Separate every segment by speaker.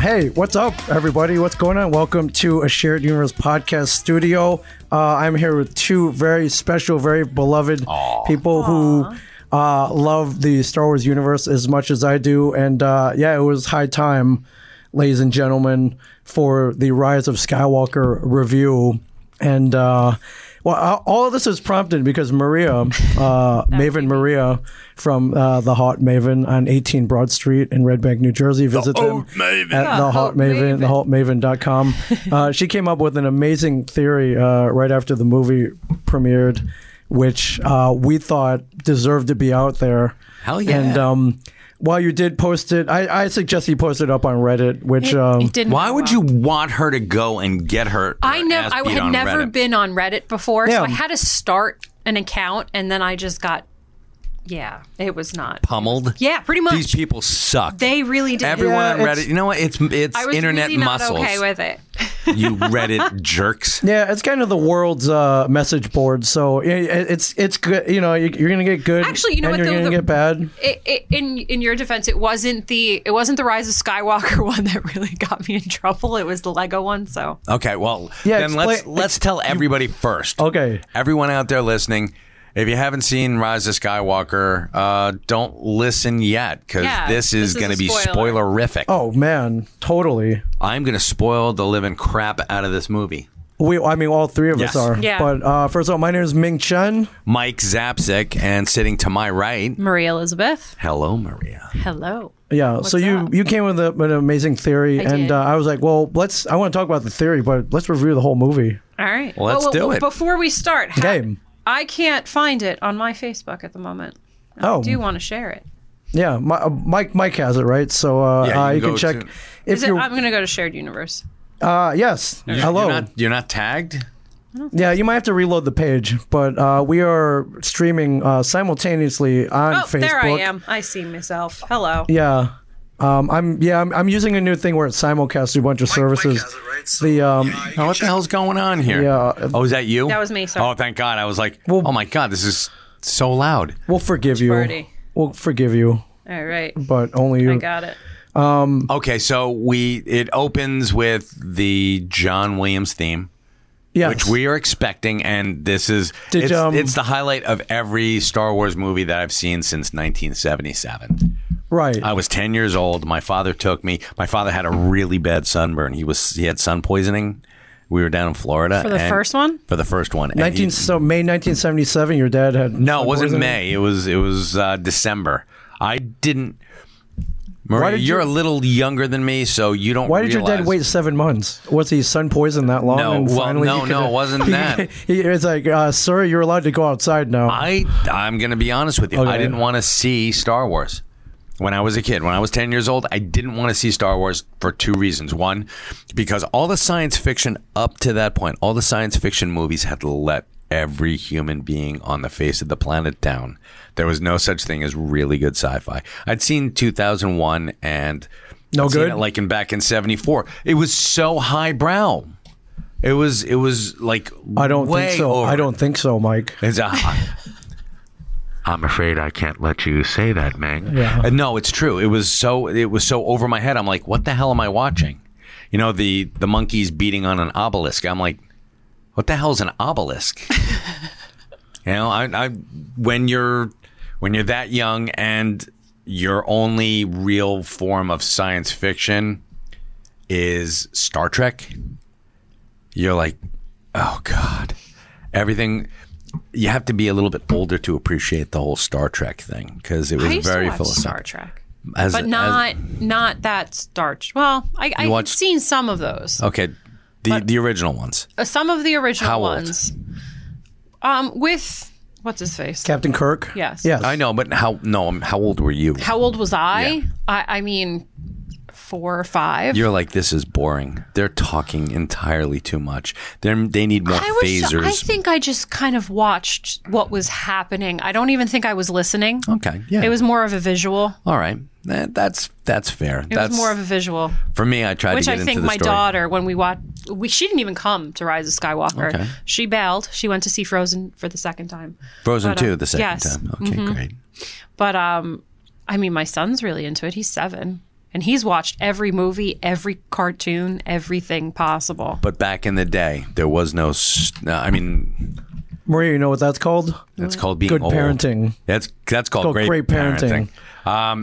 Speaker 1: Hey, what's up, everybody? What's going on? Welcome to a Shared Universe podcast studio. Uh, I'm here with two very special, very beloved people who uh, love the Star Wars universe as much as I do. And uh, yeah, it was high time, ladies and gentlemen, for the Rise of Skywalker review. And uh, well, uh, all of this is prompted because Maria, uh, Maven Maria from uh, the Hot Maven on 18 Broad Street in Red Bank, New Jersey, visit them at the Hot Maven, thehotmaven.com. uh, she came up with an amazing theory uh, right after the movie premiered, which uh, we thought deserved to be out there.
Speaker 2: Hell yeah.
Speaker 1: And um, while you did post it, I, I suggest you post it up on Reddit, which. um,
Speaker 3: It didn't
Speaker 2: Why
Speaker 3: go
Speaker 2: would
Speaker 3: well.
Speaker 2: you want her to go and get her?
Speaker 3: I never.
Speaker 2: ass
Speaker 3: I
Speaker 2: beat
Speaker 3: had
Speaker 2: on
Speaker 3: never
Speaker 2: Reddit?
Speaker 3: been on Reddit before,
Speaker 1: Yeah.
Speaker 3: so I had to start an account, and then I just got. Yeah, it was not.
Speaker 2: pummeled.
Speaker 3: Yeah, pretty much.
Speaker 2: These people suck.
Speaker 3: They really did.
Speaker 2: Everyone
Speaker 1: Yeah,
Speaker 2: on
Speaker 1: it's-
Speaker 2: Reddit. You know what? It's it's
Speaker 3: I was
Speaker 2: internet
Speaker 3: really not
Speaker 2: muscles.
Speaker 3: okay with it.
Speaker 2: you Reddit jerks.
Speaker 1: Yeah, it's kind of the world's uh, message board. So i- i- it's it's good. You know, you- you're gonna get good.
Speaker 3: Actually, you know
Speaker 1: and You're
Speaker 3: what, though,
Speaker 1: gonna
Speaker 3: the-
Speaker 1: get bad.
Speaker 3: It, it, in in your defense, it wasn't the it wasn't the Rise of Skywalker one that really got me in trouble. It was the Lego one. So
Speaker 2: Okay, well
Speaker 1: Yeah,
Speaker 2: then let's
Speaker 1: explain-
Speaker 2: let's tell everybody first.
Speaker 1: Okay.
Speaker 2: Everyone out there listening, if you haven't seen Rise of Skywalker, uh, don't listen yet because
Speaker 3: Yeah,
Speaker 2: this is
Speaker 3: this is a
Speaker 2: going to be
Speaker 3: spoiler.
Speaker 2: spoilerific.
Speaker 1: Oh man, totally.
Speaker 2: I'm going to spoil the living crap out of this movie.
Speaker 1: We, I mean, all three of us
Speaker 2: Yes.
Speaker 1: are.
Speaker 3: Yeah.
Speaker 1: But uh, first of all, my name is Ming Chen.
Speaker 2: Mike Zapsik and sitting to my right,
Speaker 3: Maria Elizabeth,
Speaker 2: hello Maria.
Speaker 3: hello.
Speaker 1: Yeah. so you
Speaker 3: up?
Speaker 1: you came with a, an amazing theory, and
Speaker 3: did.
Speaker 1: uh, I was like, well, let's. I want to talk about the theory, but let's review the whole movie.
Speaker 3: All right,
Speaker 2: let's
Speaker 3: Oh, well,
Speaker 2: do it.
Speaker 3: Before we start, ha-
Speaker 1: Game.
Speaker 3: I can't find it on my Facebook at the moment.
Speaker 1: Oh,
Speaker 3: I do want to share it.
Speaker 1: yeah. Mi- uh, Mike Mike has it right, so uh,
Speaker 2: Yeah, you
Speaker 1: uh,
Speaker 2: can
Speaker 1: you can
Speaker 2: go
Speaker 1: check.
Speaker 2: to-
Speaker 1: If
Speaker 3: Is it,
Speaker 1: you
Speaker 3: I'm going to go to Shared Universe.
Speaker 1: uh, yes, hello.
Speaker 2: You're not, you're not tagged.
Speaker 1: Yeah, you might have to reload the page, but uh, we are streaming uh, simultaneously on
Speaker 3: Oh,
Speaker 1: Facebook.
Speaker 3: there I am. I see myself. Hello.
Speaker 1: Yeah, um, I'm. Yeah, I'm, I'm using a new thing where it simulcasts to a bunch of services.
Speaker 4: has it, right? So,
Speaker 1: The um,
Speaker 2: Oh, what the hell's going on here?
Speaker 1: Yeah.
Speaker 2: Oh, is that you?
Speaker 3: That was me, sorry.
Speaker 2: Oh, thank God. I was like, oh my God, this is so loud.
Speaker 1: we'll forgive you.
Speaker 3: Party.
Speaker 1: We'll forgive you,
Speaker 3: All right.
Speaker 1: but only
Speaker 3: I
Speaker 1: you.
Speaker 3: got it.
Speaker 2: Okay, so we it opens with the John Williams theme,
Speaker 1: Yes.
Speaker 2: which we are expecting, and this is
Speaker 1: Did,
Speaker 2: it's,
Speaker 1: um,
Speaker 2: it's the highlight of every Star Wars movie that I've seen since 1977.
Speaker 1: right.
Speaker 2: I was 10 years old. My father took me. My father had a really bad sunburn. He was he had sun poisoning. We were down in Florida
Speaker 3: For the
Speaker 2: and-
Speaker 3: first one?
Speaker 2: For the first one, And he-
Speaker 1: 19 so May 1977. Your dad had
Speaker 2: No, it wasn't
Speaker 1: poisoning?
Speaker 2: May. It was it was uh, December. I didn't.
Speaker 1: Why
Speaker 2: Maria,
Speaker 1: did
Speaker 2: you're
Speaker 1: you-
Speaker 2: a little younger than me, so you don't.
Speaker 1: Why did your dad
Speaker 2: realize-
Speaker 1: wait seven months? Was he sun poisoned that long?
Speaker 2: No,
Speaker 1: and
Speaker 2: well,
Speaker 1: finally
Speaker 2: no,
Speaker 1: he could-
Speaker 2: no, it wasn't
Speaker 1: he-
Speaker 2: that.
Speaker 1: he, it's like, uh, sir, you're allowed to go outside now.
Speaker 2: I I'm gonna be honest with you.
Speaker 1: Okay.
Speaker 2: I didn't want to see Star Wars when I was a kid. When I was 10 years old, I didn't want to see Star Wars for two reasons. One, because all the science fiction up to that point, all the science fiction movies had let every human being on the face of the planet down. There was no such thing as really good sci-fi. I'd seen 2001 and
Speaker 1: No
Speaker 2: I'd seen
Speaker 1: good?
Speaker 2: it like in back in 74. It was so highbrow. It was it was like
Speaker 1: I don't
Speaker 2: way
Speaker 1: think so.
Speaker 2: over.
Speaker 1: I don't think so, Mike.
Speaker 2: It's a
Speaker 5: I'm afraid I can't let you say that, Meng.
Speaker 2: Uh, No, it's true. It was so it was so over my head. I'm like, what the hell am I watching? You know, the the monkeys beating on an obelisk. I'm like, what the hell's an obelisk? you know, I, I when you're when you're that young and your only real form of science fiction is Star Trek, you're like, oh god, everything. You have to be a little bit older to appreciate the whole Star Trek thing because it was
Speaker 3: I used
Speaker 2: very
Speaker 3: to watch Star
Speaker 2: philosophical.
Speaker 3: Trek,
Speaker 2: As-
Speaker 3: but
Speaker 2: as-
Speaker 3: not not that Star. Tr- Well, I, I've
Speaker 2: watched-
Speaker 3: seen some of those.
Speaker 2: okay. The the original ones.
Speaker 3: Uh, some of the original
Speaker 2: How old?
Speaker 3: ones. Um, with what's his face?
Speaker 1: Captain Kirk?
Speaker 3: Yes.
Speaker 1: Yes.
Speaker 2: I know, but how? No, I'm- how old were you?
Speaker 3: How old was I?
Speaker 2: Yeah.
Speaker 3: I, I mean, four or five.
Speaker 2: You're like this is boring. They're talking entirely too much. They they need more
Speaker 3: I was.
Speaker 2: phasers.
Speaker 3: I think I just kind of watched what was happening. I don't even think I was listening.
Speaker 2: okay, yeah,
Speaker 3: It was more of a visual.
Speaker 2: all right. Eh, That's that's fair.
Speaker 3: It
Speaker 2: that's
Speaker 3: was more of a visual.
Speaker 2: for me. I tried
Speaker 3: which
Speaker 2: to
Speaker 3: I
Speaker 2: get
Speaker 3: think
Speaker 2: into the
Speaker 3: my
Speaker 2: story.
Speaker 3: daughter, when we watched, we, she didn't even come to Rise of Skywalker.
Speaker 2: Okay.
Speaker 3: She bailed. She went to see Frozen for the second time.
Speaker 2: Frozen
Speaker 3: but, uh,
Speaker 2: two the second
Speaker 3: yes. Mm-hmm.
Speaker 2: time. Okay, great.
Speaker 3: But um, I mean, my son's really into it. He's seven, and and he's watched every movie, every cartoon, everything possible.
Speaker 2: But back in the day, there was no. s- no, I mean,
Speaker 1: Maria, you know what that's called?
Speaker 2: that's called being
Speaker 1: Good
Speaker 2: old.
Speaker 1: parenting.
Speaker 2: That's that's called,
Speaker 1: Called
Speaker 2: great,
Speaker 1: great parenting.
Speaker 2: parenting.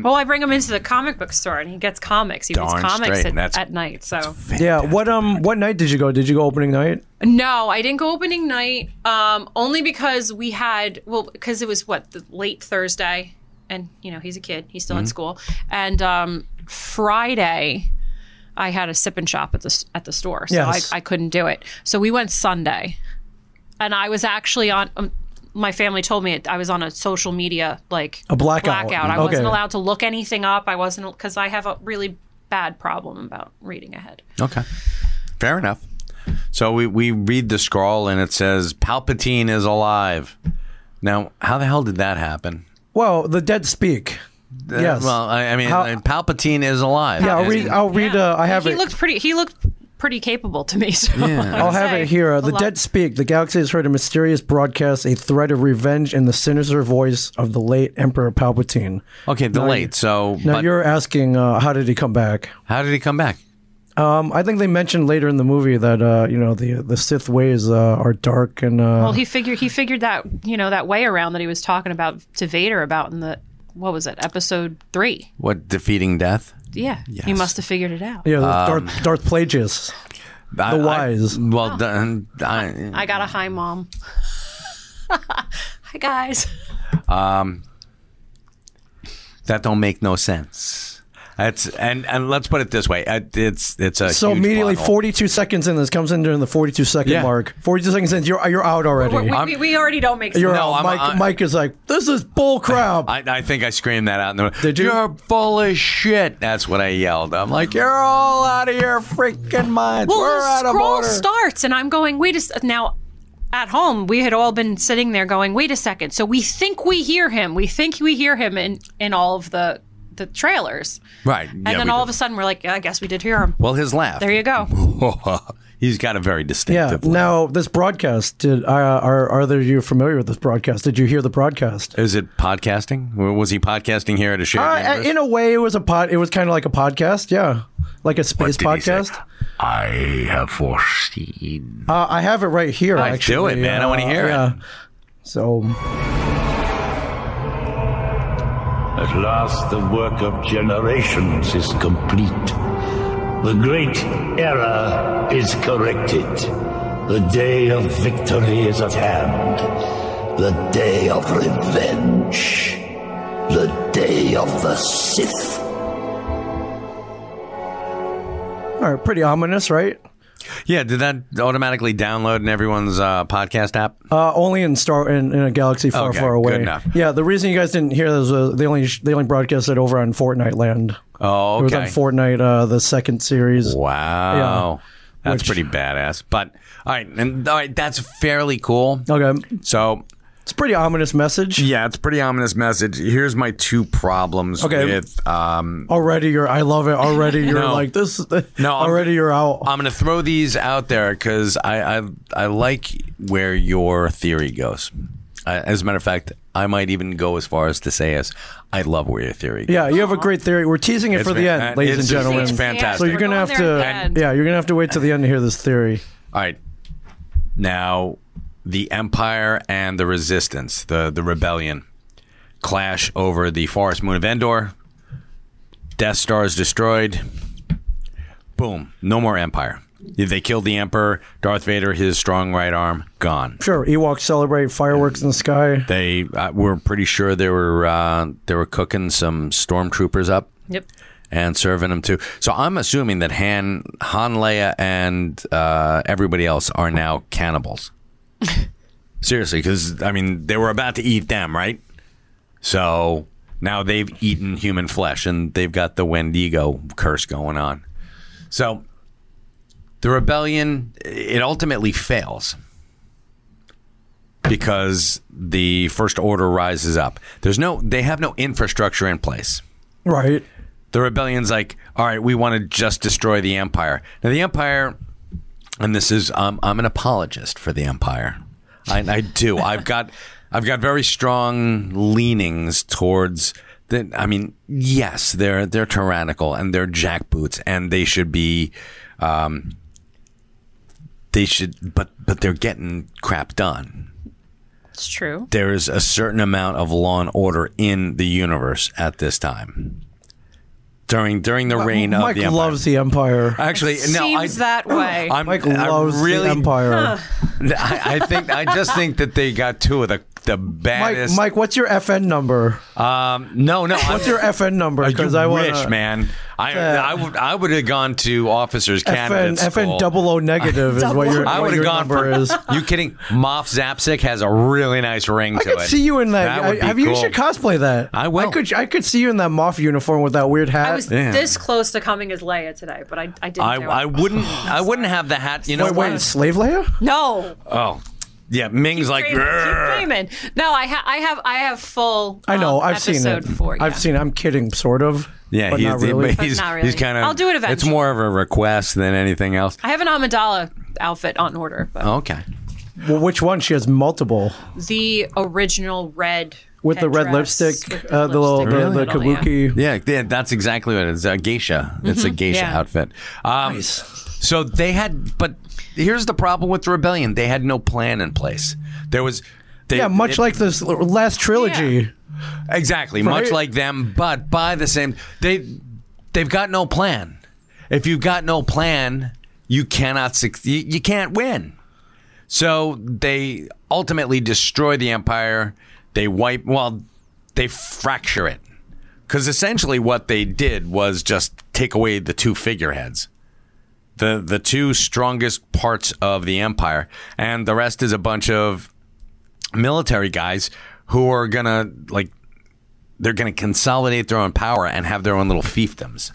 Speaker 3: Well, I bring him into the comic book store, and he gets comics. He
Speaker 2: Darn
Speaker 3: reads comics
Speaker 2: straight,
Speaker 3: at,
Speaker 2: and that's-
Speaker 3: at night. So
Speaker 1: Yeah. What um what night did you go? Did you go opening night?
Speaker 3: no, I didn't go opening night. Um, only because we had well, because it was what the late Thursday, and you know he's a kid. He's
Speaker 1: Mm-hmm.
Speaker 3: still in school. And um, Friday, I had a sip and shop at the s- at the store, so
Speaker 1: Yes.
Speaker 3: I, I couldn't do it. So we went Sunday, and I was actually on. Um, my family told me it, I was on a social media like
Speaker 1: A blackout.
Speaker 3: blackout. I
Speaker 1: Okay.
Speaker 3: wasn't allowed to look anything up. I wasn't because I have a really bad problem about reading ahead.
Speaker 2: Okay, fair enough. So we we read the scroll and it says Palpatine is alive. Now, how the hell did that happen?
Speaker 1: Well, the dead speak.
Speaker 2: Uh,
Speaker 1: yes.
Speaker 2: Well, I, I mean,
Speaker 1: How-
Speaker 2: and Palpatine is alive.
Speaker 1: yeah, I'll
Speaker 2: And-
Speaker 1: read. I'll read.
Speaker 3: Yeah.
Speaker 1: Uh, I have
Speaker 3: he
Speaker 1: it.
Speaker 3: looked pretty. He looked pretty capable to me. So
Speaker 1: I'll have it here. Uh, The dead speak. The galaxy has heard a mysterious broadcast, a threat of revenge, in the sinister voice of the late Emperor Palpatine.
Speaker 2: okay, delayed. So,
Speaker 1: Now
Speaker 2: but
Speaker 1: you're asking, uh, how did he come back?
Speaker 2: how did he come back?
Speaker 1: Um, I think they mentioned later in the movie that uh, you know the the Sith ways uh, are dark and uh,
Speaker 3: Well, he figured he figured that you know that way around that he was talking about to Vader about in the what was it episode three?
Speaker 2: What defeating death?
Speaker 3: Yeah, he must have figured it out.
Speaker 1: yeah, the
Speaker 2: Um,
Speaker 1: Darth, Darth Plagueis.
Speaker 2: I-
Speaker 1: wise.
Speaker 2: I, well, done. I,
Speaker 3: I got a hi, mom. hi, guys.
Speaker 2: that don't make no sense. That's and and let's put it this way. Uh, It's it's a
Speaker 1: So
Speaker 2: huge
Speaker 1: immediately,
Speaker 2: plot hole.
Speaker 1: 42 seconds in, this comes in during the 42 second
Speaker 2: Yeah.
Speaker 1: mark. 42 seconds in, you're you're out already.
Speaker 3: We,
Speaker 2: I'm-
Speaker 3: we, we already don't make sense.
Speaker 1: you're
Speaker 2: No,
Speaker 1: out.
Speaker 2: I'm-
Speaker 1: Mike,
Speaker 2: I-
Speaker 1: Mike is like, this is bull crap.
Speaker 2: I, I think I screamed that out. In the,
Speaker 1: Did you?
Speaker 2: are full of shit. That's what I yelled. I'm like, you're all out of your freaking minds.
Speaker 3: Well,
Speaker 2: We're
Speaker 3: the
Speaker 2: out of
Speaker 3: scroll
Speaker 2: order.
Speaker 3: starts, and I'm going, wait a s- Now, at home, we had all been sitting there going, wait a second. So we think we hear him. We think we hear him in, in all of the, the trailers.
Speaker 2: right.
Speaker 3: And then all of a sudden, we're like, yeah, I guess we did hear him.
Speaker 2: well, his laugh.
Speaker 3: there you go.
Speaker 2: He's got a very
Speaker 1: yeah.
Speaker 2: distinctive. laugh.
Speaker 1: Now this broadcast. Did uh, are are there you familiar with this broadcast? Did you hear the broadcast?
Speaker 2: Is it podcasting? Or Was he podcasting here at a shared
Speaker 1: Uh,
Speaker 2: universe?
Speaker 1: in a way, it was a pod. It was kind of like a podcast. Yeah, like a space
Speaker 5: did he say?
Speaker 1: podcast.
Speaker 5: I have foreseen.
Speaker 1: Uh, I have it right here.
Speaker 2: Nice.
Speaker 1: actually,
Speaker 2: Do it, man. I wanna
Speaker 1: Uh,
Speaker 2: hear it.
Speaker 1: Yeah. So
Speaker 4: At last, the work of generations is complete. The great error is corrected. The day of victory is at hand. The day of revenge. The day of the Sith.
Speaker 1: All right, pretty ominous, right?
Speaker 2: yeah. Did that automatically download in everyone's uh, podcast app?
Speaker 1: Uh, only in Star in, in a galaxy far,
Speaker 2: Okay,
Speaker 1: far
Speaker 2: good
Speaker 1: away.
Speaker 2: enough.
Speaker 1: Yeah, the reason you guys didn't hear this was they only they only broadcast it over on Fortnite Land.
Speaker 2: Oh,
Speaker 1: It was
Speaker 2: okay.
Speaker 1: on Fortnite, uh, the second series.
Speaker 2: Wow. That's
Speaker 1: Which-
Speaker 2: pretty badass. But all right, and all right, that's fairly cool.
Speaker 1: Okay,
Speaker 2: So
Speaker 1: it's a pretty ominous message.
Speaker 2: yeah, it's a pretty ominous message. Here's my two problems
Speaker 1: Okay.
Speaker 2: with um
Speaker 1: Already, you're. I love it. Already, you're
Speaker 2: No.
Speaker 1: like this.
Speaker 2: No, I'm-
Speaker 1: already you're out.
Speaker 2: I'm gonna throw these out there because I, I I like where your theory goes. I, as a matter of fact, I might even go as far as to say as I love where your theory.
Speaker 1: yeah, you have a great theory. We're teasing it
Speaker 2: It's
Speaker 1: for the
Speaker 2: fan-
Speaker 1: end,
Speaker 2: uh,
Speaker 1: ladies
Speaker 2: it's-
Speaker 1: and gentlemen.
Speaker 2: it's fantastic.
Speaker 1: so you're gonna have to. Yeah, you're gonna have to wait to the end to hear this theory.
Speaker 2: All right. Now, the Empire and the Resistance, the, the rebellion, clash over the forest moon of Endor. Death Star is destroyed. Boom. No more Empire. They killed the Emperor. Darth Vader, his strong right arm, gone.
Speaker 1: Sure, Ewoks celebrate fireworks in the sky.
Speaker 2: They uh, were pretty sure they were uh, they were cooking some stormtroopers up
Speaker 3: Yep.
Speaker 2: and serving them too. So I'm assuming that Han, Han Leia, and uh, everybody else are now cannibals. Seriously, because I mean, they were about to eat them, right? So now they've eaten human flesh, and they've got the Wendigo curse going on. So the rebellion it ultimately fails because the first order rises up. There's no, they have no infrastructure in place.
Speaker 1: Right.
Speaker 2: The rebellion's like, all right, we want to just destroy the empire. Now the empire, and this is, um, I'm an apologist for the empire. I, I do. I've got, I've got very strong leanings towards that I mean, yes, they're they're tyrannical and they're jackboots and they should be, um, they should, but but they're getting crap done.
Speaker 3: It's true.
Speaker 2: There is a certain amount of law and order in the universe at this time. During during the reign of
Speaker 1: Mike
Speaker 2: the empire.
Speaker 1: loves the Empire.
Speaker 2: Actually, no,
Speaker 3: Seems
Speaker 2: I,
Speaker 3: that way.
Speaker 2: I'm,
Speaker 1: Mike
Speaker 2: I
Speaker 1: loves
Speaker 2: really,
Speaker 1: the Empire.
Speaker 2: I, I think I just think that they got two of the the
Speaker 1: Mike,
Speaker 2: baddest.
Speaker 1: Mike, what's your FN number?
Speaker 2: um, no, no, I'm,
Speaker 1: What's your FN number?
Speaker 2: you
Speaker 1: I wanna- uh,
Speaker 2: wish, man. I,
Speaker 1: Yeah.
Speaker 2: I would I would have gone to officers
Speaker 1: FN
Speaker 2: candidate
Speaker 1: FN
Speaker 2: school.
Speaker 1: double O negative is what your,
Speaker 2: I
Speaker 1: what
Speaker 2: would have
Speaker 1: your
Speaker 2: gone
Speaker 1: number
Speaker 2: for.
Speaker 1: is.
Speaker 2: You kidding? Moff Zapsik has a really nice ring
Speaker 1: I
Speaker 2: to it.
Speaker 1: could see you in that.
Speaker 2: would be
Speaker 1: I, have you, you
Speaker 2: cool.
Speaker 1: should cosplay that.
Speaker 2: I will.
Speaker 1: I could. I could see you in that moth uniform with that weird hat.
Speaker 3: I was
Speaker 2: Yeah.
Speaker 3: this close to coming as Leia today, but I, I didn't.
Speaker 2: I,
Speaker 3: do it.
Speaker 2: I wouldn't I wouldn't have the hat. You know
Speaker 1: wait, wait,
Speaker 2: what?
Speaker 1: slave Leia?
Speaker 3: no.
Speaker 2: Oh, yeah. Ming's like.
Speaker 3: Raymond,
Speaker 2: "Grr."
Speaker 3: keep Raymond. No, I, ha- I have I have full.
Speaker 1: I know.
Speaker 3: um,
Speaker 1: I've seen it.
Speaker 3: episode Four,
Speaker 1: I've
Speaker 3: yeah.
Speaker 1: seen. It. I'm kidding, sort of.
Speaker 2: Yeah,
Speaker 1: but
Speaker 2: he's,
Speaker 1: not really.
Speaker 2: but he's,
Speaker 3: not really.
Speaker 2: he's kind of.
Speaker 3: I'll do it
Speaker 2: It's
Speaker 3: eventually.
Speaker 2: more of a request than anything else.
Speaker 3: I have an Amidala outfit on order, but
Speaker 2: Okay.
Speaker 1: well, which one? She has multiple
Speaker 3: the original red
Speaker 1: with the red
Speaker 3: headdress,
Speaker 1: lipstick,
Speaker 3: with
Speaker 1: uh, the little,
Speaker 3: lipstick
Speaker 1: the,
Speaker 3: in
Speaker 1: the
Speaker 3: middle, yeah.
Speaker 1: kabuki.
Speaker 2: Yeah, yeah, that's exactly what it is. A geisha. It's a geisha
Speaker 3: Mm-hmm. Yeah.
Speaker 2: outfit. Um, So they had, but here's the problem with the rebellion: they had no plan in place. There was, they,
Speaker 1: Yeah, much
Speaker 2: it-
Speaker 1: like this last trilogy.
Speaker 2: exactly, much
Speaker 1: Right?
Speaker 2: like them, but by the same, they they've got no plan. If you've got no plan, you cannot suc- you, you can't win. So they ultimately destroy the empire. They wipe. Well, they fracture it because essentially what they did was just take away the two figureheads, the the two strongest parts of the empire, and the rest is a bunch of military guys who are gonna like they're gonna consolidate their own power and have their own little fiefdoms.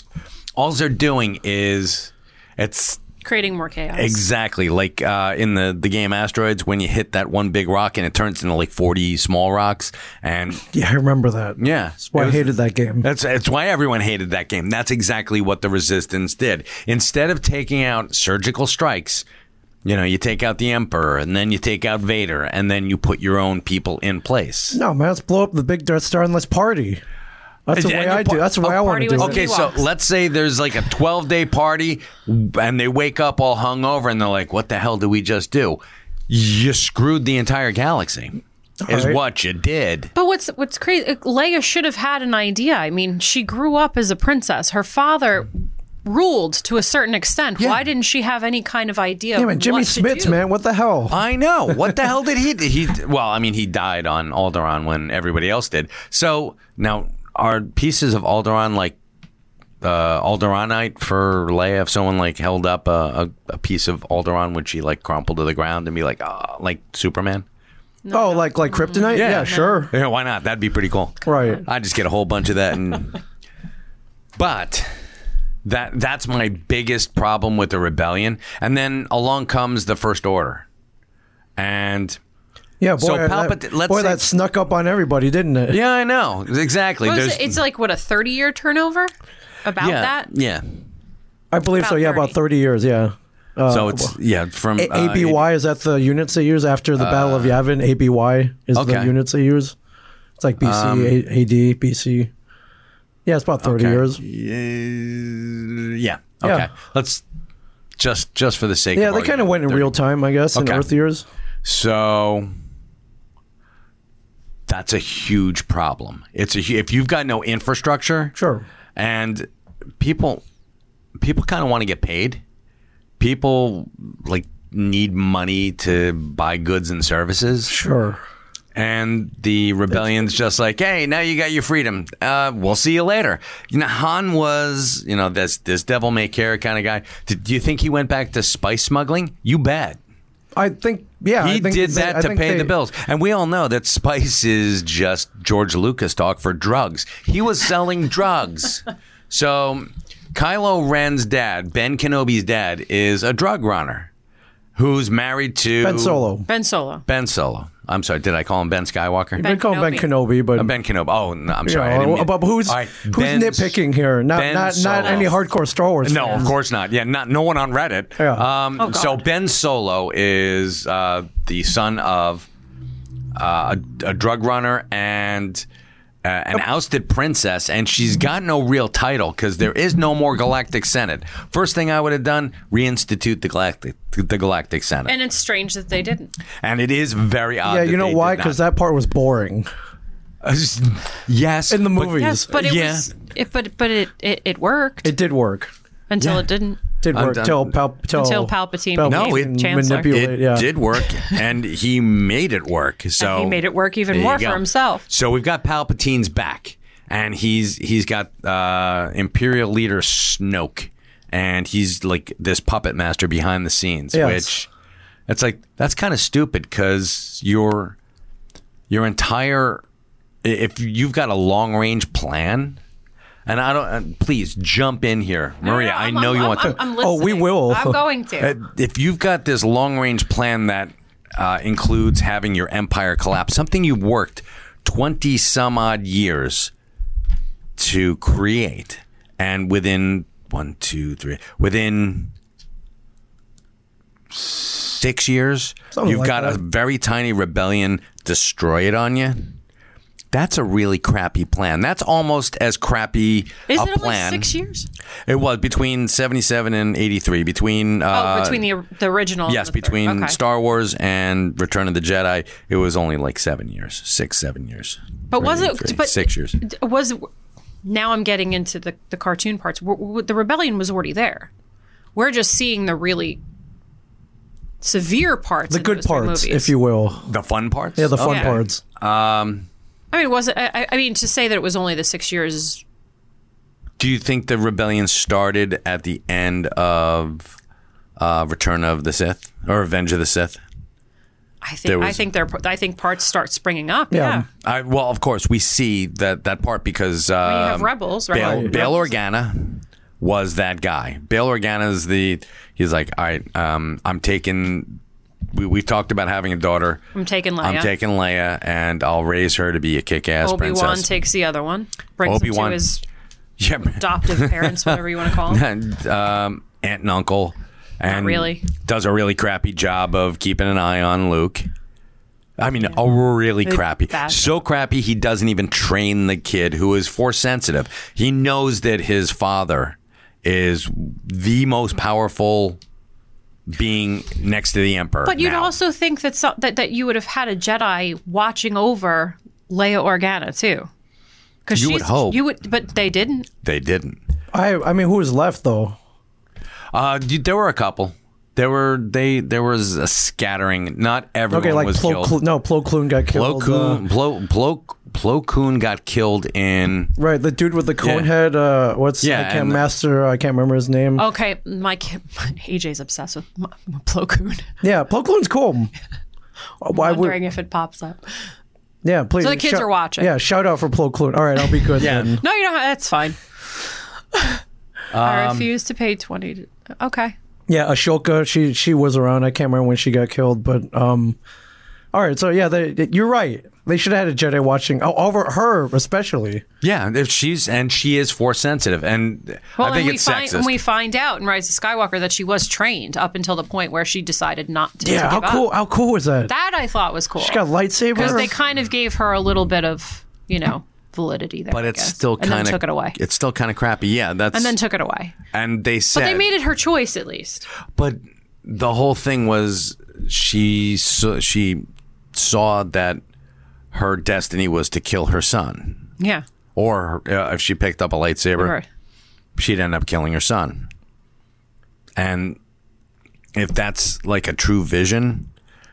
Speaker 2: All they're doing is it's
Speaker 3: creating more chaos.
Speaker 2: Exactly, like uh, in the the game Asteroids, when you hit that one big rock and it turns into like forty small rocks, and
Speaker 1: Yeah, I remember that.
Speaker 2: yeah,
Speaker 1: that's why
Speaker 2: it
Speaker 1: I
Speaker 2: was-
Speaker 1: hated that game.
Speaker 2: That's that's why everyone hated that game. That's exactly what the resistance did. Instead of taking out surgical strikes, you know, you take out the Emperor and then you take out Vader and then you put your own people in place.
Speaker 1: No, man, let's blow up the big Death Star and let's party. That's the
Speaker 2: And
Speaker 1: way
Speaker 2: you
Speaker 1: I
Speaker 2: par-
Speaker 1: do. That's the way
Speaker 2: a
Speaker 1: I want
Speaker 3: party
Speaker 1: to do
Speaker 3: with
Speaker 1: it.
Speaker 2: Okay, so
Speaker 3: Ewoks.
Speaker 2: let's say there's like a 12 day party and they wake up all hungover and they're like, what the hell did we just do? You screwed the entire galaxy, is
Speaker 1: Alright.
Speaker 2: what you did.
Speaker 3: But what's what's crazy? uh, Leia should have had an idea. I mean, she grew up as a princess. Her father ruled to a certain extent. Why didn't she have any kind of idea?
Speaker 1: Damn it, Jimmy
Speaker 3: what to
Speaker 1: Smits,
Speaker 3: do?
Speaker 1: man, what the hell?
Speaker 2: I know. What the hell did he do? He well, I mean, he died on Alderaan when everybody else did. So now are pieces of Alderaan like uh, Alderaanite for Leia? If someone like held up a, a, a piece of Alderaan, would she like crumple to the ground and be like, ah, like Superman?
Speaker 1: oh, like like kryptonite? Yeah, sure.
Speaker 2: Yeah, why not? That'd be pretty cool.
Speaker 1: Right.
Speaker 2: I just get a whole bunch of that, and but that that's my biggest problem with the rebellion. And then along comes the First Order, and
Speaker 1: Yeah, boy,
Speaker 2: So
Speaker 1: that-
Speaker 2: Palpati- let's
Speaker 1: boy,
Speaker 2: say-
Speaker 1: that snuck up on everybody, didn't it?
Speaker 2: Yeah, I know exactly.
Speaker 3: What was
Speaker 2: There's-
Speaker 3: it? It's like what a thirty-year turnover about
Speaker 2: yeah,
Speaker 3: that.
Speaker 2: yeah.
Speaker 1: I believe so.
Speaker 3: About
Speaker 1: Yeah, about
Speaker 3: 30.
Speaker 1: thirty years. Yeah.
Speaker 2: so it's yeah from
Speaker 1: Uh, A-
Speaker 2: uh,
Speaker 1: ABY is that the units they use after the Battle of Yavin? ABY is the
Speaker 2: okay. Um,
Speaker 1: units they use. It's like BC, A- AD, BC. Yeah, it's about thirty
Speaker 2: okay.
Speaker 1: years.
Speaker 2: Uh, yeah. Okay.
Speaker 1: Yeah.
Speaker 2: Let's just just for the sake.
Speaker 1: Yeah,
Speaker 2: of
Speaker 1: they kind of
Speaker 2: argument,
Speaker 1: went in
Speaker 2: 30.
Speaker 1: real time, I guess, in
Speaker 2: Okay.
Speaker 1: Earth years.
Speaker 2: So that's a huge problem. It's a hu- if you've got no infrastructure.
Speaker 1: Sure.
Speaker 2: and people people kind of want to get paid people like need money to buy goods and services
Speaker 1: Sure.
Speaker 2: and the rebellion's just like hey now you got your freedom uh, we'll see you later you know han was you know this this devil may care kind of guy Did, do you think he went back to spice smuggling you bet
Speaker 1: I think. Yeah, I
Speaker 2: he
Speaker 1: think
Speaker 2: did
Speaker 1: they- I
Speaker 2: that to
Speaker 1: think
Speaker 2: pay
Speaker 1: they-
Speaker 2: the bills and we all know that spice is just george lucas talk for drugs he was selling drugs so kylo ren's dad ben kenobi's dad is a drug runner who's married to
Speaker 1: Ben Solo.
Speaker 3: Ben Solo.
Speaker 2: ben solo i'm sorry did i call him ben skywalker
Speaker 1: They call him Ben Kenobi, but
Speaker 2: Uh, ben kenobi oh no, i'm
Speaker 1: you
Speaker 2: sorry I
Speaker 1: know, uh,
Speaker 2: didn't mean-
Speaker 1: but who's
Speaker 2: All right,
Speaker 1: who's
Speaker 2: Ben-
Speaker 1: nitpicking here? Not
Speaker 2: Ben
Speaker 1: not not
Speaker 2: Solo.
Speaker 1: any hardcore Star Wars.
Speaker 2: No,
Speaker 1: fans.
Speaker 2: of course not. Yeah, not no one on Reddit.
Speaker 1: Yeah. Oh,
Speaker 2: Um, so Ben Solo is uh, the son of uh, a, a drug runner and uh, an ousted princess, and she's got no real title because there is no more Galactic Senate. First thing I would have done: reinstitute the Galactic the Galactic Senate,
Speaker 3: And it's strange that they didn't.
Speaker 2: and it is very odd.
Speaker 1: Yeah, you know why? Because that part was boring
Speaker 2: yes,
Speaker 1: in the
Speaker 2: but-
Speaker 1: movies.
Speaker 3: Yes, but it
Speaker 2: Yeah.
Speaker 3: was. It, but but it, it it worked
Speaker 1: it did work.
Speaker 3: until it didn't.
Speaker 1: Did
Speaker 2: I'm
Speaker 1: work
Speaker 2: done.
Speaker 1: till, Pal- till
Speaker 3: Until Palpatine
Speaker 2: No,
Speaker 3: became
Speaker 2: it-
Speaker 3: Chancellor.
Speaker 1: manipulate.
Speaker 2: It
Speaker 1: yeah.
Speaker 2: did work, and he made it work. So
Speaker 3: he made it work even
Speaker 2: There you
Speaker 3: more for
Speaker 2: go.
Speaker 3: himself.
Speaker 2: So we've got Palpatine's back, and he's he's got uh, Imperial leader Snoke, and he's like this puppet master behind the scenes,
Speaker 1: Yes.
Speaker 2: which it's like that's kind of stupid because your your entire i- if you've got a long range plan. And I don't. and please jump in here, Maria.
Speaker 3: No, no,
Speaker 2: I
Speaker 3: I'm-
Speaker 2: know you
Speaker 3: I'm-
Speaker 2: want
Speaker 3: I'm,
Speaker 2: to.
Speaker 3: I'm
Speaker 1: Oh, we
Speaker 3: listening.
Speaker 1: will.
Speaker 3: I'm going
Speaker 2: Uh,
Speaker 3: to.
Speaker 2: if you've got this long range plan that uh, includes having your empire collapse, something you've worked 20 some odd years to create, and within one, two, three, within six years,
Speaker 1: Something
Speaker 2: you've
Speaker 1: like
Speaker 2: got a
Speaker 1: that.
Speaker 2: very tiny rebellion destroy it on you. That's a really crappy plan. That's almost as crappy
Speaker 3: Is
Speaker 2: a
Speaker 3: it only
Speaker 2: plan.
Speaker 3: six years?
Speaker 2: It was between seventy-seven and eighty-three. Between
Speaker 3: Oh,
Speaker 2: uh,
Speaker 3: between the, the original. and
Speaker 2: Yes,
Speaker 3: the third.
Speaker 2: between
Speaker 3: Okay.
Speaker 2: Star Wars and Return of the Jedi, it was only like seven years, six, seven years.
Speaker 3: But was it-
Speaker 2: Three,
Speaker 3: but-
Speaker 2: six years?
Speaker 3: D- was now I'm getting into the the cartoon parts. W- w- the rebellion was already there. We're just seeing the really severe parts.
Speaker 1: the
Speaker 3: in
Speaker 1: good
Speaker 3: those three
Speaker 1: parts,
Speaker 3: movies.
Speaker 1: if you will.
Speaker 2: The fun parts?
Speaker 1: Yeah, the fun
Speaker 3: Okay.
Speaker 1: parts.
Speaker 3: I mean, was it, I, I mean to say that it was only the six years is
Speaker 2: Do you think the rebellion started at the end of uh, Return of the Sith or Revenge of the Sith?
Speaker 3: I
Speaker 2: There
Speaker 3: think I
Speaker 2: was-
Speaker 3: think there I think parts start springing up.
Speaker 1: Yeah.
Speaker 3: Yeah.
Speaker 2: I, well, of course, we see that that part because uh,
Speaker 3: I mean, you have rebels, right?
Speaker 2: Bail,
Speaker 3: Rebels.
Speaker 2: Bail Organa was that guy. Bail Organa is the. He's like, all right, um, I'm taking. We, we talked about having a daughter.
Speaker 3: I'm taking Leia.
Speaker 2: I'm taking Leia, and I'll raise her to be a kick-ass
Speaker 3: Obi Wan
Speaker 2: princess.
Speaker 3: takes the other one, brings him
Speaker 2: Obi-Wan-
Speaker 3: to his
Speaker 2: Yep.
Speaker 3: adoptive parents, whatever you want to call them.
Speaker 2: and, um, aunt and uncle, and
Speaker 3: really.
Speaker 2: does a really crappy job of keeping an eye on Luke. I mean, a really crappy,
Speaker 3: bad.
Speaker 2: so crappy he doesn't even train the kid who is force sensitive. He knows that his father is the most powerful being next to the emperor.
Speaker 3: But you'd
Speaker 2: now.
Speaker 3: also think that, so, that that you would have had a Jedi watching over Leia Organa too, because
Speaker 2: You would hope.
Speaker 3: you would, but they didn't.
Speaker 2: they didn't.
Speaker 1: I I mean, who was left though?
Speaker 2: Uh, d- there were a couple. There were they. There was a scattering. Not everyone
Speaker 1: Okay, like
Speaker 2: was
Speaker 1: Plo
Speaker 2: killed.
Speaker 1: Klu- no Plo Koon got
Speaker 2: Plo
Speaker 1: killed.
Speaker 2: Koon,
Speaker 1: uh,
Speaker 2: Plo, Plo, Plo Koon got killed in.
Speaker 1: right, the dude with the cone
Speaker 2: Yeah.
Speaker 1: head. Uh, what's
Speaker 2: Yeah,
Speaker 1: I can't
Speaker 2: and the-
Speaker 1: master. I can't remember his name.
Speaker 3: Okay, my kid, AJ's obsessed with M- M- Plo Koon.
Speaker 1: Yeah, Plo Koon's cool. Why
Speaker 3: Wondering
Speaker 1: would
Speaker 3: if it pops up.
Speaker 1: yeah? Please.
Speaker 3: the kids
Speaker 1: shout-
Speaker 3: are watching.
Speaker 1: Yeah, shout out for Plo Koon. All right, I'll be good. yeah.
Speaker 3: No, you don't. have- That's fine.
Speaker 2: Um,
Speaker 3: I refuse to pay twenty. To, okay,
Speaker 1: Yeah, Ashoka. She she was around. I can't remember when she got killed, but um, all right. So yeah, they, they- you're right. They should have had a Jedi watching oh, over her especially.
Speaker 2: Yeah, if she's and she is force sensitive, and
Speaker 3: well,
Speaker 2: I think
Speaker 3: and we
Speaker 2: it's
Speaker 3: find
Speaker 2: sexist.
Speaker 3: and we find out in Rise of Skywalker that she was trained up until the point where she decided not to. to
Speaker 1: Yeah, how
Speaker 3: give up.
Speaker 1: cool? How cool was that?
Speaker 3: That I thought was cool.
Speaker 1: she got lightsaber.
Speaker 3: because they kind of gave her a little bit of you know validity there.
Speaker 2: but
Speaker 3: I
Speaker 2: it's
Speaker 3: guess.
Speaker 2: still
Speaker 3: and
Speaker 2: kind
Speaker 3: then
Speaker 2: of
Speaker 3: took it away,
Speaker 2: It's still kind of crappy. Yeah, that's
Speaker 3: and then took it away.
Speaker 2: and they said
Speaker 3: But they made it her choice at least.
Speaker 2: But the whole thing was she saw, she saw that her destiny was to kill her son,
Speaker 3: Yeah.
Speaker 2: or uh, if she picked up a lightsaber,
Speaker 3: Right.
Speaker 2: she'd end up killing her son. And if that's like a true vision,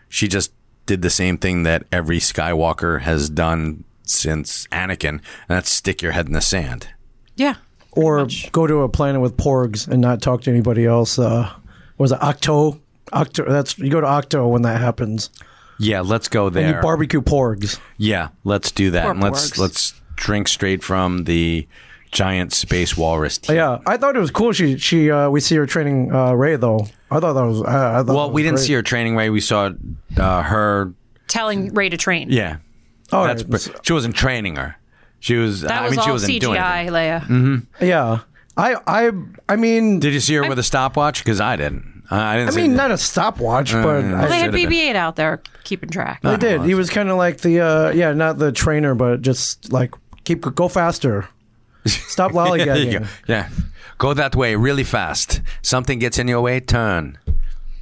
Speaker 2: she just did the same thing that every Skywalker has done since Anakin, and that's stick your head in the sand.
Speaker 3: Yeah.
Speaker 1: or go to a planet with porgs and not talk to anybody else. Uh, was it Octo? Octo. That's you go to Octo when that happens.
Speaker 2: Yeah, let's go there.
Speaker 1: You barbecue porgs.
Speaker 2: yeah, let's do that.
Speaker 3: Or
Speaker 2: And let's
Speaker 3: Porgs.
Speaker 2: let's drink straight from the giant space walrus. teeth.
Speaker 1: Oh, Yeah, I thought it was cool. She she uh, we see her training uh, Ray though. I thought that was. I, I thought
Speaker 2: Well, we didn't see her training way. We saw uh, her.
Speaker 3: Telling Ray to train.
Speaker 2: Mm. Yeah,
Speaker 1: Oh,
Speaker 2: that's pr- she wasn't training her. She was.
Speaker 3: That
Speaker 2: I
Speaker 3: was
Speaker 2: mean,
Speaker 3: all
Speaker 2: she wasn't doing Mm. it.
Speaker 3: CGI, Leia.
Speaker 1: yeah. I I I mean.
Speaker 2: Did you see her with a stopwatch? Because I didn't. I I didn't.
Speaker 1: I
Speaker 2: see
Speaker 1: mean,
Speaker 2: that.
Speaker 1: not a stopwatch,
Speaker 2: Uh,
Speaker 1: but I,
Speaker 3: They had
Speaker 2: Should've been.
Speaker 3: BB-8 out there keeping track.
Speaker 1: They did. He was kind of like the uh, yeah, not the trainer, but just like Keep go faster. Stop
Speaker 2: There you
Speaker 1: lollygagging.
Speaker 2: go. Yeah. Go that way really fast. Something gets in your way, turn.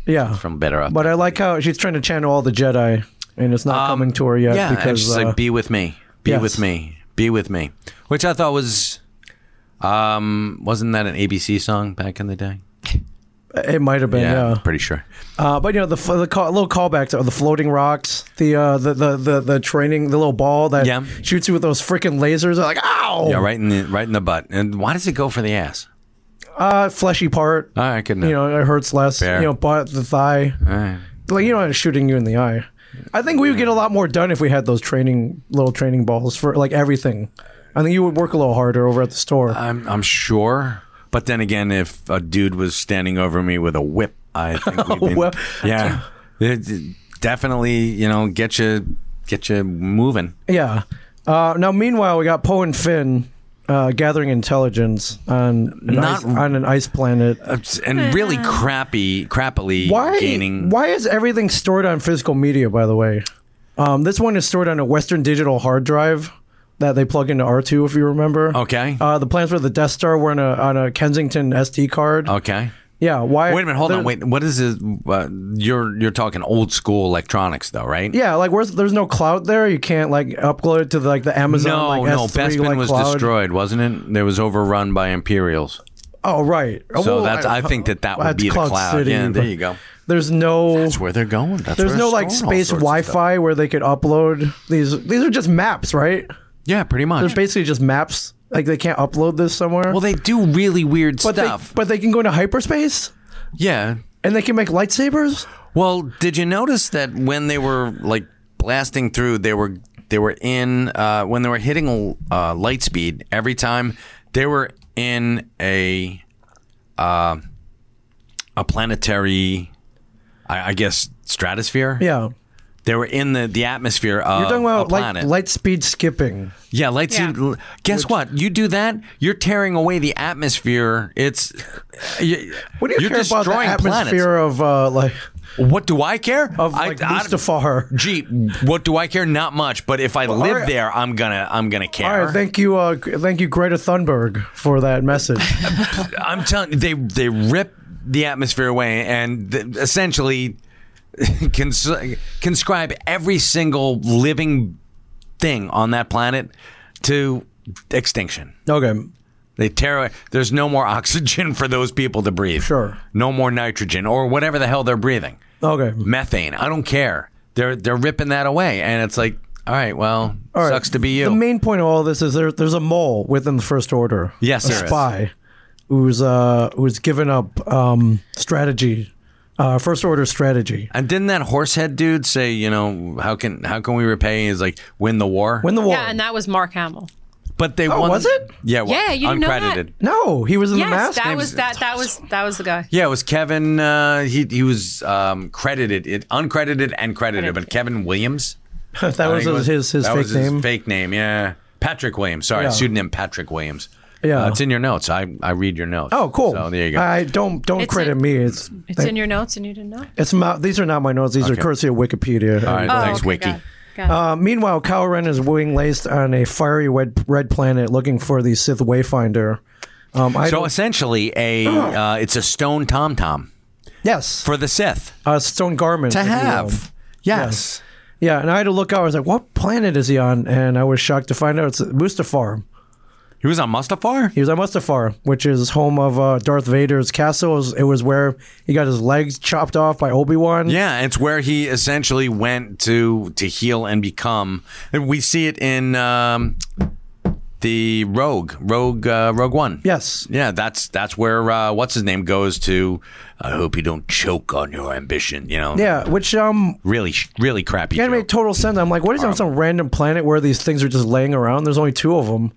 Speaker 1: Yeah.
Speaker 2: From better up.
Speaker 1: But I like how she's trying to channel all the Jedi, and it's not coming to her yet
Speaker 2: Um, yeah, and
Speaker 1: because
Speaker 2: she's
Speaker 1: uh,
Speaker 2: like, be with me. Be
Speaker 1: yes.
Speaker 2: with me. Be with me. Which I thought was um wasn't that an ABC song back in the day?
Speaker 1: it might have been. Yeah.
Speaker 2: I'm pretty sure.
Speaker 1: Uh, but you know the f- the call, little callbacks are the floating rocks, the uh, the, the the the training, the little ball that
Speaker 2: Yeah.
Speaker 1: shoots you with those freaking lasers. Like ow,
Speaker 2: Yeah, right in the right in the butt. And why does it go for the ass?
Speaker 1: uh, fleshy part.
Speaker 2: All right, good enough.
Speaker 1: you know, it hurts less.
Speaker 2: Fair.
Speaker 1: You know, butt, the thigh.
Speaker 2: All right.
Speaker 1: Like you know, it's shooting you in the eye. I think we would get a lot more done if we had those training little training balls for like everything. I think you would work a little harder over at the store.
Speaker 2: I'm I'm sure. But then again, if a dude was standing over me with a whip, I think we'd be,
Speaker 1: Whip.
Speaker 2: yeah, It- it definitely, you know, get you get you moving.
Speaker 1: Yeah. Uh, now, meanwhile, we got Poe and Finn uh, gathering intelligence on an, ice,
Speaker 2: Not-
Speaker 1: on an ice planet.
Speaker 2: and really crappy, crappily
Speaker 1: Why?
Speaker 2: gaining.
Speaker 1: Why is everything stored on physical media? By the way, um, this one is stored on a Western Digital hard drive that they plug into R two. If you remember,
Speaker 2: Okay.
Speaker 1: Uh, the plans for the Death Star were on a on a Kensington SD card.
Speaker 2: okay.
Speaker 1: Yeah. Why?
Speaker 2: Oh. Wait a minute. Hold on.
Speaker 1: there-
Speaker 2: Wait. What is this? Uh, you're you're talking old school electronics, though, right?
Speaker 1: Yeah, like where's there's no cloud there. You can't like upload it to the, like the Amazon.
Speaker 2: No,
Speaker 1: like,
Speaker 2: no.
Speaker 1: S3,
Speaker 2: Bespin
Speaker 1: like,
Speaker 2: was
Speaker 1: cloud.
Speaker 2: destroyed, wasn't it? There was overrun by Imperials.
Speaker 1: Oh right.
Speaker 2: So that's. I, think that that would
Speaker 1: that's
Speaker 2: be the
Speaker 1: Cloud
Speaker 2: cloud.
Speaker 1: City,
Speaker 2: yeah. There
Speaker 1: but-
Speaker 2: you go.
Speaker 1: There's no.
Speaker 2: That's where they're going. That's
Speaker 1: There's
Speaker 2: where
Speaker 1: no
Speaker 2: it's
Speaker 1: like
Speaker 2: storing all
Speaker 1: space
Speaker 2: sorts of stuff.
Speaker 1: Wi-Fi where they could upload these. These are just maps, right?
Speaker 2: Yeah, pretty much.
Speaker 1: They're basically just maps. Like they can't upload this somewhere.
Speaker 2: well, they do really weird
Speaker 1: but they,
Speaker 2: stuff.
Speaker 1: but they can go into hyperspace
Speaker 2: yeah.
Speaker 1: and they can make lightsabers.
Speaker 2: Well, did you notice that when they were like blasting through, they were they were in uh, when they were hitting uh, light speed every time they were in a uh, a planetary, I, I guess stratosphere.
Speaker 1: Yeah,
Speaker 2: They were in the, the atmosphere of
Speaker 1: you're talking
Speaker 2: Uh, a
Speaker 1: about
Speaker 2: planet.
Speaker 1: like light speed skipping.
Speaker 2: Yeah, light
Speaker 3: Yeah.
Speaker 2: speed. Guess what? You do that, you're tearing away the atmosphere. It's you,
Speaker 1: What do you
Speaker 2: you're
Speaker 1: care about the
Speaker 2: destroying planets.
Speaker 1: atmosphere of uh, like
Speaker 2: What do I care?
Speaker 1: of
Speaker 2: I-
Speaker 1: like
Speaker 2: I-
Speaker 1: Mustafar?
Speaker 2: Gee, what do I care? Not much. But if I live
Speaker 1: right.
Speaker 2: there, I'm gonna I'm gonna
Speaker 1: All
Speaker 2: care.
Speaker 1: right, thank you, uh, g- thank you, Greta Thunberg, for that message.
Speaker 2: I'm telling they they rip the atmosphere away and th- essentially cons- conscribe every single living thing on that planet to extinction.
Speaker 1: okay,
Speaker 2: They tear away. There's no more oxygen for those people to breathe.
Speaker 1: Sure.
Speaker 2: No more nitrogen or whatever the hell they're breathing.
Speaker 1: okay.
Speaker 2: Methane. I don't care. They're they're ripping that away, and it's like, all right, well,
Speaker 1: All right,
Speaker 2: sucks to be you.
Speaker 1: The main point of all this is there, there's a mole within the first order.
Speaker 2: Yes,
Speaker 1: a
Speaker 2: there is.
Speaker 1: spy who's uh who's given up um strategy, uh first order strategy.
Speaker 2: and didn't that horsehead dude say, you know, how can how can we repay? Is like win the war.
Speaker 1: Win the war.
Speaker 3: Yeah, and that was Mark Hamill.
Speaker 2: but they won.
Speaker 1: was it?
Speaker 2: Yeah. it was.
Speaker 3: Yeah, you didn't know that?
Speaker 2: uncredited.
Speaker 1: no, he was in the
Speaker 3: Yes,
Speaker 1: mask.
Speaker 3: that
Speaker 2: name's-
Speaker 3: was that. That was that was the guy.
Speaker 2: Yeah, it was Kevin. Uh, he he was um, credited, it uncredited and credited, but Kevin Williams.
Speaker 1: That, was,
Speaker 2: I think it
Speaker 1: his his
Speaker 2: that
Speaker 1: fake
Speaker 2: was his
Speaker 1: name.
Speaker 2: fake name, yeah. Patrick Williams. Sorry,
Speaker 1: Yeah.
Speaker 2: pseudonym Patrick Williams.
Speaker 1: Yeah.
Speaker 2: Uh, it's in your notes. I, I read your notes.
Speaker 1: oh, cool.
Speaker 2: So there you go.
Speaker 1: I don't don't
Speaker 3: It's
Speaker 1: credit
Speaker 3: in-
Speaker 1: me. It's
Speaker 3: It's in your notes, and you didn't know.
Speaker 1: it's my, these are not my notes. These are courtesy of Wikipedia.
Speaker 2: All right,
Speaker 3: Oh,
Speaker 2: thanks,
Speaker 3: okay,
Speaker 2: Wiki.
Speaker 3: got it, got it.
Speaker 1: Uh, meanwhile, Kylo Ren is wing laced on a fiery red, red planet looking for the Sith Wayfinder. Um, I
Speaker 2: So
Speaker 1: don't-
Speaker 2: essentially, a uh, it's a stone tom tom
Speaker 1: yes,
Speaker 2: for the Sith
Speaker 1: uh, stone garment
Speaker 2: to
Speaker 1: if you will.
Speaker 2: have. Yes.
Speaker 1: Yeah, and I had to look out. I was like, "What planet is he on?" And I was shocked to find out it's Mustafar.
Speaker 2: He was on Mustafar?
Speaker 1: He was on Mustafar, which is home of uh, Darth Vader's castle. It was, it was where he got his legs chopped off by Obi Wan.
Speaker 2: Yeah, it's where he essentially went to to heal and become. And we see it in um, the Rogue, Rogue, uh, Rogue One.
Speaker 1: Yes.
Speaker 2: Yeah, that's that's where uh, what's his name goes to. I hope you don't choke on your ambition. You know.
Speaker 1: Yeah, which um,
Speaker 2: Really, really crappy.
Speaker 1: it made
Speaker 2: joke.
Speaker 1: total sense. I'm like, what is on some random planet where these things are just laying around? There's only two of them,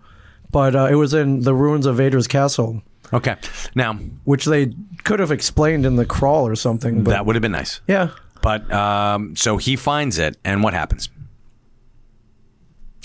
Speaker 1: but uh, it was in the ruins of Vader's castle,
Speaker 2: okay, now
Speaker 1: which they could have explained in the crawl or something. But
Speaker 2: that would have been nice.
Speaker 1: yeah,
Speaker 2: But um, so he finds it, and what happens?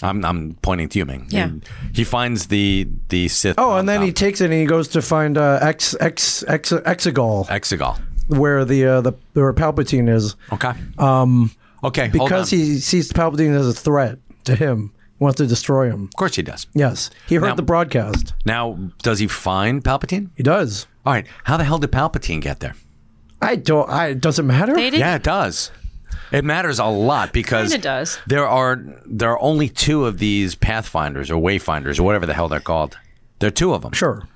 Speaker 2: I'm I'm pointing to you, Ming.
Speaker 3: Yeah.
Speaker 2: He finds the the Sith.
Speaker 1: Oh, and then
Speaker 2: um,
Speaker 1: he takes it and he goes to find uh, X X X Exegol,
Speaker 2: uh, Exegol.
Speaker 1: where the uh, the where Palpatine is,
Speaker 2: Okay. Um. Okay. hold
Speaker 1: because
Speaker 2: on.
Speaker 1: he sees Palpatine as a threat to him. wants to destroy him.
Speaker 2: Of course he does.
Speaker 1: Yes, he heard
Speaker 2: Now-
Speaker 1: the broadcast.
Speaker 2: Now, does he find Palpatine?
Speaker 1: He does.
Speaker 2: All right. How the hell did Palpatine get there?
Speaker 1: I don't. I it doesn't matter.
Speaker 3: They didn't.
Speaker 2: Yeah, it does. It matters a lot because
Speaker 3: Kinda does.
Speaker 2: There are there are only two of these pathfinders or wayfinders or whatever the hell they're called. There are two of them
Speaker 1: sure.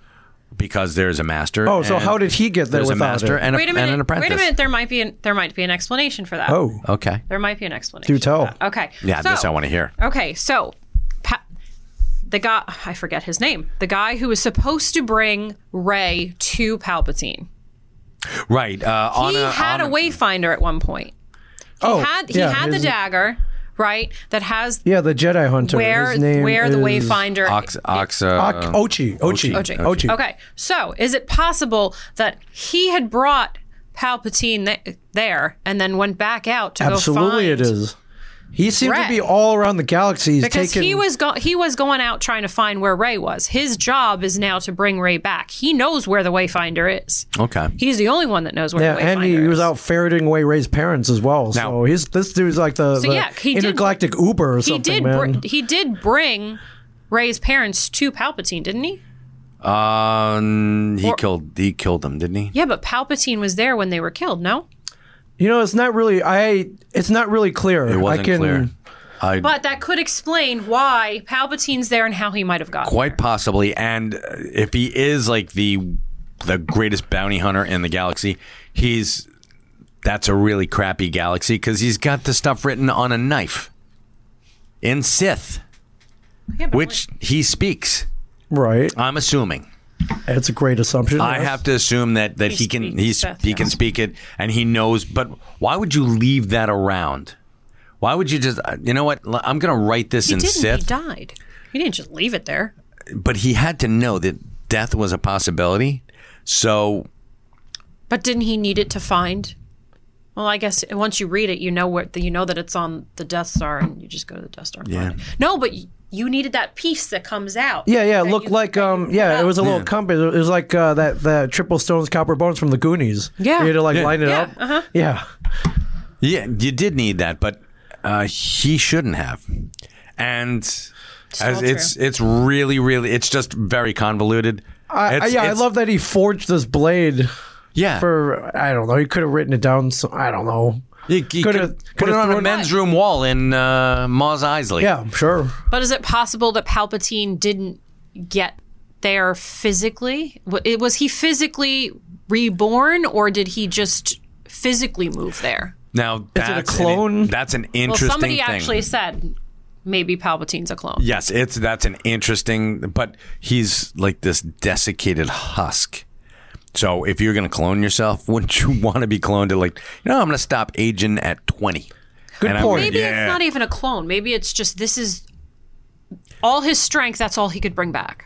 Speaker 2: because there's a master.
Speaker 1: Oh, so
Speaker 2: and
Speaker 1: how did he get there
Speaker 2: there's a
Speaker 1: without
Speaker 2: master
Speaker 1: it?
Speaker 2: and, a,
Speaker 3: Wait a
Speaker 2: and
Speaker 3: minute.
Speaker 2: an apprentice?
Speaker 3: Wait a minute. There might be an, there might be an explanation for that.
Speaker 1: Oh,
Speaker 2: Okay.
Speaker 3: There might be an explanation.
Speaker 1: do
Speaker 2: Uh,
Speaker 1: tell.
Speaker 3: Okay.
Speaker 2: Yeah,
Speaker 3: so,
Speaker 2: this I want to hear.
Speaker 3: Okay, so pa- the guy I forget his name. The guy who was supposed to bring Ray to Palpatine.
Speaker 2: Right. Uh,
Speaker 3: He
Speaker 2: Anna-
Speaker 3: had a
Speaker 2: Anna-
Speaker 3: wayfinder at one point.
Speaker 1: oh,
Speaker 3: He had he
Speaker 1: yeah,
Speaker 3: had the
Speaker 1: his-
Speaker 3: dagger, right? That has
Speaker 1: Yeah, the Jedi Hunter.
Speaker 3: where
Speaker 1: His name
Speaker 3: where the
Speaker 1: is-
Speaker 3: wayfinder
Speaker 2: Ox, ox, uh,
Speaker 1: Ak- Ochi. Ochi.
Speaker 3: Ochi.
Speaker 1: Ochi.
Speaker 3: Okay. So, is it possible that he had brought Palpatine th- there and then went back out to go find
Speaker 1: Absolutely, it is. He seems
Speaker 3: Rey.
Speaker 1: to be all around the galaxy. He's
Speaker 3: because
Speaker 1: taken,
Speaker 3: he was go- he was going out trying to find where Ray was. His job is now to bring Ray back. He knows where the Wayfinder is.
Speaker 2: Okay.
Speaker 3: He's the only one that knows where
Speaker 1: Yeah,
Speaker 3: the Wayfinder
Speaker 1: and he,
Speaker 3: is.
Speaker 1: was out ferreting away Ray's parents as well. so
Speaker 2: Now-
Speaker 1: he's this dude's like the, the
Speaker 3: yeah, he did-
Speaker 1: intergalactic Uber or
Speaker 3: he
Speaker 1: something.
Speaker 3: did
Speaker 1: man.
Speaker 3: br- he did bring Ray's parents to Palpatine, didn't he?
Speaker 2: Um, he
Speaker 3: Or-
Speaker 2: killed he killed them, didn't he?
Speaker 3: Yeah, but Palpatine was there when they were killed. No,
Speaker 1: you know, it's not really. I. It's not really clear.
Speaker 2: It wasn't
Speaker 1: I can,
Speaker 2: clear. I
Speaker 3: but that could explain why Palpatine's there and how he might have gotten.
Speaker 2: quite possibly, and uh, if he is like the the greatest bounty hunter in the galaxy, he's that's a really crappy galaxy because he's got the stuff written on a knife in Sith,
Speaker 3: Yeah, but
Speaker 2: which he speaks.
Speaker 1: Right.
Speaker 2: I'm assuming.
Speaker 1: It's a great assumption.
Speaker 2: I have to assume that that
Speaker 3: Oh,
Speaker 2: he,
Speaker 3: He
Speaker 2: can
Speaker 3: speaks
Speaker 2: he's
Speaker 3: Seth,
Speaker 2: he
Speaker 3: yeah.
Speaker 2: can speak it and he knows. But why would you leave that around? Why would you just uh, you know what? l- I'm gonna write this
Speaker 3: he
Speaker 2: in
Speaker 3: didn't. He
Speaker 2: Sith,
Speaker 3: died. He didn't just leave it there.
Speaker 2: but he had to know that death was a possibility. So
Speaker 3: But didn't he need it to find? Well, I guess once you read it, you know where you know that it's on the Death Star, and you just go to the Death Star. And
Speaker 2: Yeah.
Speaker 3: find it. No, but you, you needed that piece that comes out.
Speaker 1: Yeah, yeah. It looked like um. Yeah, it was a little compass. It was like uh, that that triple stones copper bones from the Goonies.
Speaker 3: Yeah.
Speaker 1: You had to like line it
Speaker 3: Yeah,
Speaker 1: up. Uh-huh. Yeah.
Speaker 2: Yeah, you did need that, but uh, he shouldn't have. And as
Speaker 3: all
Speaker 2: it's it's really really it's just very convoluted.
Speaker 1: I, I,
Speaker 2: It's-
Speaker 1: yeah, I
Speaker 2: it's-
Speaker 1: love that he forged this blade
Speaker 2: yeah.
Speaker 1: for I don't know. He could have written it down. So I don't know.
Speaker 2: you,
Speaker 1: coulda-
Speaker 2: you coulda put
Speaker 1: coulda
Speaker 2: it on a
Speaker 1: thrown-
Speaker 2: men's room wall in uh, Maz Eisley.
Speaker 1: Yeah, sure.
Speaker 3: But is it possible that Palpatine didn't get there physically? W- it- Was he physically reborn, or did he just physically move there?
Speaker 2: Now
Speaker 1: a
Speaker 2: that's an-
Speaker 1: clone?
Speaker 2: that's an
Speaker 3: Well,
Speaker 2: interesting
Speaker 3: somebody
Speaker 2: thing.
Speaker 3: actually said maybe Palpatine's a clone.
Speaker 2: yes, it's that's an interesting, but he's like this desiccated husk. So if you're gonna clone yourself, wouldn't you want to be cloned to like you know I'm gonna stop aging at twenty.
Speaker 1: Good
Speaker 2: And I'm
Speaker 1: point.
Speaker 2: gonna-
Speaker 3: Maybe
Speaker 2: Yeah.
Speaker 3: it's not even a clone. Maybe it's just this is all his strength. That's all he could bring back.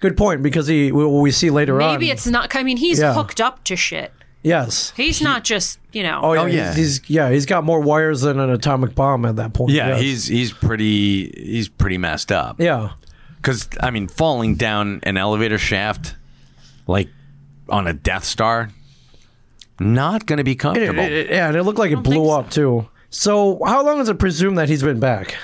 Speaker 1: Good point because he we, we see later on.
Speaker 3: Maybe it's not. I mean, he's
Speaker 1: Yeah.
Speaker 3: hooked up to shit.
Speaker 1: yes.
Speaker 3: He's not just you know.
Speaker 1: Oh yeah,
Speaker 2: yeah.
Speaker 1: He's, he's- yeah he's got more wires than an atomic bomb at that point.
Speaker 2: Yeah,
Speaker 1: Yes.
Speaker 2: he's he's pretty he's pretty messed up.
Speaker 1: yeah.
Speaker 2: Because I mean, falling down an elevator shaft, like on a Death Star, not going to be
Speaker 1: It-
Speaker 2: comfortable.
Speaker 1: it- it- yeah, and it looked like it blew up too. So how long is it presumed that he's been back?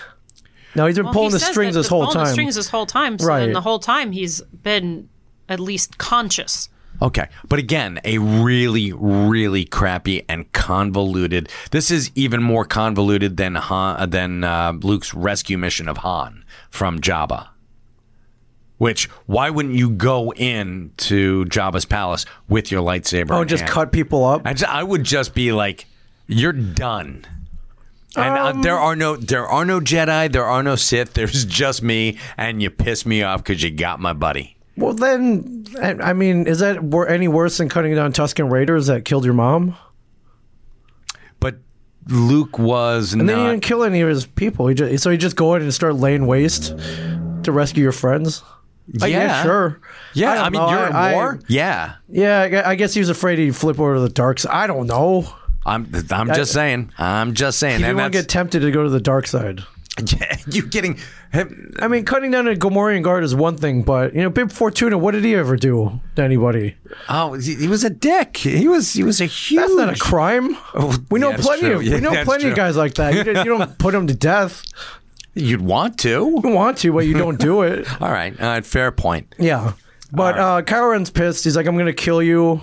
Speaker 1: No, he's been
Speaker 3: Well, he
Speaker 1: pulling the
Speaker 3: says
Speaker 1: strings
Speaker 3: that
Speaker 1: this
Speaker 3: the-
Speaker 1: whole
Speaker 3: pulling
Speaker 1: time.
Speaker 3: The strings this whole time. So
Speaker 1: Right.
Speaker 3: then the whole time he's been at least conscious.
Speaker 2: Okay, but again, a really really crappy and convoluted. This is even more convoluted than Han, than uh, Luke's rescue mission of Han from Jabba. Which why wouldn't you go in to Jabba's palace with your lightsaber?
Speaker 1: oh,
Speaker 2: in
Speaker 1: just
Speaker 2: hand?
Speaker 1: cut people up.
Speaker 2: I, ju- I would just be like, "You're done." And
Speaker 1: Um,
Speaker 2: uh, there are no there are no Jedi, there are no Sith. There's just me, and you piss me off because you got my buddy.
Speaker 1: well, then, I I mean, is that wor- any worse than cutting down Tuscan Raiders that killed your mom?
Speaker 2: But Luke was
Speaker 1: And then he didn't
Speaker 2: not.
Speaker 1: kill any of his people. He just, so he just go in and start laying waste to rescue your friends. Like,
Speaker 2: Yeah.
Speaker 1: sure.
Speaker 2: Yeah, I,
Speaker 1: don't
Speaker 2: mean,
Speaker 1: know.
Speaker 2: you're at
Speaker 1: I- I-
Speaker 2: war. yeah,
Speaker 1: Yeah, I gue- I guess he was afraid he'd flip over to the dark side. I don't know.
Speaker 2: I'm. I'm just saying. I'm just saying.
Speaker 1: He didn't
Speaker 2: And
Speaker 1: want to get
Speaker 2: that's,
Speaker 1: tempted to go to the dark side.
Speaker 2: yeah, you getting.
Speaker 1: I mean, cutting down a Gomorian guard is one thing, but you know, Bib Fortuna, what did he ever do to anybody?
Speaker 2: Oh, he he was a dick. He was. He was a huge.
Speaker 1: That's not a crime. we know
Speaker 2: yeah, that's
Speaker 1: plenty
Speaker 2: true.
Speaker 1: of
Speaker 2: Yeah,
Speaker 1: we know
Speaker 2: that's
Speaker 1: plenty of
Speaker 2: true.
Speaker 1: guys like that. You, don't- you don't put them to death.
Speaker 2: You'd want to.
Speaker 1: You want to, but you don't do it.
Speaker 2: All right. All right. Fair point.
Speaker 1: Yeah. But uh, Kylo Ren's pissed. He's like, I'm going to kill you.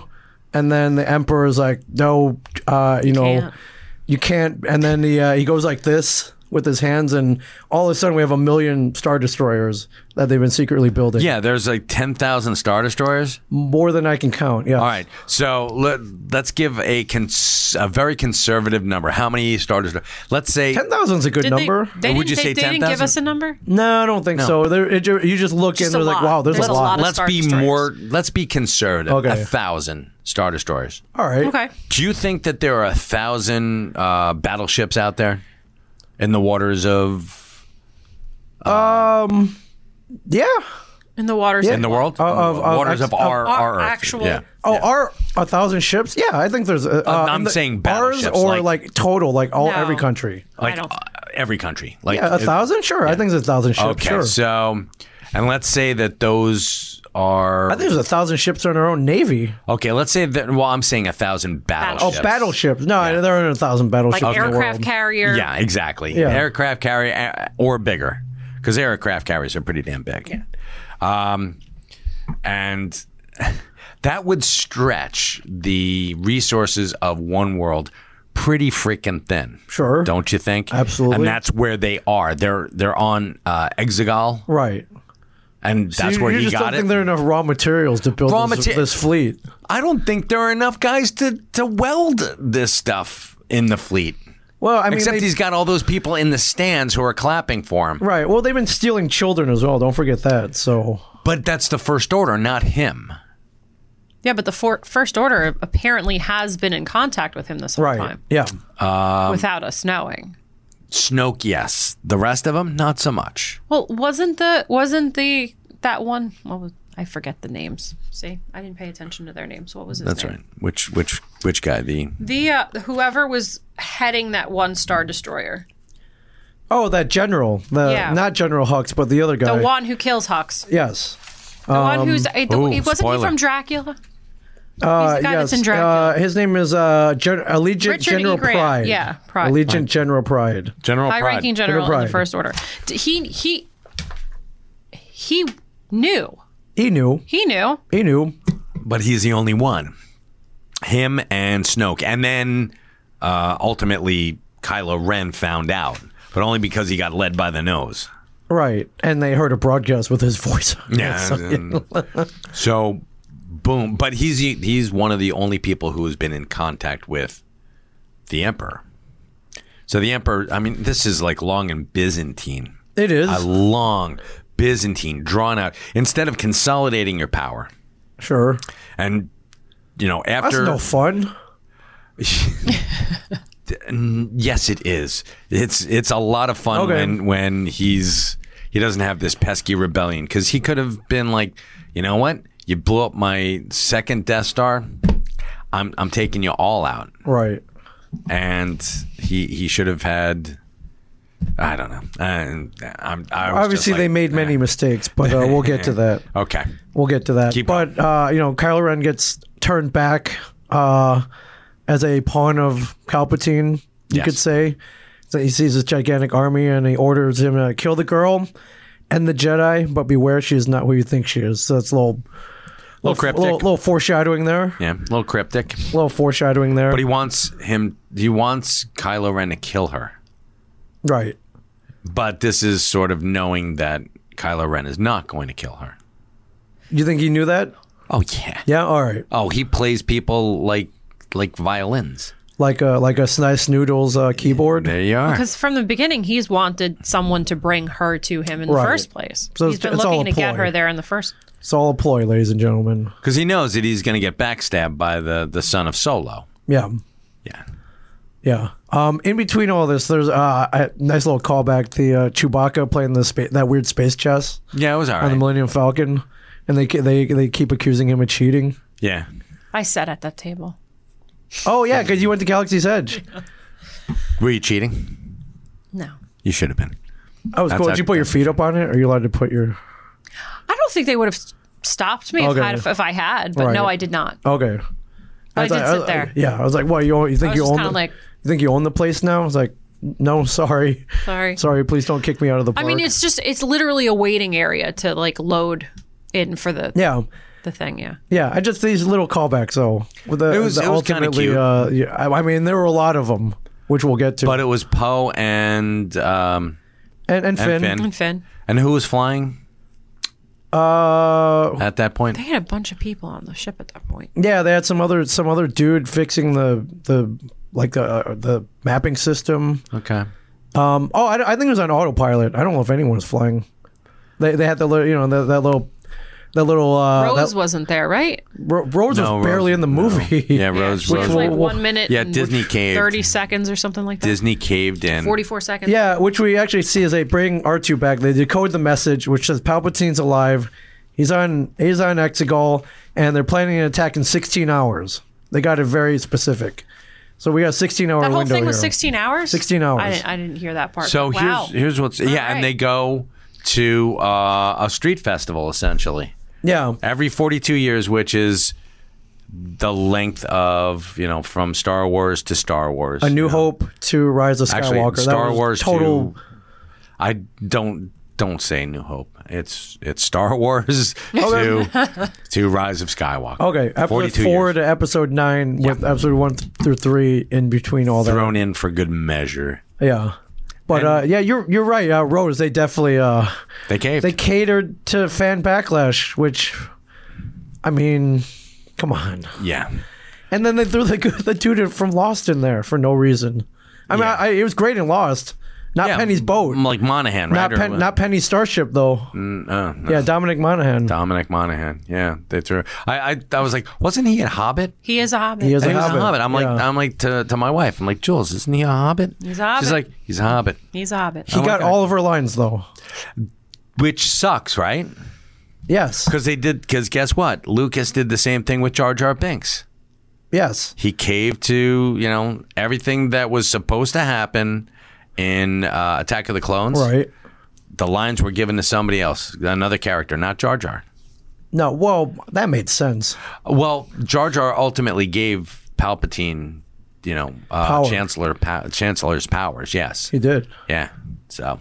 Speaker 1: And then the Emperor's like, no, uh, you know,
Speaker 3: Can't.
Speaker 1: you can't. And then he, uh, he goes like this with his hands. And all of a sudden, we have a million Star Destroyers that they've been secretly building.
Speaker 2: Yeah, there's like 10,000 Star Destroyers.
Speaker 1: More than I can count. Yeah.
Speaker 2: All right. So let, let's give a, cons- a very conservative number. How many Star Destroyers? Let's say
Speaker 1: 10,000 is a good
Speaker 3: Did
Speaker 1: number.
Speaker 3: They, they
Speaker 2: Would
Speaker 3: didn't,
Speaker 2: you
Speaker 3: they,
Speaker 2: say
Speaker 3: they didn't give
Speaker 2: 10,000?
Speaker 3: us a number?
Speaker 1: no, I don't think so. There, it, ju- you just look
Speaker 3: Just
Speaker 1: and
Speaker 3: a
Speaker 1: there's like,
Speaker 3: lot.
Speaker 1: wow, there's,
Speaker 3: There's
Speaker 1: a
Speaker 3: a
Speaker 1: lot.
Speaker 3: lot of-
Speaker 2: let's
Speaker 3: Star
Speaker 2: be
Speaker 3: Destroyers.
Speaker 2: more let's be conservative.
Speaker 1: Okay.
Speaker 2: A thousand Star Destroyers.
Speaker 1: All right.
Speaker 3: Okay.
Speaker 2: Do you think that there are a thousand uh, battleships out there in the waters of
Speaker 1: Yeah.
Speaker 3: In the waters.
Speaker 2: in the
Speaker 1: Of-
Speaker 2: world?
Speaker 1: of-
Speaker 2: In the
Speaker 1: of
Speaker 2: waters
Speaker 1: ex-
Speaker 2: of our,
Speaker 3: of
Speaker 2: our,
Speaker 3: our
Speaker 2: Earth.
Speaker 3: actual-
Speaker 2: Yeah.
Speaker 1: Oh, are a thousand ships? Yeah, I think there's. Uh, uh,
Speaker 2: I'm
Speaker 1: the-
Speaker 2: saying
Speaker 1: ours
Speaker 2: battleships,
Speaker 1: or
Speaker 2: like-
Speaker 1: like total, like all
Speaker 3: No.
Speaker 1: every country.
Speaker 2: like
Speaker 3: I don't.
Speaker 2: uh, every country. Like
Speaker 1: Yeah, a
Speaker 2: if-
Speaker 1: thousand? Sure. I think it's a thousand ships.
Speaker 2: Okay,
Speaker 1: sure.
Speaker 2: so and let's say that those are
Speaker 1: I think there's a thousand ships on our own navy.
Speaker 2: okay. Let's say that. Well, I'm saying a thousand
Speaker 1: Oh,
Speaker 2: battleships.
Speaker 1: battleships. No, there aren't a thousand battleships
Speaker 3: like
Speaker 1: in the
Speaker 3: aircraft
Speaker 1: world.
Speaker 3: carrier.
Speaker 2: Yeah, exactly.
Speaker 1: Yeah.
Speaker 2: Aircraft carrier uh, or bigger, because aircraft carriers are pretty damn big. Um, and that would stretch the resources of one world pretty freaking thin.
Speaker 1: Sure.
Speaker 2: Don't you think?
Speaker 1: Absolutely.
Speaker 2: And that's where they are. They're they're on uh, Exegol,
Speaker 1: right.
Speaker 2: and that's
Speaker 1: you,
Speaker 2: where
Speaker 1: you
Speaker 2: he
Speaker 1: just
Speaker 2: got
Speaker 1: don't
Speaker 2: it.
Speaker 1: think there are enough raw materials to build
Speaker 2: Raw
Speaker 1: this,
Speaker 2: materi-
Speaker 1: this fleet.
Speaker 2: I don't think there are enough guys to, to weld this stuff in the fleet.
Speaker 1: Well, I mean,
Speaker 2: Except
Speaker 1: they-
Speaker 2: he's got all those people in the stands who are clapping for him.
Speaker 1: right. Well, they've been stealing children as well. Don't forget that. So
Speaker 2: But that's the first order, not him.
Speaker 3: Yeah, but the for- First Order apparently has been in contact with him this whole
Speaker 1: right.
Speaker 3: time
Speaker 1: Yeah.
Speaker 2: Um,
Speaker 3: without us knowing.
Speaker 2: Snoke, yes. The rest of them, not so much.
Speaker 3: Well, wasn't the wasn't the that one? What was, I forget the names. See, I didn't pay attention to their names. What was his
Speaker 2: That's
Speaker 3: name?
Speaker 2: right. Which which which guy? The
Speaker 3: The uh, whoever was heading that one star destroyer,
Speaker 1: Oh, that general. The
Speaker 3: Yeah.
Speaker 1: not General Hux, but the other
Speaker 3: the
Speaker 1: guy.
Speaker 3: one who kills Hux,
Speaker 1: yes.
Speaker 3: the one who's
Speaker 1: Um,
Speaker 3: I- the,
Speaker 2: ooh,
Speaker 3: it wasn't
Speaker 2: spoiler.
Speaker 3: he from Dracula?
Speaker 1: Uh,
Speaker 3: the guy
Speaker 1: yes.
Speaker 3: that's in Dracula.
Speaker 1: Uh, his name is uh, Gen- Allegiant
Speaker 3: Richard E.
Speaker 1: General
Speaker 3: Grant.
Speaker 1: Pride.
Speaker 3: Yeah, Pride.
Speaker 1: Allegiant General Pride.
Speaker 2: General
Speaker 3: high ranking general in
Speaker 1: Pride.
Speaker 3: the First Order. D- He he he knew.
Speaker 1: He knew.
Speaker 3: He knew.
Speaker 1: He knew.
Speaker 2: But he's the only one. Him and Snoke, and then uh, ultimately Kylo Ren found out, but only because he got led by the nose.
Speaker 1: Right. And they heard a broadcast with his voice.
Speaker 2: Yeah. and- so, boom. But he's the- he's one of the only people who has been in contact with the emperor. So the emperor. I mean, this is like long and Byzantine.
Speaker 1: It is.
Speaker 2: A long Byzantine, drawn out. Instead of consolidating your power,
Speaker 1: sure.
Speaker 2: and you know
Speaker 1: That's
Speaker 2: after
Speaker 1: no fun.
Speaker 2: yes, it is. It's it's a lot of fun
Speaker 1: Okay.
Speaker 2: when when he's he doesn't have this pesky rebellion because he could have been like, you know what, you blew up my second Death Star, I'm I'm taking you all out,
Speaker 1: Right.
Speaker 2: and he he should have had. I don't know. And I'm, I was
Speaker 1: Obviously,
Speaker 2: just like,
Speaker 1: they made many mistakes, but uh, we'll get to that.
Speaker 2: Okay.
Speaker 1: We'll get to that.
Speaker 2: Keep
Speaker 1: but, uh, you know, Kylo Ren gets turned back uh, as a pawn of Palpatine, you
Speaker 2: Yes.
Speaker 1: could say. So he sees this gigantic army and he orders him to kill the girl and the Jedi, but beware, she is not who you think she is. So that's a little,
Speaker 2: little cryptic.
Speaker 1: little, little foreshadowing there.
Speaker 2: yeah, a little cryptic.
Speaker 1: A little foreshadowing there.
Speaker 2: But he wants him. He wants Kylo Ren to kill her.
Speaker 1: right.
Speaker 2: But this is sort of knowing that Kylo Ren is not going to kill her.
Speaker 1: You think he knew that?
Speaker 2: Oh yeah.
Speaker 1: Yeah, all right.
Speaker 2: Oh, he plays people like like violins.
Speaker 1: Like a like a nice noodles uh, keyboard.
Speaker 2: There you are.
Speaker 3: Because from the beginning, he's wanted someone to bring her to him in the
Speaker 1: Right.
Speaker 3: first place.
Speaker 1: So
Speaker 3: he's
Speaker 1: it's-
Speaker 3: been
Speaker 1: it's all
Speaker 3: looking
Speaker 1: a
Speaker 3: to get
Speaker 1: ploy.
Speaker 3: her there in the first.
Speaker 1: It's all a ploy, ladies and gentlemen.
Speaker 2: Because he knows that he's going to get backstabbed by the the son of Solo.
Speaker 1: Yeah,
Speaker 2: Yeah.
Speaker 1: yeah. Um, in between all this, there's uh, a nice little callback to uh, Chewbacca playing the spa- that weird space chess
Speaker 2: Yeah, it was all
Speaker 1: on the
Speaker 2: right.
Speaker 1: Millennium Falcon, and they ke- they they keep accusing him of cheating.
Speaker 2: Yeah.
Speaker 3: I sat at that table.
Speaker 1: Oh yeah, because you went to Galaxy's Edge.
Speaker 2: Were you cheating?
Speaker 3: No,
Speaker 2: You should have been.
Speaker 1: That was
Speaker 2: That's
Speaker 1: cool. Did
Speaker 2: how-
Speaker 1: you put your feet up on it? Or are you allowed to put your?
Speaker 3: I don't think they would have stopped me
Speaker 1: Okay.
Speaker 3: if, I had, if I had. But no,
Speaker 1: Right.
Speaker 3: I did not.
Speaker 1: Okay.
Speaker 3: But I
Speaker 1: was
Speaker 3: did
Speaker 1: like-
Speaker 3: sit there.
Speaker 1: yeah, I was like, "What? You own, you think
Speaker 3: was
Speaker 1: you
Speaker 3: just
Speaker 1: own?
Speaker 3: kinda
Speaker 1: The,
Speaker 3: like-
Speaker 1: you think you own the place now?" I was like, no, sorry,
Speaker 3: Sorry.
Speaker 1: sorry. Please don't kick me out of the
Speaker 3: I
Speaker 1: park.
Speaker 3: mean, it's just it's literally a waiting area to like load in for the
Speaker 1: yeah,
Speaker 3: the thing. Yeah.
Speaker 1: yeah. I just these little callbacks though. With the,
Speaker 2: It was-
Speaker 1: the
Speaker 2: it was kinda
Speaker 1: ultimately,
Speaker 2: cute.
Speaker 1: Uh, yeah, I, I mean, there were a lot of them, which we'll get to.
Speaker 2: But it was Poe and um,
Speaker 1: and, and Finn,
Speaker 2: and Finn.
Speaker 3: And Finn.
Speaker 2: And who was flying
Speaker 1: Uh,
Speaker 2: at that point?
Speaker 3: They had a bunch of people on the ship at that point.
Speaker 1: yeah, they had some other some other dude fixing the the like the uh, the mapping system.
Speaker 2: Okay.
Speaker 1: Um, oh, I, I think it was on autopilot. I don't know if anyone was flying. They they had the little you know that, that little that little uh,
Speaker 3: Rose
Speaker 1: that-
Speaker 3: wasn't there, right?
Speaker 1: Ro- Rose
Speaker 2: No,
Speaker 1: was barely
Speaker 2: Rose-
Speaker 1: in the
Speaker 2: no.
Speaker 1: movie.
Speaker 2: Yeah, Rose.
Speaker 3: She
Speaker 2: Rose
Speaker 3: was like
Speaker 1: we'll-
Speaker 3: one minute.
Speaker 2: Yeah,
Speaker 3: and
Speaker 2: Disney
Speaker 3: like
Speaker 2: caved.
Speaker 3: Thirty seconds or something like that.
Speaker 2: Disney caved in.
Speaker 3: Forty-four seconds.
Speaker 1: Yeah, which we actually see is they bring R2 back. They decode the message, which says Palpatine's alive. He's on he's on Exegol, and they're planning an attack in 16 hours. They got it very specific. So we got a 16 hour
Speaker 3: That whole
Speaker 1: window
Speaker 3: thing was
Speaker 1: here.
Speaker 3: sixteen hours.
Speaker 1: 16 hours.
Speaker 3: I didn't, I didn't hear that part.
Speaker 2: So
Speaker 3: but wow.
Speaker 2: here's here's what's yeah,
Speaker 3: right.
Speaker 2: and they go to uh, a street festival essentially
Speaker 1: Yeah,
Speaker 2: every 42 years, which is the length of you know from Star Wars to Star Wars.
Speaker 1: A New Hope to Rise of Skywalker.
Speaker 2: Actually,
Speaker 1: That
Speaker 2: Star
Speaker 1: was
Speaker 2: Wars
Speaker 1: total.
Speaker 2: to- I don't don't say New Hope. It's it's Star Wars to to Rise of Skywalker.
Speaker 1: Okay, episode
Speaker 2: 42
Speaker 1: four
Speaker 2: years.
Speaker 1: to episode nine, with episode one th- through three in between all that.
Speaker 2: thrown in for good measure.
Speaker 1: Yeah, but uh, yeah, you're you're right. Uh, Rose, they definitely uh,
Speaker 2: They caved.
Speaker 1: they catered to fan backlash, which, I mean, come on.
Speaker 2: yeah.
Speaker 1: And then they threw the the dude from Lost in there for no reason. I mean,
Speaker 2: Yeah.
Speaker 1: I, I, it was great in Lost, not
Speaker 2: yeah.
Speaker 1: Penny's boat,
Speaker 2: M- Like Monahan, right?
Speaker 1: not Pen, not Penny's starship though.
Speaker 2: uh, no.
Speaker 1: Yeah, Dominic Monaghan.
Speaker 2: Dominic Monaghan. Yeah, they threw. I, I I was like, wasn't he a Hobbit?
Speaker 3: he is a hobbit.
Speaker 1: He is
Speaker 2: He
Speaker 1: a
Speaker 2: was a
Speaker 1: Hobbit.
Speaker 2: Hobbit. I'm like
Speaker 1: Yeah.
Speaker 2: I'm like to, to my wife. I'm like Jules, isn't he a Hobbit?
Speaker 3: He's a Hobbit.
Speaker 2: She's like he's a Hobbit,
Speaker 3: He's a hobbit.
Speaker 1: he got
Speaker 2: God.
Speaker 1: all of her lines though.
Speaker 2: which sucks, right?
Speaker 1: Yes,
Speaker 2: Because they did. Because guess what? Lucas did the same thing with Jar Jar Binks.
Speaker 1: yes.
Speaker 2: He caved to you know everything that was supposed to happen in uh, Attack of the Clones.
Speaker 1: Right.
Speaker 2: The lines were given to somebody else, another character, not Jar Jar.
Speaker 1: No, well, that made sense.
Speaker 2: Well, Jar Jar ultimately gave Palpatine, you know, uh,
Speaker 1: Power.
Speaker 2: Chancellor pa- Chancellor's powers. Yes,
Speaker 1: He did.
Speaker 2: yeah. So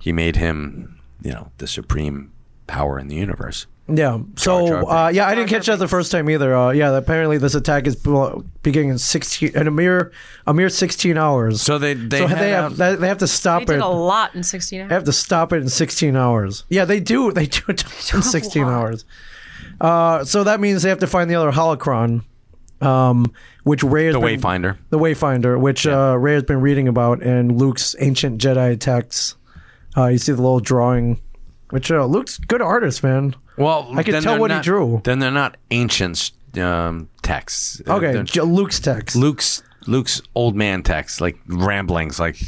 Speaker 2: he made him, you know, the supreme power in the universe.
Speaker 1: Yeah. So
Speaker 2: Jar Binks.
Speaker 1: uh, yeah, I didn't catch that the first time either. Uh, yeah, apparently this attack is blo- beginning in sixteen in a mere a mere sixteen hours.
Speaker 2: So they they,
Speaker 1: So
Speaker 2: had um,
Speaker 1: they
Speaker 2: a-
Speaker 1: have they they have to
Speaker 3: They
Speaker 1: stop
Speaker 3: did
Speaker 1: it.
Speaker 3: a lot in sixteen
Speaker 1: I
Speaker 3: hours.
Speaker 1: have to stop it in 16 hours. Yeah, they do. They do it in 16 hours. Uh, so that means they have to find the other holocron, um, which Ray has
Speaker 2: the
Speaker 1: been,
Speaker 2: Wayfinder.
Speaker 1: the Wayfinder, which uh, Ray has been reading about in Luke's ancient Jedi texts. Uh, you see the little drawing, which uh, Luke's good artist, man.
Speaker 2: Well,
Speaker 1: I could
Speaker 2: then
Speaker 1: tell
Speaker 2: they're
Speaker 1: what he
Speaker 2: not-
Speaker 1: drew.
Speaker 2: Then they're not ancient um, texts. Uh,
Speaker 1: Okay,
Speaker 2: they're
Speaker 1: J- Luke's text.
Speaker 2: Luke's Luke's old man texts, like ramblings, like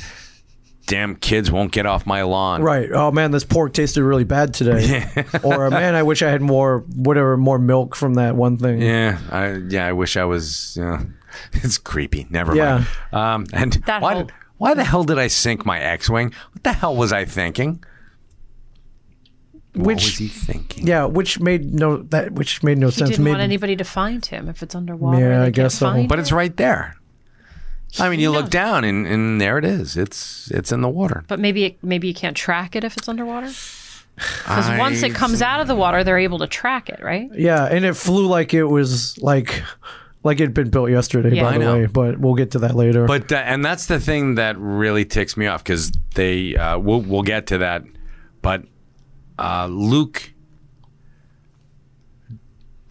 Speaker 2: damn kids won't get off my lawn.
Speaker 1: Right. Oh man, this pork tasted really bad today. or man, I wish I had more whatever more milk from that one thing.
Speaker 2: Yeah, I yeah, I wish I was. Yeah, it's creepy. Never
Speaker 1: Yeah.
Speaker 2: mind. Um, and
Speaker 3: That
Speaker 2: why
Speaker 3: whole-
Speaker 2: did, why the hell did I sink my X-wing? What the hell was I thinking? what
Speaker 1: Which-
Speaker 2: was he thinking?
Speaker 1: Yeah, which made no that which made no
Speaker 3: He
Speaker 1: sense.
Speaker 3: didn't
Speaker 1: made,
Speaker 3: want anybody to find him if it's underwater.
Speaker 1: Yeah,
Speaker 3: they
Speaker 1: I
Speaker 3: can't
Speaker 1: guess so.
Speaker 3: find
Speaker 2: But it's
Speaker 3: him.
Speaker 2: right there. I mean, you
Speaker 3: He
Speaker 2: look
Speaker 3: knows.
Speaker 2: down and, and there it is. It's it's in the water.
Speaker 3: But maybe it, maybe you can't track it if it's underwater. Because
Speaker 2: I-
Speaker 3: once it comes out of the water, they're able to track it, right?
Speaker 1: Yeah, and it flew like it was like like it'd been built yesterday,
Speaker 3: Yeah.
Speaker 1: by
Speaker 3: I
Speaker 1: the
Speaker 2: know.
Speaker 1: way. But we'll get to that later.
Speaker 2: But uh, and that's the thing that really ticks me off because they uh, we'll we'll get to that, but uh, Luke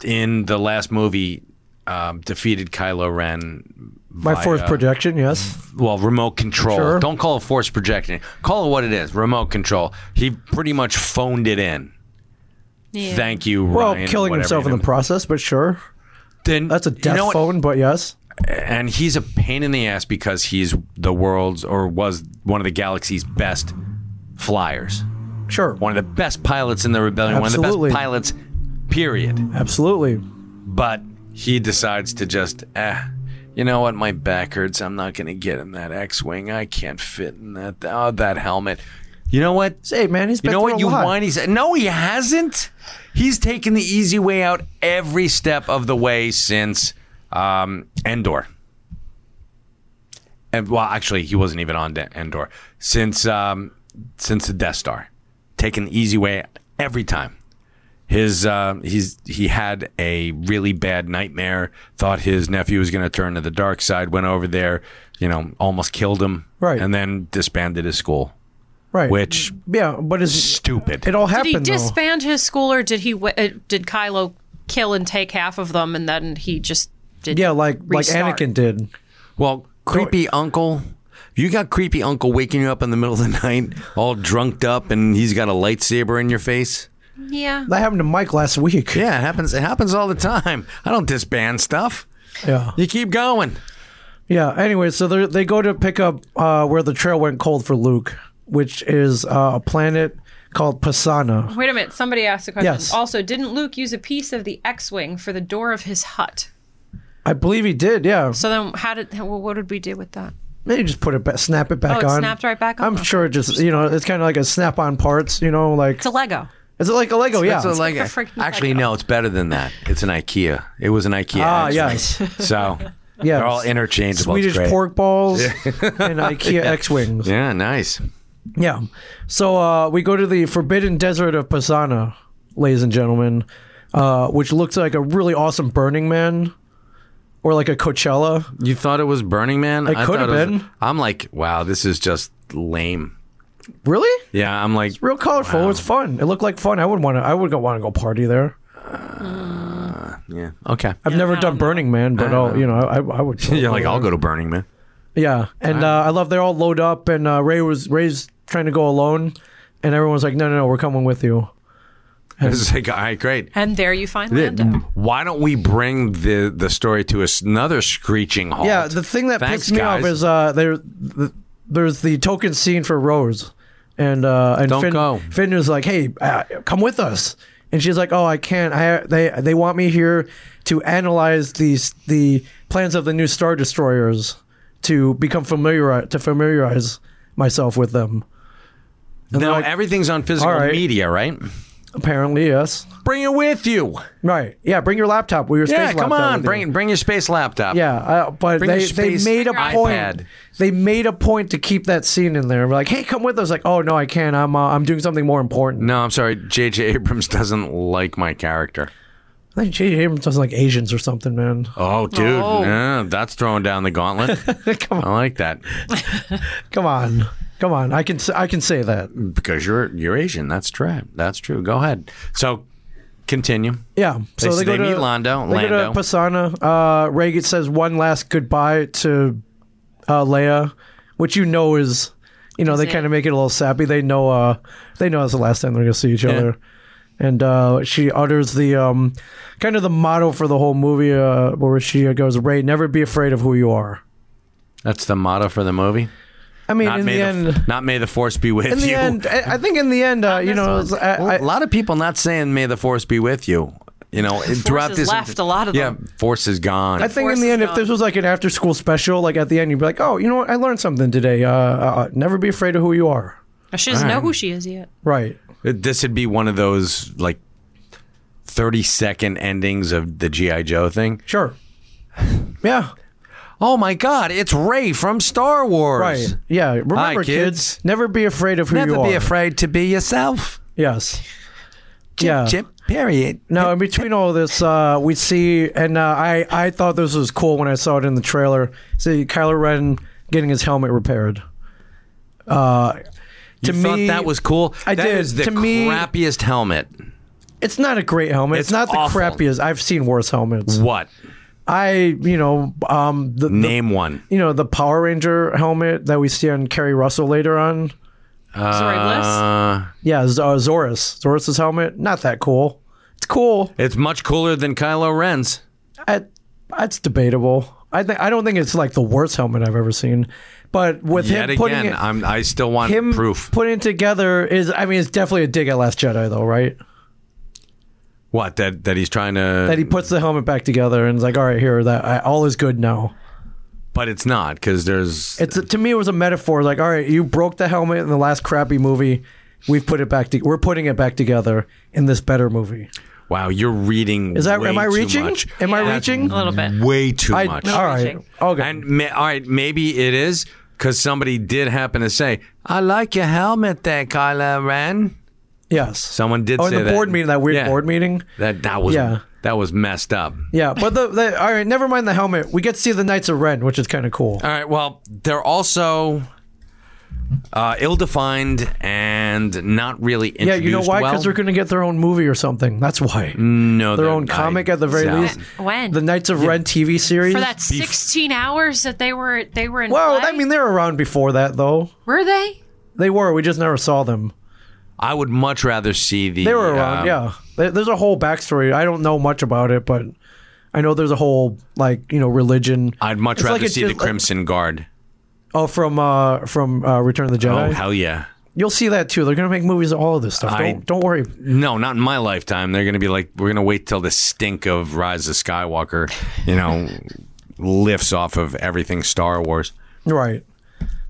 Speaker 2: in the last movie um, defeated Kylo Ren.
Speaker 1: My
Speaker 2: via-
Speaker 1: fourth projection, yes.
Speaker 2: well, remote control.
Speaker 1: Sure.
Speaker 2: Don't call it force projection. Call it what it is. Remote control. He pretty much phoned it in.
Speaker 3: Yeah.
Speaker 2: Thank you,
Speaker 1: Well,
Speaker 2: Ryan.
Speaker 1: killing
Speaker 2: whatever
Speaker 1: himself
Speaker 2: you
Speaker 1: in the
Speaker 2: know.
Speaker 1: process, but sure.
Speaker 2: Then
Speaker 1: That's a
Speaker 2: you
Speaker 1: death
Speaker 2: know what?
Speaker 1: phone, but yes.
Speaker 2: and he's a pain in the ass because he's the world's or was one of the galaxy's best flyers,
Speaker 1: Sure.
Speaker 2: one of the best pilots in the rebellion, one of the
Speaker 1: Absolutely.
Speaker 2: best pilots, period.
Speaker 1: Absolutely.
Speaker 2: But he decides to just, eh, you know what, my back hurts. I'm not going to get in that X-wing. I can't fit in that oh, that helmet. You know what?
Speaker 1: Say, man, he's been
Speaker 2: You know
Speaker 1: through
Speaker 2: what?
Speaker 1: a
Speaker 2: You
Speaker 1: lot.
Speaker 2: whiny. s- No, he hasn't. He's taken the easy way out every step of the way since um, Endor. and well, actually, he wasn't even on De- Endor since um, since the Death Star, taking the easy way every time. His uh, he's he had a really bad nightmare. Thought his nephew was going to turn to the dark side. Went over there, you know, almost killed him.
Speaker 1: Right.
Speaker 2: and then disbanded his school,
Speaker 1: right?
Speaker 2: which
Speaker 1: yeah, but it's
Speaker 2: stupid.
Speaker 1: it all
Speaker 3: Did he
Speaker 1: happened though.
Speaker 3: disband his school, or did he? wi- Uh, did Kylo kill and take half of them, and then he just did?
Speaker 1: yeah, like like
Speaker 3: restart?
Speaker 1: Anakin did.
Speaker 2: Well, creepy uncle. You got creepy uncle waking you up in the middle of the night, all drunked up, and he's got a lightsaber in your face.
Speaker 3: Yeah.
Speaker 1: That happened to Mike last week.
Speaker 2: Yeah, it happens. It happens all the time. I don't disband stuff.
Speaker 1: Yeah.
Speaker 2: You keep going.
Speaker 1: Yeah. Anyway, so they they go to pick up uh, where the trail went cold for Luke, which is uh, a planet called Pisana.
Speaker 3: Wait a minute. Somebody asked a question.
Speaker 1: Yes.
Speaker 3: Also, didn't Luke use a piece of the X-wing for the door of his hut?
Speaker 1: I believe he did. Yeah.
Speaker 3: So then, how did? Well, what did we do with that?
Speaker 1: Maybe just put it back, snap it back
Speaker 3: Oh, it
Speaker 1: on.
Speaker 3: snapped right back on?
Speaker 1: I'm sure it just you know it's kind of like a snap on parts. You know, like
Speaker 3: It's a Lego.
Speaker 1: is it like a Lego? Yeah.
Speaker 2: That's what, like,
Speaker 3: a freaking
Speaker 2: actually,
Speaker 3: Lego.
Speaker 2: no. It's better than that. It's an IKEA. It was an IKEA.
Speaker 1: Ah,
Speaker 2: actually.
Speaker 1: yes.
Speaker 2: So
Speaker 1: Yes.
Speaker 2: they're all interchangeable. It's
Speaker 1: Swedish
Speaker 2: great.
Speaker 1: pork balls and IKEA X wings. Yeah.
Speaker 2: Yeah, nice.
Speaker 1: So uh, we go to the forbidden desert of Pisana, ladies and gentlemen, uh, which looks like a really awesome Burning Man, or like a Coachella.
Speaker 2: You thought it was Burning Man?
Speaker 1: It
Speaker 2: I
Speaker 1: could have
Speaker 2: thought it was-
Speaker 1: been.
Speaker 2: I'm like, wow, this is just lame.
Speaker 1: Really?
Speaker 2: Yeah, I'm like,
Speaker 1: Real colorful. It's fun. It looked like fun. I would want to. I would want to go party there.
Speaker 2: yeah, okay.
Speaker 1: I've never done Burning Man, but I'll, you know, I, I would.
Speaker 2: You're like, I'll go to Burning Man.
Speaker 1: Yeah, and uh, I love they're all load up, and uh, Ray was Ray's trying to go alone, and everyone's like, "No, no, no, we're coming with you."
Speaker 2: It's like, all right, great.
Speaker 3: And there you find
Speaker 2: Th-
Speaker 3: Lando.
Speaker 2: Why don't we bring the the story to us- another screeching halt?
Speaker 1: Yeah, the thing that
Speaker 2: Thanks,
Speaker 1: picks me
Speaker 2: guys.
Speaker 1: off is uh, there. The, there's the token scene for Rose, and uh, and
Speaker 2: Don't
Speaker 1: Finn,
Speaker 2: go.
Speaker 1: Finn is like, "Hey, uh, come with us," and she's like, "Oh, I can't. I they they want me here to analyze these the plans of the new Star Destroyers to become familiar to familiarize myself with them." And they're
Speaker 2: no,
Speaker 1: like,
Speaker 2: everything's on physical
Speaker 1: all right.
Speaker 2: media, right?
Speaker 1: apparently, yes.
Speaker 2: Bring it with you.
Speaker 1: Right. Yeah. Bring your laptop. We were space
Speaker 2: Yeah, come
Speaker 1: laptop
Speaker 2: on,
Speaker 1: with you.
Speaker 2: bring bring your space laptop.
Speaker 1: Yeah, uh, but
Speaker 2: Bring your
Speaker 1: they, they
Speaker 2: space
Speaker 1: made a
Speaker 2: iPad.
Speaker 1: point. They made a point to keep that scene in there. We're like, hey, come with us. Like, oh no, I can't. I'm uh, I'm doing something more important.
Speaker 2: No, I'm sorry. J.J. Abrams doesn't like my character.
Speaker 1: I think J.J. Abrams doesn't like Asians or something, man.
Speaker 2: Oh, dude, yeah, that's throwing down the gauntlet.
Speaker 1: come on,
Speaker 2: I like that
Speaker 1: come on, come on. I can s- I can say that.
Speaker 2: because you're you're Asian. That's true. That's true. Go ahead. So, continue.
Speaker 1: Yeah. So
Speaker 2: They-
Speaker 1: they, go
Speaker 2: they
Speaker 1: to
Speaker 2: meet Lando-
Speaker 1: They go
Speaker 2: Lando.
Speaker 1: to Pasana. Uh, Ray gets- says one last goodbye to uh, Leia, which you know is, you know, they
Speaker 3: it?
Speaker 1: kind of make it a little sappy. They know, uh, they know it's the last time they're gonna see each other. And uh, she utters the um, kind of the motto for the whole movie, uh, where she goes, "Ray, never be afraid of who you are."
Speaker 2: That's the motto for the movie.
Speaker 1: I mean,
Speaker 2: Not
Speaker 1: in
Speaker 2: may
Speaker 1: the end,
Speaker 2: the, not may the force be with
Speaker 1: in the
Speaker 2: you.
Speaker 1: end, I, I think in the end, uh, you know, it's- I,
Speaker 2: Well,
Speaker 1: I-
Speaker 2: a lot of people not saying "May the Force be with you." You know, throughout
Speaker 3: has
Speaker 2: this,
Speaker 3: left a lot of
Speaker 2: yeah,
Speaker 3: them.
Speaker 2: Force is gone.
Speaker 1: I think in
Speaker 3: Force
Speaker 1: the
Speaker 3: is
Speaker 1: end, if
Speaker 3: gone.
Speaker 1: this was like an after school special, like at the end, you'd be like, oh, you know what? I learned something today. Uh, uh, never be afraid of who you are.
Speaker 3: She doesn't
Speaker 2: All
Speaker 3: know
Speaker 2: right.
Speaker 3: who she is yet.
Speaker 1: Right.
Speaker 2: this would be one of those like thirty-second endings of the GI Joe thing.
Speaker 1: Sure. Yeah.
Speaker 2: Oh my God, it's Ray from Star Wars.
Speaker 1: Right. Yeah. Remember,
Speaker 2: kids.
Speaker 1: kids. never be afraid of who
Speaker 2: Never
Speaker 1: you are.
Speaker 2: be afraid to be yourself.
Speaker 1: Yes.
Speaker 2: Chip,
Speaker 1: yeah.
Speaker 2: chip. Period.
Speaker 1: Now, in between all this, uh, we see, and uh, I, I thought this was cool when I saw it in the trailer. See Kylo Ren getting his helmet repaired. to
Speaker 2: You thought
Speaker 1: me-
Speaker 2: that was cool.
Speaker 1: I
Speaker 2: That
Speaker 1: did.
Speaker 2: is the
Speaker 1: To me-
Speaker 2: crappiest helmet.
Speaker 1: It's not a great helmet. It's,
Speaker 2: It's
Speaker 1: not the
Speaker 2: awful.
Speaker 1: crappiest. I've seen worse helmets.
Speaker 2: What?
Speaker 1: I, you know, um, the, the
Speaker 2: Name one.
Speaker 1: you know the Power Ranger helmet that we see on Kerry Russell later on.
Speaker 3: Sorry, Bliss.
Speaker 1: Um,
Speaker 2: Uh,
Speaker 1: Yeah, Z- uh, Zorus, Zorus's helmet, not that cool. It's cool.
Speaker 2: it's much cooler than Kylo Ren's.
Speaker 1: I, it's debatable. I think I don't think it's like the worst helmet I've ever seen, but with
Speaker 2: Yet
Speaker 1: him putting
Speaker 2: again,
Speaker 1: it,
Speaker 2: I'm, I still want
Speaker 1: him
Speaker 2: proof.
Speaker 1: putting it together is. I mean, it's definitely a dig at Last Jedi, though, right?
Speaker 2: What that that he's trying to,
Speaker 1: That he puts the helmet back together and is like, all right, here, that I, all is good now.
Speaker 2: but it's not because there's
Speaker 1: It's to me, it was a metaphor. Like, all right, you broke the helmet in the last crappy movie. We've put it back. To, we're putting it back together in this better movie.
Speaker 2: Wow, you're reading.
Speaker 1: Is that
Speaker 2: way
Speaker 1: am I
Speaker 2: too
Speaker 1: reaching?
Speaker 2: much.
Speaker 1: Am I
Speaker 3: Yeah.
Speaker 1: reaching?
Speaker 3: A little bit.
Speaker 2: Way too
Speaker 1: I,
Speaker 2: much.
Speaker 1: all right.
Speaker 3: reaching.
Speaker 1: Okay.
Speaker 2: And ma- all right, maybe it is because somebody did happen to say, "I like your helmet, there, Kyla Ren."
Speaker 1: yes.
Speaker 2: Someone did
Speaker 1: oh,
Speaker 2: say
Speaker 1: in the
Speaker 2: that.
Speaker 1: board meeting, that weird
Speaker 2: Yeah.
Speaker 1: board meeting.
Speaker 2: That that was
Speaker 1: Yeah.
Speaker 2: that was messed up.
Speaker 1: Yeah, but the, the all right. Never mind the helmet. We get to see the Knights of Ren, which is kind of cool.
Speaker 2: All right. Well, they're also uh, ill-defined and not really
Speaker 1: yeah,
Speaker 2: introduced.
Speaker 1: you know why?
Speaker 2: well. Mm.
Speaker 1: Because they're going to get their own movie or something. That's why.
Speaker 2: no,
Speaker 1: their
Speaker 2: they're-
Speaker 1: own comic
Speaker 2: I-
Speaker 1: at the very
Speaker 2: yeah.
Speaker 1: least.
Speaker 3: When?
Speaker 1: The Knights of Ren TV series.
Speaker 3: For that 16 hours that they were they were in
Speaker 1: well,
Speaker 3: play?
Speaker 1: I mean, they were around before that though.
Speaker 3: were they?
Speaker 1: They were. We just never saw them.
Speaker 2: I would much rather see the.
Speaker 1: They were around.
Speaker 2: um,
Speaker 1: yeah. There- There's a whole backstory. I don't know much about it, but I know there's a whole like you know religion.
Speaker 2: I'd much
Speaker 1: It's like
Speaker 2: rather
Speaker 1: it's
Speaker 2: see the
Speaker 1: just like-
Speaker 2: Crimson Guard.
Speaker 1: oh, from uh from uh, Return of the
Speaker 2: Oh
Speaker 1: Jedi.
Speaker 2: hell yeah!
Speaker 1: You'll see that too. They're gonna make movies of all of this stuff.
Speaker 2: I-
Speaker 1: don't don't worry.
Speaker 2: No, not in my lifetime. They're going to be like, we're going to wait till the stink of Rise of Skywalker, you know, lifts off of everything Star Wars.
Speaker 1: Right.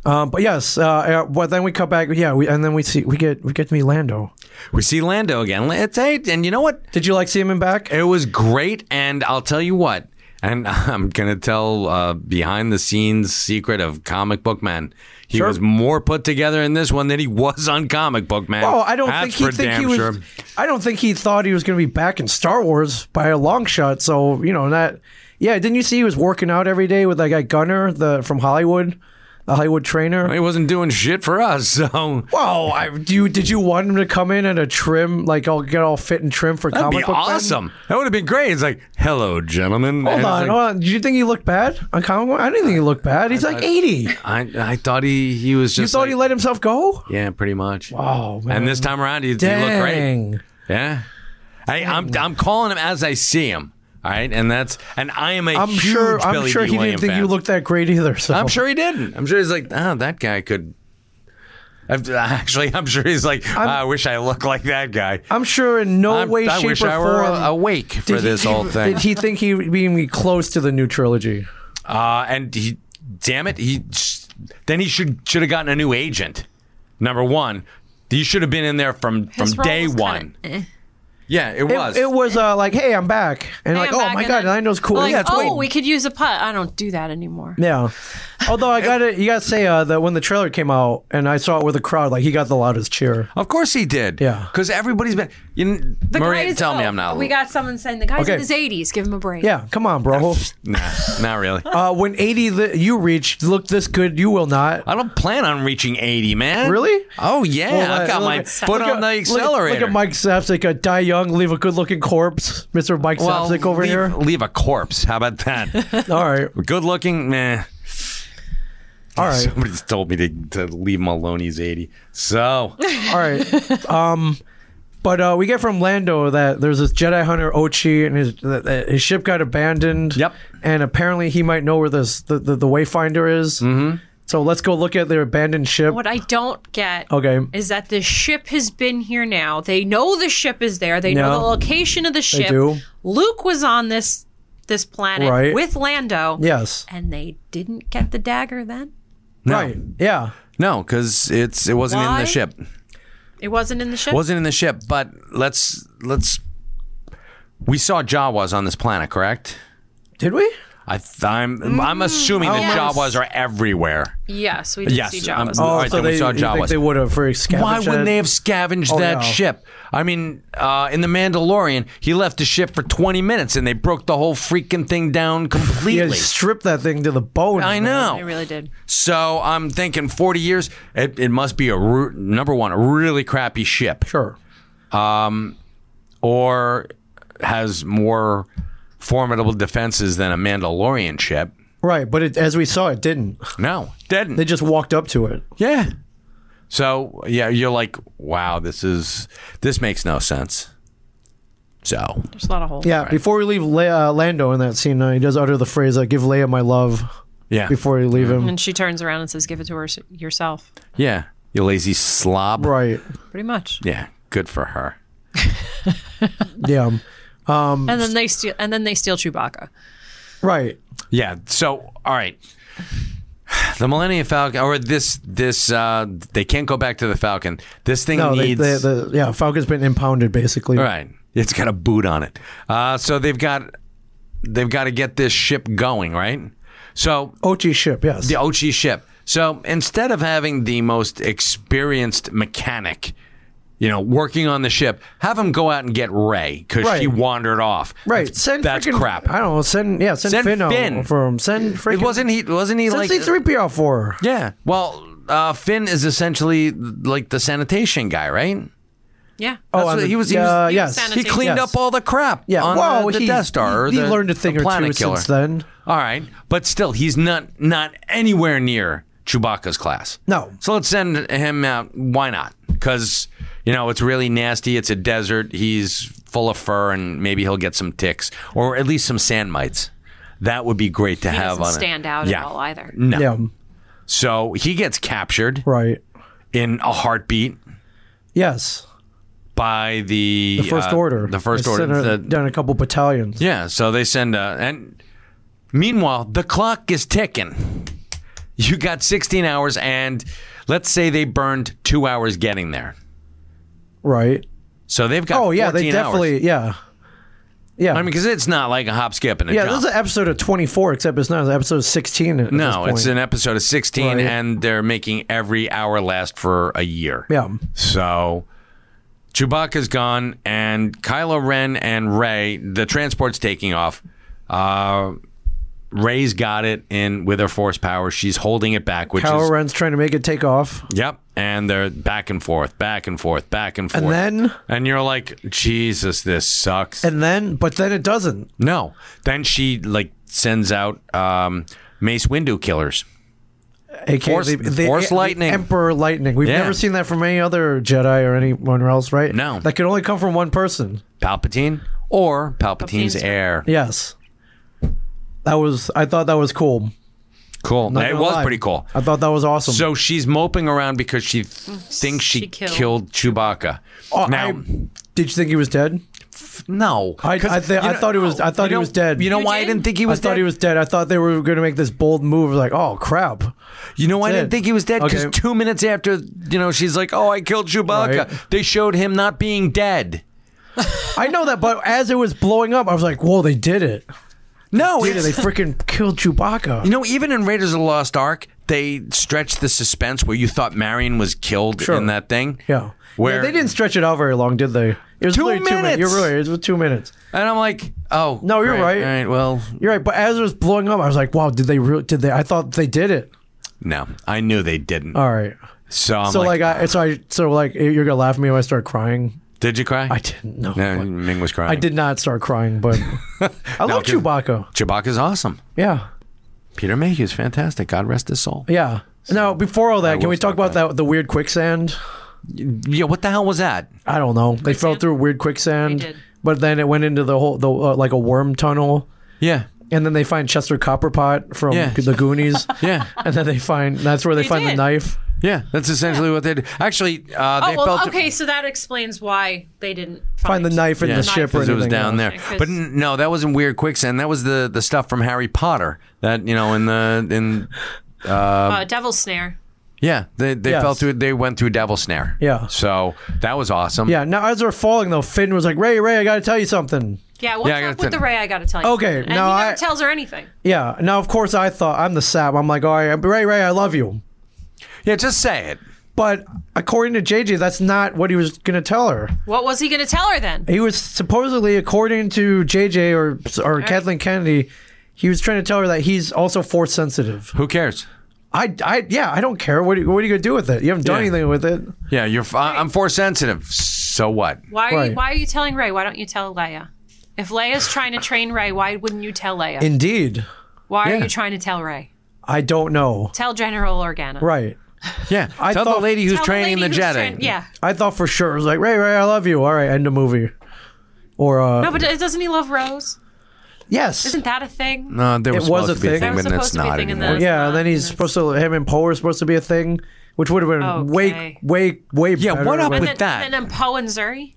Speaker 1: Um, but yes, uh, uh, but then we cut back. Yeah, we, and then we see we get we get to meet Lando.
Speaker 2: We see Lando again. It's eight, and you know what?
Speaker 1: Did you like see him in back?
Speaker 2: It was great, and I'll tell you what. And I'm gonna tell uh, behind the scenes secret of Comic Book Man. He was more put together in this one than he was on Comic Book Man.
Speaker 1: Oh, I don't
Speaker 2: That's
Speaker 1: think
Speaker 2: for
Speaker 1: he think he
Speaker 2: damn
Speaker 1: was.
Speaker 2: sure.
Speaker 1: I don't think he thought he was going to be back in Star Wars by a long shot. So you know that. Yeah, didn't you see he was working out every day with that guy Gunner the from Hollywood, the Hollywood trainer?
Speaker 2: He wasn't doing shit for us. So
Speaker 1: Wow, I, do you, did you want him to come in and a trim like all get all fit and trim for
Speaker 2: that'd
Speaker 1: comic
Speaker 2: be
Speaker 1: book? Man?
Speaker 2: awesome. That would have been great. It's like, hello, gentlemen.
Speaker 1: Hold
Speaker 2: And it's
Speaker 1: on,
Speaker 2: like,
Speaker 1: hold on. Did you think he looked bad on comic? Book? I didn't think he looked bad. He's like eighty.
Speaker 2: I I thought he he was
Speaker 1: You
Speaker 2: just
Speaker 1: thought
Speaker 2: like-
Speaker 1: he let himself go?
Speaker 2: yeah, pretty much.
Speaker 1: Oh man.
Speaker 2: And this time around, he, he looked great.
Speaker 1: Dang.
Speaker 2: Yeah. Hey, I'm I'm calling him as I see him. All right, and that's and I am a
Speaker 1: I'm
Speaker 2: huge
Speaker 1: sure. I'm
Speaker 2: Billy
Speaker 1: sure
Speaker 2: D.
Speaker 1: he
Speaker 2: Williams
Speaker 1: didn't think
Speaker 2: fan.
Speaker 1: you looked that great either. So
Speaker 2: I'm sure he didn't. I'm sure he's like, oh, that guy could. I've- Actually, I'm sure he's like, "Ah, I wish I looked like that guy.
Speaker 1: I'm sure in no
Speaker 2: I'm-
Speaker 1: way,
Speaker 2: I
Speaker 1: shape,
Speaker 2: wish
Speaker 1: or
Speaker 2: I were
Speaker 1: form
Speaker 2: awake for
Speaker 1: did he
Speaker 2: this whole
Speaker 1: even-
Speaker 2: thing.
Speaker 1: Did he think he would be close to the new trilogy?
Speaker 2: Uh, and he, damn it, he then he should should have gotten a new agent. Number one, he should have been in there from from
Speaker 3: His role
Speaker 2: day
Speaker 3: was kinda,
Speaker 2: one. Yeah, it,
Speaker 1: It
Speaker 2: was.
Speaker 1: It was uh, like, hey, I'm back, and
Speaker 3: Hey,
Speaker 1: like,
Speaker 3: I'm
Speaker 1: oh
Speaker 3: back,
Speaker 1: my
Speaker 3: and
Speaker 1: god,
Speaker 3: then-
Speaker 1: Lando's cool.
Speaker 3: Like,
Speaker 1: yeah, it's
Speaker 3: oh,
Speaker 1: cool.
Speaker 3: we could use a putt. I don't do that anymore.
Speaker 1: yeah. Although I got it, you gotta say uh, that when the trailer came out and I saw it with a crowd, like he got the loudest cheer.
Speaker 2: of course he did.
Speaker 1: Yeah.
Speaker 2: because everybody's been. You,
Speaker 3: The guy
Speaker 2: Maria,
Speaker 3: is-
Speaker 2: tell me
Speaker 3: oh,
Speaker 2: I'm not.
Speaker 3: We got someone saying the guy's
Speaker 1: Okay.
Speaker 3: in his 80s. Give him a break.
Speaker 1: Yeah, come on, bro.
Speaker 2: nah, not really.
Speaker 1: uh, when 80 that you reach look this good, you will not.
Speaker 2: I don't plan on reaching 80, man.
Speaker 1: Really?
Speaker 2: Oh yeah,
Speaker 1: Well, uh,
Speaker 2: I've got
Speaker 1: look
Speaker 2: my
Speaker 1: at-
Speaker 2: foot
Speaker 1: look
Speaker 2: on the
Speaker 1: at- look at-
Speaker 2: accelerator.
Speaker 1: Look at Mike Zapsik, uh, die young, leave a good looking corpse. Mr. Mike
Speaker 2: well,
Speaker 1: Zapsik over
Speaker 2: leave,
Speaker 1: here.
Speaker 2: Leave a corpse. How about that?
Speaker 1: All right.
Speaker 2: Good looking, nah.
Speaker 1: All right.
Speaker 2: Somebody's told me to, to leave Maloney's 80. So
Speaker 1: All right. Um, but uh, we get from Lando that there's this Jedi hunter Ochi, and his that- that his ship got abandoned.
Speaker 2: Yep.
Speaker 1: And apparently he might know where this the, the, the Wayfinder is. Mm-hmm. So let's go look at their abandoned ship.
Speaker 3: What I don't get
Speaker 1: Okay.
Speaker 3: is that the ship has been here now. They know the ship is there. They know
Speaker 1: Yeah.
Speaker 3: the location of the ship.
Speaker 1: do.
Speaker 3: Luke was on this this planet
Speaker 1: Right.
Speaker 3: with Lando.
Speaker 1: Yes.
Speaker 3: And they didn't get the dagger then?
Speaker 2: no,
Speaker 1: Right. Yeah.
Speaker 2: no, because it's it wasn't in
Speaker 3: Why?
Speaker 2: the ship.
Speaker 3: It wasn't in the ship?
Speaker 2: Wasn't in the ship. But let's let's. We saw Jawas on this planet, correct?
Speaker 1: Did we?
Speaker 2: I th- I'm I'm assuming that
Speaker 3: Mm, Yes.
Speaker 2: Jawas are everywhere.
Speaker 3: yes, we did
Speaker 2: Yes,
Speaker 3: see
Speaker 2: I'm-
Speaker 3: Jawas.
Speaker 2: All right, then we saw
Speaker 1: you think
Speaker 2: Jawas.
Speaker 1: Oh, they would have for scavenged. Oh,
Speaker 2: Why wouldn't they have scavenged that
Speaker 1: no.
Speaker 2: ship? I mean, uh, in The Mandalorian, he left the ship for 20 minutes and they broke the whole freaking thing down
Speaker 1: Yeah,
Speaker 2: completely.
Speaker 1: strip that thing to the bone.
Speaker 2: I know.
Speaker 3: They really did.
Speaker 2: So I'm thinking 40 years, it, it must be a ru- number one, a really crappy ship
Speaker 1: Sure.
Speaker 2: or has more formidable defenses than a Mandalorian ship.
Speaker 1: Right, but it, as we saw, it didn't.
Speaker 2: No, didn't.
Speaker 1: They just walked up to it.
Speaker 2: yeah. So yeah, you're like, wow, this is this makes no sense. So
Speaker 3: There's a lot of holes.
Speaker 1: Yeah, before we leave Le- uh, Lando in that scene, uh, he does utter the phrase, uh, give Leia my love,
Speaker 2: yeah,
Speaker 1: before you leave him.
Speaker 3: And she turns around and says, give it to her s- yourself.
Speaker 2: yeah, you lazy slob.
Speaker 1: Right.
Speaker 3: Pretty much.
Speaker 2: Yeah, good for her.
Speaker 1: Yeah.
Speaker 2: Mm.
Speaker 3: And then they steal and then they steal Chewbacca.
Speaker 1: Right.
Speaker 2: Yeah. So, all right. The Millennium Falcon, or this, this, uh, they can't go back to the Falcon. This thing
Speaker 1: No, they,
Speaker 2: needs.
Speaker 1: they, the, yeah, Falcon's been impounded basically.
Speaker 2: all right. It's got a boot on it. Uh, so they've got they've got to get this ship going, right? So
Speaker 1: Ochi ship, yes.
Speaker 2: the Ochi ship. So instead of having the most experienced mechanic, you know, working on the ship, have him go out and get Ray because she
Speaker 1: Right.
Speaker 2: wandered off.
Speaker 1: right.
Speaker 2: That's,
Speaker 1: Send
Speaker 2: that's
Speaker 1: freaking-
Speaker 2: crap.
Speaker 1: I don't know. Send yeah. Send,
Speaker 2: Send
Speaker 1: Finn, out
Speaker 2: Finn.
Speaker 1: for him. Send freaking.
Speaker 2: It wasn't he. Wasn't he
Speaker 1: Send
Speaker 2: like
Speaker 1: C three PO for her.
Speaker 2: Yeah. Well, uh, Finn is essentially like the sanitation guy, right?
Speaker 3: Yeah.
Speaker 2: That's
Speaker 1: on
Speaker 2: what-
Speaker 1: the-
Speaker 2: he was- he was-
Speaker 1: uh,
Speaker 3: he was
Speaker 1: yes.
Speaker 2: He cleaned
Speaker 1: Yes.
Speaker 2: up all the crap
Speaker 1: Yeah,
Speaker 2: on
Speaker 1: well,
Speaker 2: the, the
Speaker 1: he-
Speaker 2: Death Star. or
Speaker 1: he- he
Speaker 2: the-
Speaker 1: learned a
Speaker 2: the
Speaker 1: thing or two
Speaker 2: planet killer.
Speaker 1: since then.
Speaker 2: All right, but still, he's not not anywhere near Chewbacca's class.
Speaker 1: No.
Speaker 2: So let's send him out. Why not? Because you know it's really nasty. It's a desert. He's full of fur, and maybe he'll get some ticks or at least some sand mites. That would be great to
Speaker 3: He
Speaker 2: have
Speaker 3: doesn't
Speaker 2: on
Speaker 3: stand
Speaker 2: it.
Speaker 3: out
Speaker 2: yeah.
Speaker 3: at
Speaker 2: Mm.
Speaker 3: all either.
Speaker 2: No.
Speaker 1: Yeah.
Speaker 2: So he gets captured
Speaker 1: Right.
Speaker 2: in a heartbeat
Speaker 1: Yes.
Speaker 2: by the,
Speaker 1: The first
Speaker 2: uh,
Speaker 1: order.
Speaker 2: The first
Speaker 1: They
Speaker 2: order.
Speaker 1: sent her
Speaker 2: the-
Speaker 1: down a couple battalions.
Speaker 2: Yeah, so they send uh and meanwhile, the clock is ticking. You got 16 hours and let's say they burned 2 hours getting there.
Speaker 1: Right.
Speaker 2: So they've got
Speaker 1: Oh yeah, they
Speaker 2: 14 hours.
Speaker 1: definitely yeah. Yeah.
Speaker 2: I mean cuz it's not like a hop skip and a
Speaker 1: yeah,
Speaker 2: jump.
Speaker 1: this is an episode of 24 except it's not an episode of 16 at this
Speaker 2: no,
Speaker 1: point.
Speaker 2: it's an episode of 16
Speaker 1: Right.
Speaker 2: and they're making every hour last for a year.
Speaker 1: Yeah.
Speaker 2: So Chewbacca's gone, and Kylo Ren and Ray, the transport's taking off. Uh, Ray's got it in with her force power. She's holding it back, which
Speaker 1: Kylo
Speaker 2: is
Speaker 1: Ren's trying to make it take off.
Speaker 2: yep. And they're back and forth, back and forth, back and forth.
Speaker 1: And then
Speaker 2: and you're like, Jesus, this sucks.
Speaker 1: and then but then it doesn't.
Speaker 2: no, then she like sends out um, Mace Windu killers.
Speaker 1: AKA
Speaker 2: Force- Force lightning.
Speaker 1: Emperor lightning. We've
Speaker 2: Yeah.
Speaker 1: never seen that from any other Jedi or anyone else, right?
Speaker 2: No.
Speaker 1: That could only come from one person.
Speaker 2: Palpatine or Palpatine's,
Speaker 3: Palpatine's-
Speaker 2: heir.
Speaker 1: Yes. That was I thought that was cool.
Speaker 2: Cool.
Speaker 1: Not
Speaker 2: It
Speaker 1: gonna
Speaker 2: was
Speaker 1: lie.
Speaker 2: pretty cool.
Speaker 1: I thought that was awesome.
Speaker 2: So she's moping around because she th- thinks she,
Speaker 3: Mm. she
Speaker 2: killed.
Speaker 3: killed-
Speaker 2: Chewbacca.
Speaker 1: Oh,
Speaker 2: now,
Speaker 1: I- did you think he was dead?
Speaker 2: no,
Speaker 1: I- I
Speaker 2: 'Cause,
Speaker 1: thi- I thought he was- I thought
Speaker 2: you
Speaker 1: he was
Speaker 2: know-
Speaker 1: dead.
Speaker 2: You know
Speaker 3: You
Speaker 2: why I
Speaker 3: did?
Speaker 2: didn't think he was
Speaker 1: I thought
Speaker 2: dead?
Speaker 1: he was dead. I thought they were going to make this bold move, like, oh crap,
Speaker 2: you know why I
Speaker 1: dead.
Speaker 2: didn't think he was dead? Because
Speaker 1: Okay.
Speaker 2: two minutes after, you know, she's like, "Oh, I killed Chewbacca."
Speaker 1: Right.
Speaker 2: They showed him not being dead.
Speaker 1: I know that, but as it was blowing up, I was like, whoa, they did it.
Speaker 2: No,
Speaker 1: Dude,
Speaker 2: it's-
Speaker 1: they freaking killed Chewbacca.
Speaker 2: you know, even in Raiders of the Lost Ark, they stretched the suspense where you thought Marion was killed
Speaker 1: Sure.
Speaker 2: in that thing.
Speaker 1: yeah.
Speaker 2: Where-
Speaker 1: yeah. They didn't stretch it out very long, did they? It was
Speaker 2: Two
Speaker 1: literally
Speaker 2: minutes!
Speaker 1: You're right. It was two minutes.
Speaker 2: and I'm like, "Oh,
Speaker 1: No, you're
Speaker 2: great.
Speaker 1: right.
Speaker 2: All right, well,
Speaker 1: You're right. But as it was blowing up, I was like, wow, did they really, did they, I thought they did it.
Speaker 2: no, I knew they didn't."
Speaker 1: All right.
Speaker 2: so, I'm
Speaker 1: so
Speaker 2: like,
Speaker 1: like, I, so I, so like, you're going to laugh at me when I start crying.
Speaker 2: did you cry?
Speaker 1: I didn't know.
Speaker 2: No, Ming was crying.
Speaker 1: I did not start crying, but I love
Speaker 2: 'cause-
Speaker 1: Chewbacca.
Speaker 2: Chewbacca's awesome.
Speaker 1: Yeah.
Speaker 2: Peter Mayhew's fantastic. God rest his soul.
Speaker 1: Yeah. Now, before all that, can
Speaker 2: will
Speaker 1: we talk
Speaker 2: stop
Speaker 1: about that the weird quicksand?
Speaker 2: Yeah, what the hell was that?
Speaker 1: I don't know. They fell through weird quicksand,
Speaker 3: They did.
Speaker 1: but then it went into the whole the uh, like a worm tunnel,
Speaker 2: Yeah,
Speaker 1: and then they find Chester Copperpot from
Speaker 2: Yeah.
Speaker 1: the Goonies,
Speaker 2: yeah,
Speaker 1: and then they find that's where they,
Speaker 3: They
Speaker 1: find the
Speaker 3: did.
Speaker 1: knife.
Speaker 2: yeah. That's essentially what they did. Actually, uh,
Speaker 3: Oh
Speaker 2: they
Speaker 3: well,
Speaker 2: felt
Speaker 3: okay, so that explains why they didn't
Speaker 1: Find the knife in
Speaker 2: Yeah,
Speaker 1: the ship or
Speaker 2: because it was
Speaker 1: anything.
Speaker 2: down
Speaker 1: else.
Speaker 2: there.
Speaker 3: Yeah, 'cause-
Speaker 2: But n- no, that wasn't weird quicksand. That was the the stuff from Harry Potter. That you know, in the in
Speaker 3: Uh, Devil's Snare.
Speaker 2: yeah, they they
Speaker 1: Yes.
Speaker 2: fell through. They went through Devil Snare.
Speaker 1: Yeah.
Speaker 2: So that was awesome.
Speaker 1: Yeah. Now as they're falling though, Finn was like, "Ray, Ray, I got to tell you something."
Speaker 3: Yeah, what's
Speaker 2: Yeah, I gotta
Speaker 3: up with
Speaker 2: tell-
Speaker 3: the Ray? I gotta tell you.
Speaker 1: Okay,
Speaker 3: something. and
Speaker 1: now
Speaker 3: he never
Speaker 1: I-
Speaker 3: tells her anything.
Speaker 1: Yeah. Now of course I thought I'm the sap. I'm like, "All right, Ray, Ray, I love you."
Speaker 2: yeah. Just say it.
Speaker 1: But according to JJ, that's not what he was going to tell her.
Speaker 3: What was he gonna tell her then?
Speaker 1: He was supposedly, according to JJ or or Kathleen Kennedy, he was trying to tell her that he's also force sensitive.
Speaker 2: Who cares?
Speaker 1: I, I, yeah, I don't care. What, are you- what are you gonna do with it? You haven't done
Speaker 2: Yeah.
Speaker 1: anything with it.
Speaker 2: Yeah, you're. f- I- I'm force sensitive. So what?
Speaker 3: Why are
Speaker 1: Right.
Speaker 3: you, why are you telling Ray? Why don't you tell Leia? If Leia's trying to train Ray, why wouldn't you tell Leia?
Speaker 1: Indeed,
Speaker 3: why
Speaker 2: yeah.
Speaker 3: are you trying to tell Ray?
Speaker 1: I don't know.
Speaker 3: Tell General Organa.
Speaker 1: Right.
Speaker 2: Yeah,
Speaker 1: I
Speaker 2: tell the
Speaker 1: thought-
Speaker 2: lady who's
Speaker 3: Tell
Speaker 2: training
Speaker 3: lady
Speaker 2: the,
Speaker 3: who's
Speaker 2: Jedi.
Speaker 3: train- yeah.
Speaker 1: I thought for sure it was like Ray, Ray, I love you. All right, end the movie. Or uh,
Speaker 3: No, but doesn't he love Rose?
Speaker 1: yes,
Speaker 3: Isn't that a thing?
Speaker 2: No, there was,
Speaker 1: It was
Speaker 2: supposed
Speaker 1: a
Speaker 2: to be a
Speaker 1: thing.
Speaker 2: thing,
Speaker 1: There was
Speaker 2: but that's
Speaker 3: supposed to be a
Speaker 2: not
Speaker 3: thing in
Speaker 2: anymore.
Speaker 3: the-
Speaker 1: yeah. And then he's supposed to him and Poe are supposed to be a thing, which would have been way,
Speaker 3: Okay.
Speaker 1: way, way.
Speaker 2: Yeah,
Speaker 1: better
Speaker 2: what up
Speaker 1: with-
Speaker 2: with
Speaker 3: and
Speaker 2: that?
Speaker 3: then, and then Poe and Zuri.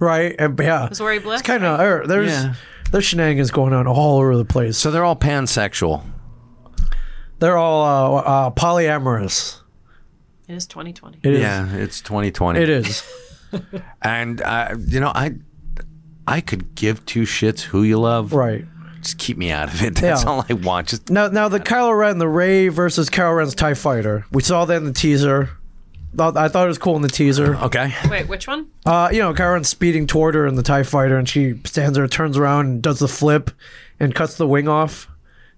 Speaker 1: right? And yeah,
Speaker 3: was where he
Speaker 1: it's
Speaker 3: blipped,
Speaker 1: kind of er, there's
Speaker 2: Yeah.
Speaker 1: there's shenanigans going on all over the place.
Speaker 2: So they're all pansexual.
Speaker 1: They're all uh, uh, polyamorous.
Speaker 3: It is 2020.
Speaker 1: It is.
Speaker 2: Yeah, it's 2020.
Speaker 1: It is.
Speaker 2: And uh, you know, I I could give two shits who you love.
Speaker 1: Right.
Speaker 2: Just keep me out of it. That's
Speaker 1: Yeah.
Speaker 2: all I want. Just
Speaker 1: Now, now the Kylo Ren, the Ray versus Kylo Ren's Tie Fighter. We saw that in the teaser. Thought- I thought it was cool in the teaser.
Speaker 2: okay.
Speaker 3: Wait, which one?
Speaker 1: Uh, you know, Kylo Ren's speeding toward her in the Tie Fighter, and she stands there, turns around, and does the flip, and cuts the wing off.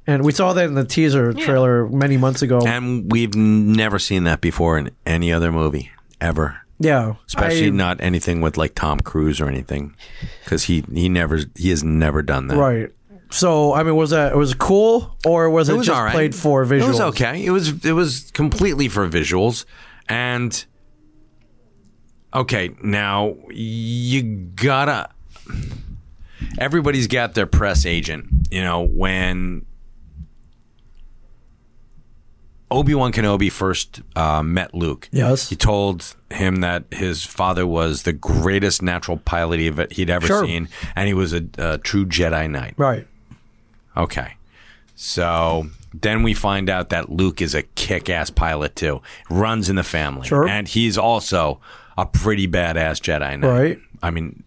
Speaker 1: And we saw that in the teaser trailer many months ago.
Speaker 2: And we've never seen that before in any other movie ever.
Speaker 1: yeah,
Speaker 2: Especially
Speaker 1: I-
Speaker 2: not anything with like Tom Cruise or anything, because he he never he has never done that.
Speaker 1: right. So I mean, was that was it cool or was it,
Speaker 2: It was
Speaker 1: just
Speaker 2: all right.
Speaker 1: played for visuals?
Speaker 2: It was okay. It was it was completely for visuals, and okay. Now you gotta. Everybody's got their press agent. You know when Obi Wan Kenobi first uh, met Luke.
Speaker 1: Yes.
Speaker 2: he told him that his father was the greatest natural pilot he'd he'd ever
Speaker 1: Sure.
Speaker 2: seen, and he was a, a true Jedi Knight.
Speaker 1: Right.
Speaker 2: Okay. So then we find out that Luke is a kick ass pilot too. Runs in the family.
Speaker 1: Sure.
Speaker 2: And he's also a pretty badass Jedi Knight.
Speaker 1: Right.
Speaker 2: I mean,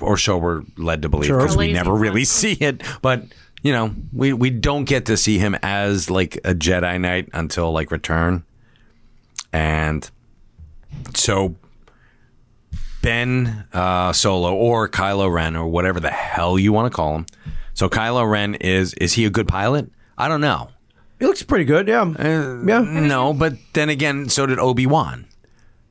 Speaker 2: or so we're led to believe
Speaker 1: Sure.
Speaker 2: because we
Speaker 3: Lazy
Speaker 2: never
Speaker 3: one.
Speaker 2: really see it. But, you know, we, we don't get to see him as like a Jedi Knight until like Return. And so Ben uh, Solo or Kylo Ren or whatever the hell you want to call him. So Kylo Ren is is he a good pilot? I don't know.
Speaker 1: It looks pretty good. Yeah. yeah.
Speaker 2: No, but then again, so did Obi Wan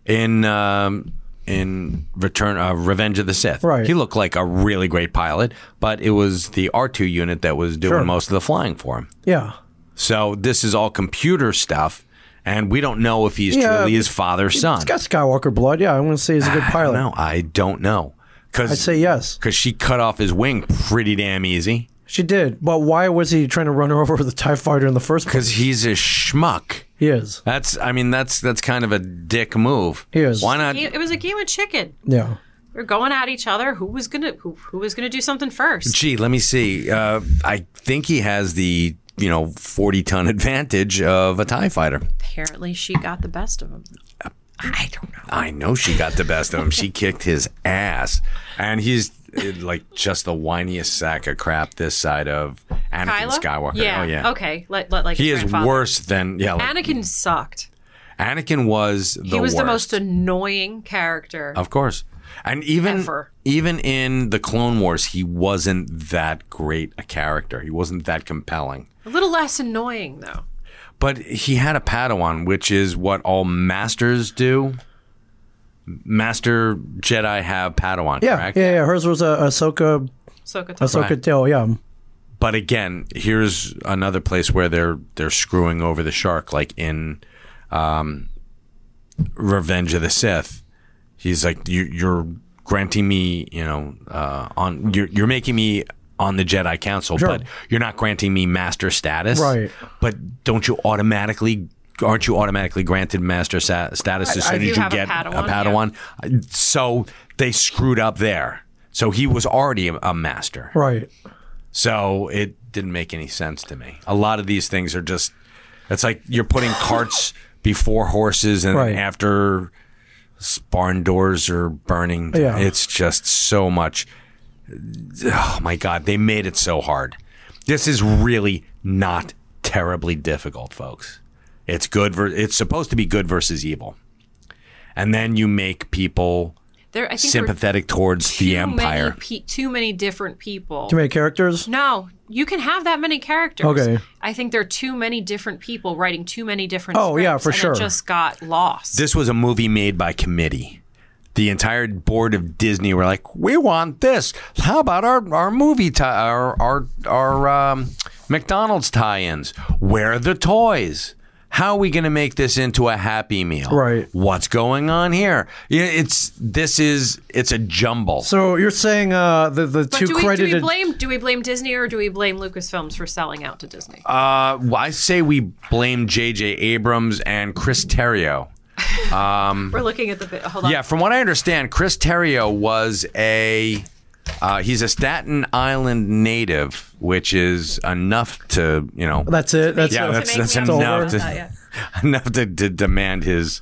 Speaker 2: in um, in Return uh, Revenge of the Sith.
Speaker 1: Right.
Speaker 2: He looked like a really great pilot, but it was the R two unit that was doing
Speaker 1: Sure.
Speaker 2: most of the flying for him.
Speaker 1: Yeah.
Speaker 2: So this is all computer stuff, and we don't know if he's
Speaker 1: Yeah.
Speaker 2: truly his father's son.
Speaker 1: It's got Skywalker blood. Yeah, I'm going to say he's a good pilot.
Speaker 2: No, I don't know. Cause,
Speaker 1: I'd say yes.
Speaker 2: because she cut off his wing pretty damn easy.
Speaker 1: She did, but why was he trying to run her over with a Tie Fighter in the first place?
Speaker 2: Because he's a schmuck.
Speaker 1: He is.
Speaker 2: That's, I mean, that's that's kind of a dick move.
Speaker 1: He is.
Speaker 2: Why not?
Speaker 3: It it was a game of chicken.
Speaker 1: Yeah.
Speaker 3: We're going at each other. Who was gonna who, who was gonna do something first?
Speaker 2: Gee, let me see. Uh, I think he has the you know forty ton advantage of a Tie Fighter.
Speaker 3: Apparently, she got the best of him. I don't know.
Speaker 2: I know she got the best of him. She kicked his ass, and he's eh, like just the whiniest sack of crap this side of Anakin
Speaker 3: Kylo?
Speaker 2: Skywalker.
Speaker 3: Yeah.
Speaker 2: Oh yeah.
Speaker 3: Okay. Let, let, like
Speaker 2: He
Speaker 3: his
Speaker 2: is
Speaker 3: grandfather.
Speaker 2: worse than yeah. Like,
Speaker 3: Anakin sucked.
Speaker 2: Anakin was the
Speaker 3: he was the
Speaker 2: worst. Oh.
Speaker 3: most annoying character.
Speaker 2: Of course. And even
Speaker 3: Ever.
Speaker 2: even in the Clone Wars, he wasn't that great a character. He wasn't that compelling.
Speaker 3: A little less annoying though.
Speaker 2: But he had a Padawan, which is what all masters do. Master Jedi have Padawan,
Speaker 1: Yeah.
Speaker 2: correct?
Speaker 1: Yeah. Yeah. Hers was a Ahsoka,
Speaker 3: Ahsoka Tano.
Speaker 1: Ahsoka
Speaker 2: Right.
Speaker 1: Tale. Yeah.
Speaker 2: But again, here's another place where they're they're screwing over the shark, like in um, Revenge of the Sith. He's like, you, you're granting me, you know, uh, on you're, you're making me on the Jedi Council,
Speaker 1: Sure.
Speaker 2: but you're not granting me master status,
Speaker 1: Right.
Speaker 2: But don't you automatically? Aren't you automatically granted master sa- status as
Speaker 3: I-
Speaker 2: soon
Speaker 3: if
Speaker 2: as
Speaker 3: you
Speaker 2: you,
Speaker 3: have a
Speaker 2: get
Speaker 3: Padawan,
Speaker 2: a
Speaker 3: yeah.
Speaker 2: Padawan? So they screwed up there. So he was already a- a master.
Speaker 1: Right.
Speaker 2: So it didn't make any sense to me. A lot of these things are just it's like you're putting carts before horses and
Speaker 1: Right.
Speaker 2: after s- barn doors are burning.
Speaker 1: Yeah.
Speaker 2: It's just so much. Oh my god, they made it so hard. This is really not terribly difficult, folks. It's good ver- it's supposed to be good versus evil. And then you make people
Speaker 3: There, I think there were
Speaker 2: sympathetic towards the
Speaker 3: too
Speaker 2: empire.
Speaker 3: Many pe- too many different people.
Speaker 1: Too many characters.
Speaker 3: No, you can have that many characters.
Speaker 1: Okay.
Speaker 3: I think there are too many different people writing too many different.
Speaker 1: Oh, yeah,
Speaker 3: scripts,
Speaker 1: for
Speaker 3: and
Speaker 1: sure.
Speaker 3: It just got lost.
Speaker 2: this was a movie made by committee. The entire board of Disney were like, "We want this. How about our our movie ti- our our our um, McDonald's tie-ins? Where are the toys? How are we going to make this into a Happy Meal?
Speaker 1: Right.
Speaker 2: What's going on here? Yeah, It's this is it's a jumble.
Speaker 1: So you're saying uh, the the
Speaker 3: but
Speaker 1: two
Speaker 3: do we, do we
Speaker 1: credited.
Speaker 3: blame do we blame Disney or do we blame Lucasfilms for selling out to Disney?
Speaker 2: Uh, well, I say we blame J.J. Abrams and Chris Terrio.
Speaker 3: We're looking at the bit. Hold on.
Speaker 2: Yeah, from what I understand, Chris Terrio was a uh, he's a Staten Island native, which is enough to you know
Speaker 1: that's it. That's
Speaker 2: yeah
Speaker 1: it.
Speaker 2: that's
Speaker 3: make
Speaker 2: that's
Speaker 3: me
Speaker 2: enough
Speaker 1: upset
Speaker 2: to,
Speaker 3: about
Speaker 2: enough to, to demand his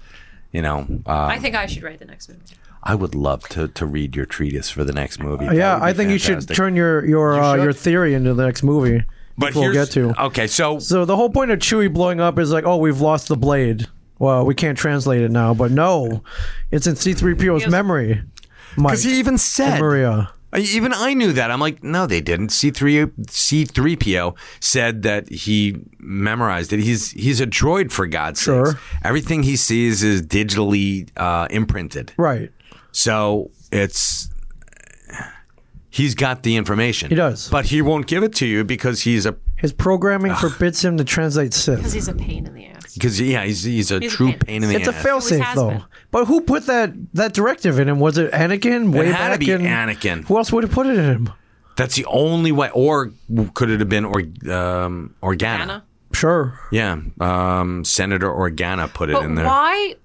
Speaker 2: you know uh,
Speaker 3: I think I should write the next movie.
Speaker 2: I would love to to read your treatise for the next movie. That
Speaker 1: Yeah,
Speaker 2: would be
Speaker 1: I think you should
Speaker 2: fantastic.
Speaker 1: turn your your uh, your theory into the next movie.
Speaker 2: But
Speaker 1: which we'll
Speaker 2: here's-
Speaker 1: get to.
Speaker 2: Okay, so
Speaker 1: So the whole point of Chewie blowing up is like, oh, we've lost the blade. Well, we can't translate it now, but no, it's in C-3PO's
Speaker 3: Yes.
Speaker 1: memory. Mike
Speaker 2: because he even said
Speaker 1: Maria.
Speaker 2: I- Even I knew that. I'm like, no, they didn't. C three C three PO said that he memorized it. He's he's a droid for God's
Speaker 1: Sure.
Speaker 2: sakes. Everything he sees is digitally uh, imprinted.
Speaker 1: Right.
Speaker 2: So it's he's got the information. He
Speaker 1: does.
Speaker 2: but he won't give it to you because he's a
Speaker 1: His programming forbids him to translate
Speaker 3: because
Speaker 1: Sith.
Speaker 3: he's a pain in the ass.
Speaker 2: because yeah he's he's a
Speaker 3: He's a
Speaker 2: true
Speaker 3: pain.
Speaker 2: pain in the
Speaker 1: It's a
Speaker 2: ass.
Speaker 3: Always
Speaker 1: failsafe
Speaker 3: has
Speaker 1: though.
Speaker 3: been.
Speaker 1: But who put that that directive in him? Was it Anakin? Way
Speaker 2: had to
Speaker 1: back
Speaker 2: be
Speaker 1: in
Speaker 2: Anakin.
Speaker 1: Who else would have put it in him?
Speaker 2: That's the only way. Or could it have been or, um, Organa?
Speaker 3: Anna.
Speaker 1: Sure.
Speaker 2: Yeah, um, Senator Organa put it
Speaker 3: But
Speaker 2: in there.
Speaker 3: why?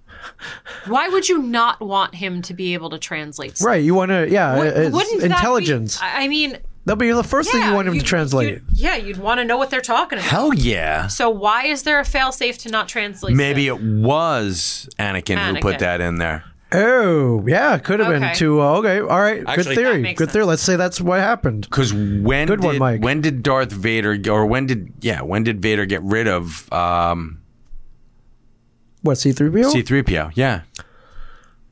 Speaker 3: Why would you not want him to be able to translate? stuff?
Speaker 1: Right. You want to? Yeah.
Speaker 3: Wou-
Speaker 1: it's
Speaker 3: wouldn't that be-
Speaker 1: intelligence.
Speaker 3: I I mean,
Speaker 1: That'll be the first thing
Speaker 3: yeah,
Speaker 1: you want him
Speaker 3: you'd-
Speaker 1: to translate.
Speaker 3: you'd- yeah, you'd want to know what they're talking about.
Speaker 2: Hell yeah.
Speaker 3: So why is there a failsafe to not translate?
Speaker 2: Maybe
Speaker 3: stuff?
Speaker 2: it was Anakin, who
Speaker 3: Anakin.
Speaker 2: put that in there.
Speaker 1: Oh, yeah, it could have been
Speaker 3: Okay.
Speaker 1: too. Uh, okay, all right. good
Speaker 2: Actually,
Speaker 1: theory.
Speaker 3: that
Speaker 1: Good
Speaker 3: makes
Speaker 1: theory. Let's say that's what happened.
Speaker 2: Because when
Speaker 1: Good
Speaker 2: did
Speaker 1: one, Mike.
Speaker 2: when did Darth Vader or when did yeah when did Vader get rid of um,
Speaker 1: What C three PO?
Speaker 2: C three PO? Yeah,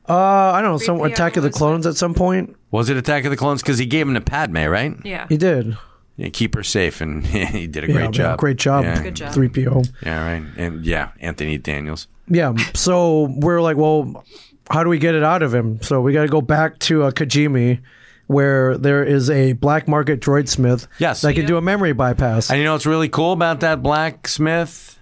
Speaker 1: Uh, I don't know. Some
Speaker 3: 3PO
Speaker 1: Attack of the
Speaker 3: was
Speaker 1: Clones at some point.
Speaker 2: was it Attack of the Clones? Because he gave him to Padme, right?
Speaker 3: Yeah.
Speaker 1: He did.
Speaker 2: Yeah, keep her safe, and he did a
Speaker 1: Yeah,
Speaker 2: great
Speaker 1: man,
Speaker 2: job.
Speaker 1: Great job.
Speaker 2: Yeah.
Speaker 3: Good job.
Speaker 1: Three PO.
Speaker 2: Yeah, right. And yeah, Anthony Daniels.
Speaker 1: Yeah. So we're like, well, how do we get it out of him? So we got to go back to uh, Kajimi, where there is a black market droid smith.
Speaker 2: Yes.
Speaker 1: That can do a memory bypass.
Speaker 2: And you know what's really cool about that blacksmith?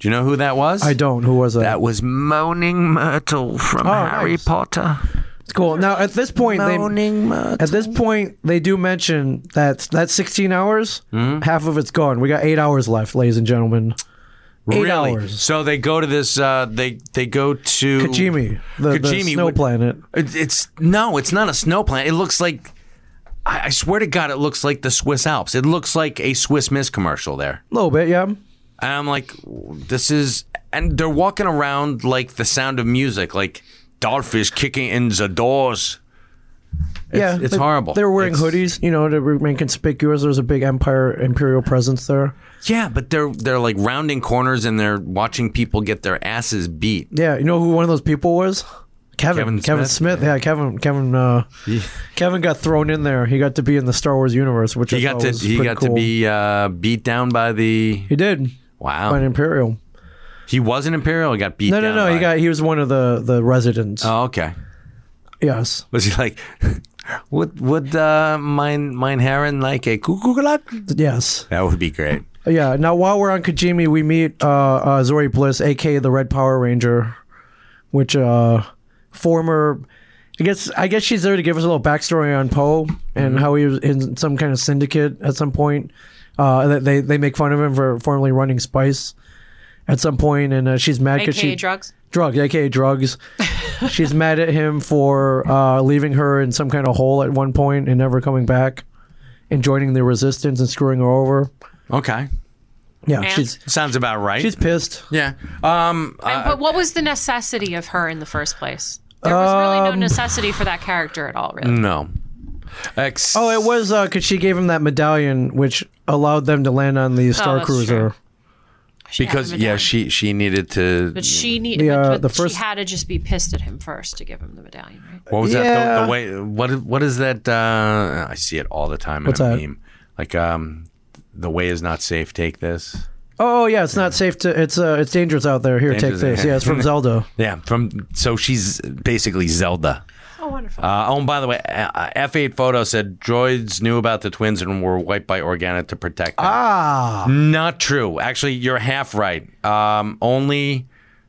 Speaker 2: Do you know who that was?
Speaker 1: I don't. Oh, Who was that?
Speaker 2: That was Moaning Myrtle from Harry
Speaker 1: nice.
Speaker 2: Potter.
Speaker 1: It's cool. Now at this point, they,
Speaker 2: Moaning Myrtle.
Speaker 1: At this point, they do mention that that 16 hours,
Speaker 2: Hmm?
Speaker 1: half of it's gone. We got eight hours left, ladies and gentlemen. Eight
Speaker 2: really?
Speaker 1: hours.
Speaker 2: So they go to this. Uh, they they go to
Speaker 1: Kajimi, the, the
Speaker 2: Kajimi
Speaker 1: snow
Speaker 2: would-
Speaker 1: planet.
Speaker 2: It, it's no, it's not a snow plant. It looks like. I I swear to God, it looks like the Swiss Alps. It looks like a Swiss Miss commercial there.
Speaker 1: A little bit, yeah.
Speaker 2: And I'm like, this is. And they're walking around like the sound of music, like Dolphish kicking in the doors.
Speaker 1: yeah,
Speaker 2: it's
Speaker 1: they-
Speaker 2: horrible.
Speaker 1: They were wearing
Speaker 2: It's-
Speaker 1: hoodies, you know, to remain conspicuous. There's a big empire imperial presence there.
Speaker 2: Yeah, but they're they're like rounding corners and they're watching people get their asses beat.
Speaker 1: Yeah, you know who one of those people was? Kevin.
Speaker 2: Kevin
Speaker 1: Kevin Smith.
Speaker 2: Smith,
Speaker 1: Yeah, Kevin. Kevin. Uh, Kevin got thrown in there. He got to be in the Star Wars universe, which
Speaker 2: He
Speaker 1: I
Speaker 2: got
Speaker 1: thought
Speaker 2: to
Speaker 1: was
Speaker 2: he
Speaker 1: pretty
Speaker 2: got to
Speaker 1: cool.
Speaker 2: be uh, beat down by the
Speaker 1: He did
Speaker 2: wow.
Speaker 1: by an imperial.
Speaker 2: He was an imperial. He got beat.
Speaker 1: No, no,
Speaker 2: down
Speaker 1: no.
Speaker 2: By.
Speaker 1: He got. He was one of the the residents.
Speaker 2: Oh, okay.
Speaker 1: yes.
Speaker 2: Was he like? Would would uh, mine mine Heron like a cuckoo clock?
Speaker 1: Yes.
Speaker 2: That would be great.
Speaker 1: Yeah. Now, while we're on Kajimi, we meet uh, uh, Zori Bliss, aka the Red Power Ranger, which uh, former. I guess I guess she's there to give us a little backstory on Poe and how he was in some kind of syndicate at some point. Uh, that they they make fun of him for formerly running Spice at some point, and uh, she's mad
Speaker 3: AKA
Speaker 1: because she
Speaker 3: drugs.
Speaker 1: drugs, aka drugs. she's mad at him for uh, leaving her in some kind of hole at one point and never coming back, and joining the resistance and screwing her over.
Speaker 2: Okay,
Speaker 1: Yeah,
Speaker 3: And?
Speaker 1: she's
Speaker 2: sounds about right.
Speaker 1: She's pissed.
Speaker 2: yeah. Um.
Speaker 3: And- but what was the necessity of her in the first place? There was really no
Speaker 1: Um,
Speaker 3: necessity for that character at all, really.
Speaker 2: No. Ex-
Speaker 1: Oh, it was because she gave him that medallion, which allowed them to land on the Star
Speaker 3: that's
Speaker 1: Cruiser.
Speaker 3: She had
Speaker 2: because
Speaker 3: him in
Speaker 2: yeah,
Speaker 3: there.
Speaker 2: she she needed to.
Speaker 3: But she needed.
Speaker 1: The, uh,
Speaker 3: but
Speaker 1: the first-
Speaker 3: she had to just be pissed at him first to give him the medallion, right?
Speaker 2: What was that? The,
Speaker 1: Yeah.
Speaker 2: the way. What what is that? Uh, I see it all the time in
Speaker 1: What's
Speaker 2: a
Speaker 1: that?
Speaker 2: meme. Like um, the way is not safe. Take this.
Speaker 1: Oh yeah, it's not safe to. It's uh, it's dangerous out there. Here,
Speaker 2: Dangerous.
Speaker 1: take this. Yeah, it's from Zelda.
Speaker 2: Yeah, from so she's basically Zelda.
Speaker 3: Oh, wonderful.
Speaker 2: Uh, oh, and by the way, uh, F8 Photo said droids knew about the twins and were wiped by Organa to protect them.
Speaker 1: Ah,
Speaker 2: Not true. Actually, you're half right. Um, only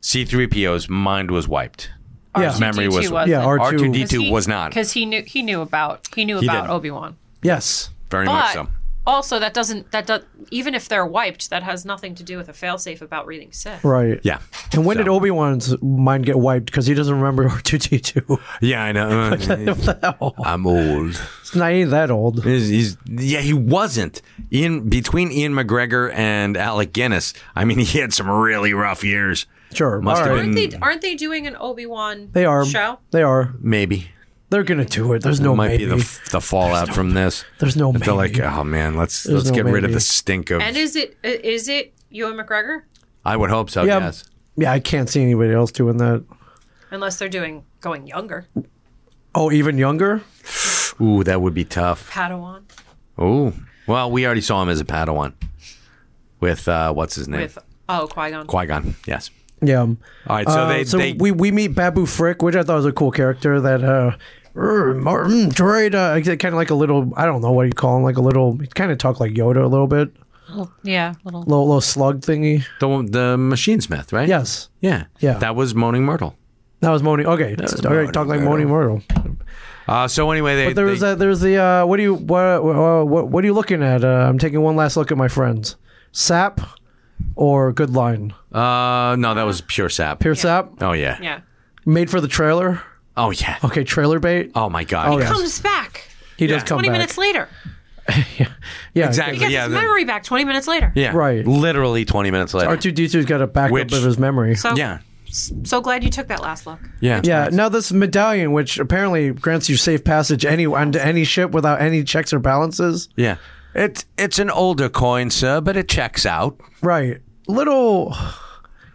Speaker 2: C3PO's mind was wiped.
Speaker 1: yeah,
Speaker 2: His memory was.
Speaker 3: R2D2 wasn't.
Speaker 1: yeah. R two.
Speaker 2: R2D2. was not.
Speaker 3: because he knew he knew about he knew about
Speaker 2: didn't.
Speaker 3: Obi Wan.
Speaker 1: Yes,
Speaker 2: Very
Speaker 3: But
Speaker 2: much so.
Speaker 3: Also, that doesn't that does even if they're wiped, that has nothing to do with a failsafe about reading Sith.
Speaker 1: Right.
Speaker 2: Yeah.
Speaker 1: And when did Obi Wan's mind get wiped? Because he doesn't remember R two D two.
Speaker 2: Yeah, I know. I'm old.
Speaker 1: It's not even that old.
Speaker 2: He's, he's- yeah, he wasn't. Ian between Ian McGregor and Alec Guinness. I mean, he had some really rough years.
Speaker 1: Sure.
Speaker 2: Must
Speaker 1: all
Speaker 2: have
Speaker 1: right.
Speaker 2: been-
Speaker 3: Aren't they aren't they doing an Obi Wan
Speaker 1: They are.
Speaker 3: show?
Speaker 1: They are.
Speaker 2: Maybe
Speaker 1: They're gonna do it. There's no
Speaker 2: might
Speaker 1: maybe.
Speaker 2: be the the fallout from this.
Speaker 1: There's no
Speaker 2: They're
Speaker 1: maybe.
Speaker 2: like, oh man, let's
Speaker 1: There's
Speaker 2: let's
Speaker 1: no
Speaker 2: get rid of
Speaker 1: maybe.
Speaker 2: the stink of.
Speaker 3: And is it is it Ewan McGregor?
Speaker 2: I would hope so.
Speaker 1: Yeah.
Speaker 2: Yes.
Speaker 1: yeah, I can't see anybody else doing that.
Speaker 3: Unless they're doing going younger.
Speaker 1: Oh, even younger.
Speaker 2: Ooh, that would be tough.
Speaker 3: Padawan
Speaker 2: Ooh. Well, we already saw him as a Padawan with uh, what's his name?
Speaker 3: with oh Qui Gon.
Speaker 2: Qui Gon. Yes.
Speaker 1: Yeah.
Speaker 2: All right. So
Speaker 1: Uh,
Speaker 2: they
Speaker 1: so
Speaker 2: they
Speaker 1: we we meet Babu Frick, which I thought was a cool character. That uh, er, Martin Droida, kind of like a little. I don't know what you call him. Like a little. He kind of talked like Yoda a little bit.
Speaker 3: yeah, little.
Speaker 1: Little little slug thingy.
Speaker 2: the the machine smith, right?
Speaker 1: Yes.
Speaker 2: Yeah.
Speaker 1: Yeah.
Speaker 2: That was Moaning Myrtle.
Speaker 1: That was Moni. Okay, all right. Talk like Moni Myrtle.
Speaker 2: Uh, so anyway, they
Speaker 1: But there was
Speaker 2: they-
Speaker 1: that. There's the. Uh, what do you what, what what what are you looking at? Uh, I'm taking one last look at my friends. Sap or good line.
Speaker 2: Uh, no, that was pure sap.
Speaker 1: Pure Sap
Speaker 2: Oh yeah.
Speaker 3: Yeah.
Speaker 1: made for the trailer.
Speaker 2: Oh yeah.
Speaker 1: Okay, trailer bait.
Speaker 2: Oh my god.
Speaker 1: Oh, yeah.
Speaker 3: Comes back
Speaker 1: He does come
Speaker 3: twenty
Speaker 1: back.
Speaker 3: minutes later.
Speaker 1: Yeah,
Speaker 3: He
Speaker 2: Exactly.
Speaker 3: gets
Speaker 2: Yeah.
Speaker 3: his
Speaker 2: the-
Speaker 3: memory back twenty minutes later.
Speaker 2: yeah.
Speaker 1: Right.
Speaker 2: Literally 20 minutes later.
Speaker 1: R2D2's got a backup
Speaker 2: Which-
Speaker 1: of his memory.
Speaker 3: So
Speaker 2: yeah.
Speaker 3: so glad you took that last look.
Speaker 2: Yeah.
Speaker 1: yeah. Now this medallion, which apparently grants you safe passage any onto any ship without any checks or balances.
Speaker 2: Yeah. It's it's an older coin, sir, but it checks out.
Speaker 1: Right. Little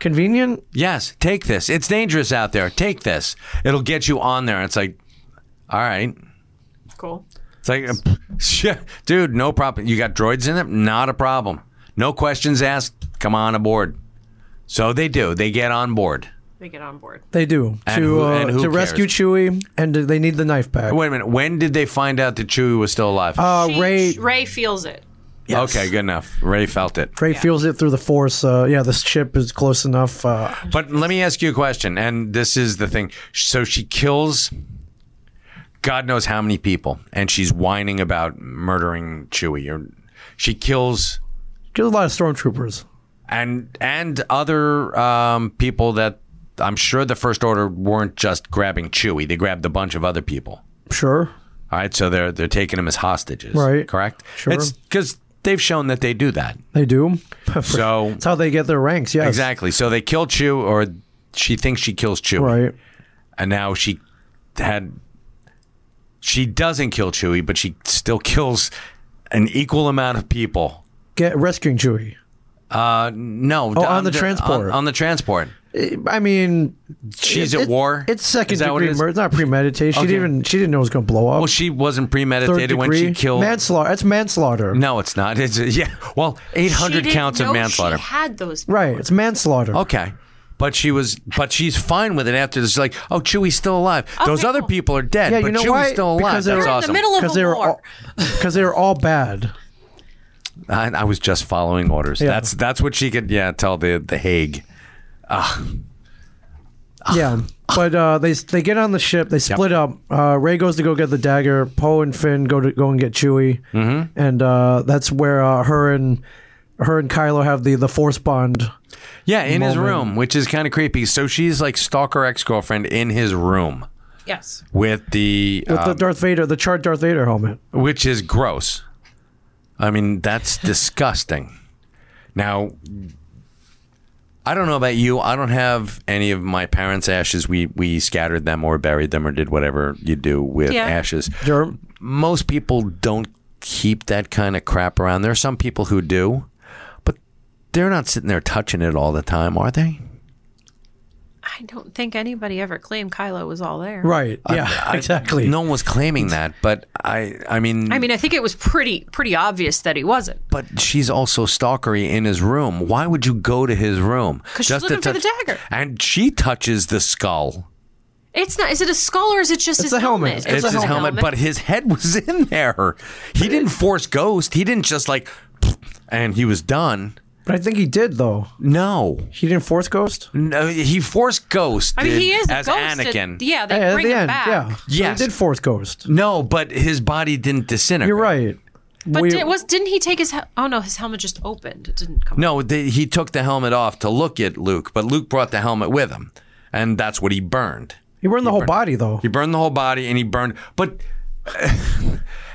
Speaker 1: convenient.
Speaker 2: Yes, take this. It's dangerous out there. Take this. It'll get you on there. It's like, all right.
Speaker 3: Cool.
Speaker 2: It's like, uh, shit, dude, no problem. You got droids in it? Not a problem. No questions asked. Come on aboard. So they do. They get on board.
Speaker 3: They get on board.
Speaker 1: They do to
Speaker 2: And who-
Speaker 1: uh,
Speaker 2: and who
Speaker 1: to
Speaker 2: cares?
Speaker 1: rescue Chewie, and they need the knife back.
Speaker 2: Wait a minute. When did they find out that Chewie was still alive?
Speaker 1: Uh,
Speaker 3: She-
Speaker 1: Ray
Speaker 3: Ray feels it.
Speaker 2: Okay, good enough. Ray felt it.
Speaker 1: Ray feels it through the force. Uh, yeah, this ship is close enough. Uh,
Speaker 2: But let me ask you a question, and this is the thing. So she kills God knows how many people, and she's whining about murdering Chewie. Or she kills
Speaker 1: there's a lot of stormtroopers.
Speaker 2: and and other um, people that I'm sure the First Order weren't just grabbing Chewie; they grabbed a bunch of other people.
Speaker 1: Sure.
Speaker 2: All right, so they're they're taking him as hostages,
Speaker 1: Right.
Speaker 2: Correct?
Speaker 1: Sure.
Speaker 2: It's because they've shown that they do that.
Speaker 1: They do.
Speaker 2: So
Speaker 1: That's how they get their ranks. Yes.
Speaker 2: exactly, so they kill Chew, or she thinks she kills Chewie.
Speaker 1: Right.
Speaker 2: and now she had she doesn't kill Chewie, but she still kills an equal amount of people.
Speaker 1: Get rescuing Chewie.
Speaker 2: Uh, no,
Speaker 1: Oh, on the transport.
Speaker 2: On, on the transport,
Speaker 1: I mean,
Speaker 2: she's
Speaker 1: it-
Speaker 2: at
Speaker 1: it-
Speaker 2: war.
Speaker 1: It's second
Speaker 2: Is that what
Speaker 1: degree
Speaker 2: it is?
Speaker 1: murder. It's not premeditated. She
Speaker 2: Okay.
Speaker 1: didn't even she didn't know it was going to blow up.
Speaker 2: Well, she wasn't
Speaker 1: Third
Speaker 2: premeditated
Speaker 1: degree
Speaker 2: when she killed.
Speaker 1: manslaughter. That's manslaughter.
Speaker 2: no, it's not. It's yeah. Well, eight
Speaker 3: She
Speaker 2: hundred
Speaker 3: didn't
Speaker 2: counts of
Speaker 3: know
Speaker 2: manslaughter.
Speaker 3: She had those.
Speaker 1: Right. It's manslaughter.
Speaker 2: okay. But she was, but she's fine with it after this. She's like, oh, Chewie's still alive. Those
Speaker 3: Okay,
Speaker 2: other
Speaker 3: cool.
Speaker 2: people are dead,
Speaker 1: Yeah, you
Speaker 2: but
Speaker 1: know
Speaker 2: Chewie's
Speaker 1: why?
Speaker 2: still alive.
Speaker 1: Because they
Speaker 2: That's
Speaker 1: were-
Speaker 3: They're
Speaker 2: awesome.
Speaker 3: in the middle of
Speaker 1: Because
Speaker 3: a
Speaker 1: they were
Speaker 3: war.
Speaker 1: all because they were all bad.
Speaker 2: I, I was just following orders. That's that's what she could. Yeah, tell the the Hague.
Speaker 1: Yeah. But uh, they they get on the ship. They split up. Uh, Ray goes to go get the dagger. Poe and Finn go to go and get Chewie. Mm-hmm. And uh, that's where uh, her and her and Kylo have the the force bond.
Speaker 2: Yeah, in his
Speaker 1: moment.
Speaker 2: room, which is kind of creepy. So she's like stalker ex girlfriend in his room
Speaker 3: Yes.
Speaker 2: with the,
Speaker 1: With
Speaker 2: uh,
Speaker 1: the Darth Vader, the charred Darth Vader helmet.
Speaker 2: which is gross. I mean, that's disgusting. Now, I don't know about you. I don't have any of my parents' ashes. We we scattered them or buried them or did whatever you do with
Speaker 3: Yeah.
Speaker 2: ashes.
Speaker 1: Sure.
Speaker 2: most people don't keep that kind of crap around. There are some people who do, but they're not sitting there touching it all the time, are they?
Speaker 3: I don't think anybody ever claimed Kylo was all there.
Speaker 1: Right. Yeah. exactly.
Speaker 2: No one was claiming that, but I, I mean,
Speaker 3: I mean, I think it was pretty pretty obvious that he wasn't
Speaker 2: but she's also stalkery in his room. Why would you go to his room?
Speaker 3: 'Cause she's looking for the dagger.
Speaker 2: And she touches the skull.
Speaker 3: It's not. Is it a skull or is it just his
Speaker 1: a helmet.
Speaker 3: helmet?
Speaker 1: It's
Speaker 2: It's,
Speaker 1: a
Speaker 2: his helmet, but his head was in there. He didn't force Ghost. He didn't just like, and he was done.
Speaker 1: But I think he did though.
Speaker 2: No,
Speaker 1: He didn't force Ghost.
Speaker 2: no, he forced Ghost.
Speaker 3: I mean, he is
Speaker 2: as
Speaker 3: a ghost.
Speaker 2: Anakin.
Speaker 3: yeah, they
Speaker 1: Hey, at
Speaker 3: bring
Speaker 1: the
Speaker 3: him
Speaker 1: end,
Speaker 3: back.
Speaker 1: yeah. So
Speaker 2: Yes.
Speaker 1: he did force Ghost.
Speaker 2: No, but his body didn't disintegrate.
Speaker 1: You're right.
Speaker 3: But
Speaker 1: we-
Speaker 3: did, was didn't he take his? hel- Oh no, his helmet just opened. It didn't come.
Speaker 2: No, the, he took the helmet off to look at Luke, but Luke brought the helmet with him, and that's what he burned.
Speaker 1: He burned the whole body though.
Speaker 2: He burned the whole body, and he burned. But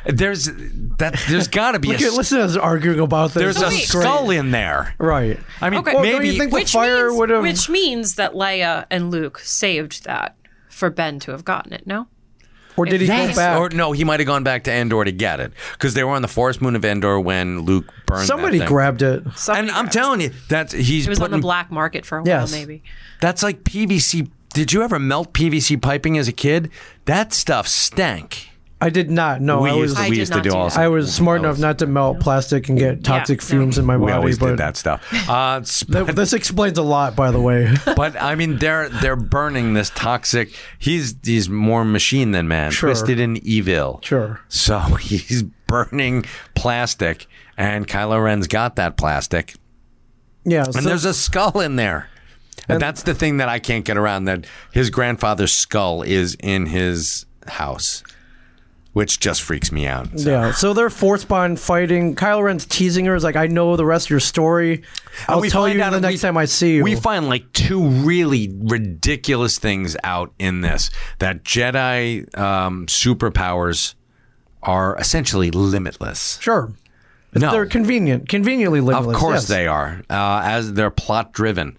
Speaker 2: there's that. There's got to be a,
Speaker 1: Look at
Speaker 2: s-
Speaker 1: listen to us arguing about this.
Speaker 2: there's a
Speaker 1: This is great.
Speaker 2: skull in there.
Speaker 1: Right.
Speaker 2: I mean,
Speaker 3: Okay. Well,
Speaker 1: don't you
Speaker 2: maybe
Speaker 1: think
Speaker 3: which
Speaker 1: fire
Speaker 3: means
Speaker 1: would've-
Speaker 3: which means that Leia and Luke saved that for Ben to have gotten it. No.
Speaker 1: Or did he go
Speaker 3: Yes.
Speaker 1: back?
Speaker 2: Or no, he might have gone back to Endor to get it because they were on the forest moon of Endor when Luke burned. that
Speaker 1: Somebody
Speaker 2: thing.
Speaker 1: grabbed it.
Speaker 2: And I'm telling you, that's he's
Speaker 3: It was on the
Speaker 2: putting-
Speaker 3: black market for a
Speaker 1: Yes.
Speaker 3: while, maybe.
Speaker 2: That's like PVC. Did you ever melt PVC piping as a kid? That stuff stank.
Speaker 1: I did not. No,
Speaker 2: we
Speaker 1: I
Speaker 2: used
Speaker 1: was
Speaker 2: to,
Speaker 3: I
Speaker 2: we
Speaker 3: did
Speaker 2: used to
Speaker 3: not
Speaker 2: do
Speaker 3: do
Speaker 2: all.
Speaker 3: that.
Speaker 1: I was smart enough
Speaker 2: was-
Speaker 1: not to melt plastic and get toxic
Speaker 3: no.
Speaker 1: fumes in my
Speaker 2: We
Speaker 1: body.
Speaker 2: always
Speaker 1: but
Speaker 2: did that stuff. Uh, s-
Speaker 1: th- this explains a lot, by the way.
Speaker 2: but I mean, they're they're burning this toxic. He's he's more machine than man,
Speaker 1: Sure.
Speaker 2: twisted and evil.
Speaker 1: Sure.
Speaker 2: So he's burning plastic, and Kylo Ren's got that plastic,
Speaker 1: Yeah.
Speaker 2: and
Speaker 1: so-
Speaker 2: there's a skull in there. And, that's the thing that I can't get around. That his grandfather's skull is in his house, which just freaks me out. So-
Speaker 1: yeah, so they're force bond fighting. Kylo Ren's teasing her. Is like, I know the rest of your story. I'll
Speaker 2: And we
Speaker 1: tell
Speaker 2: find
Speaker 1: you
Speaker 2: out-
Speaker 1: the
Speaker 2: we-
Speaker 1: next time I see you.
Speaker 2: We find like two really ridiculous things out in this that Jedi um, superpowers are essentially limitless.
Speaker 1: sure.
Speaker 2: No,
Speaker 1: They're convenient, conveniently
Speaker 2: of
Speaker 1: limitless.
Speaker 2: course
Speaker 1: yes.
Speaker 2: they are, uh, as they're plot driven.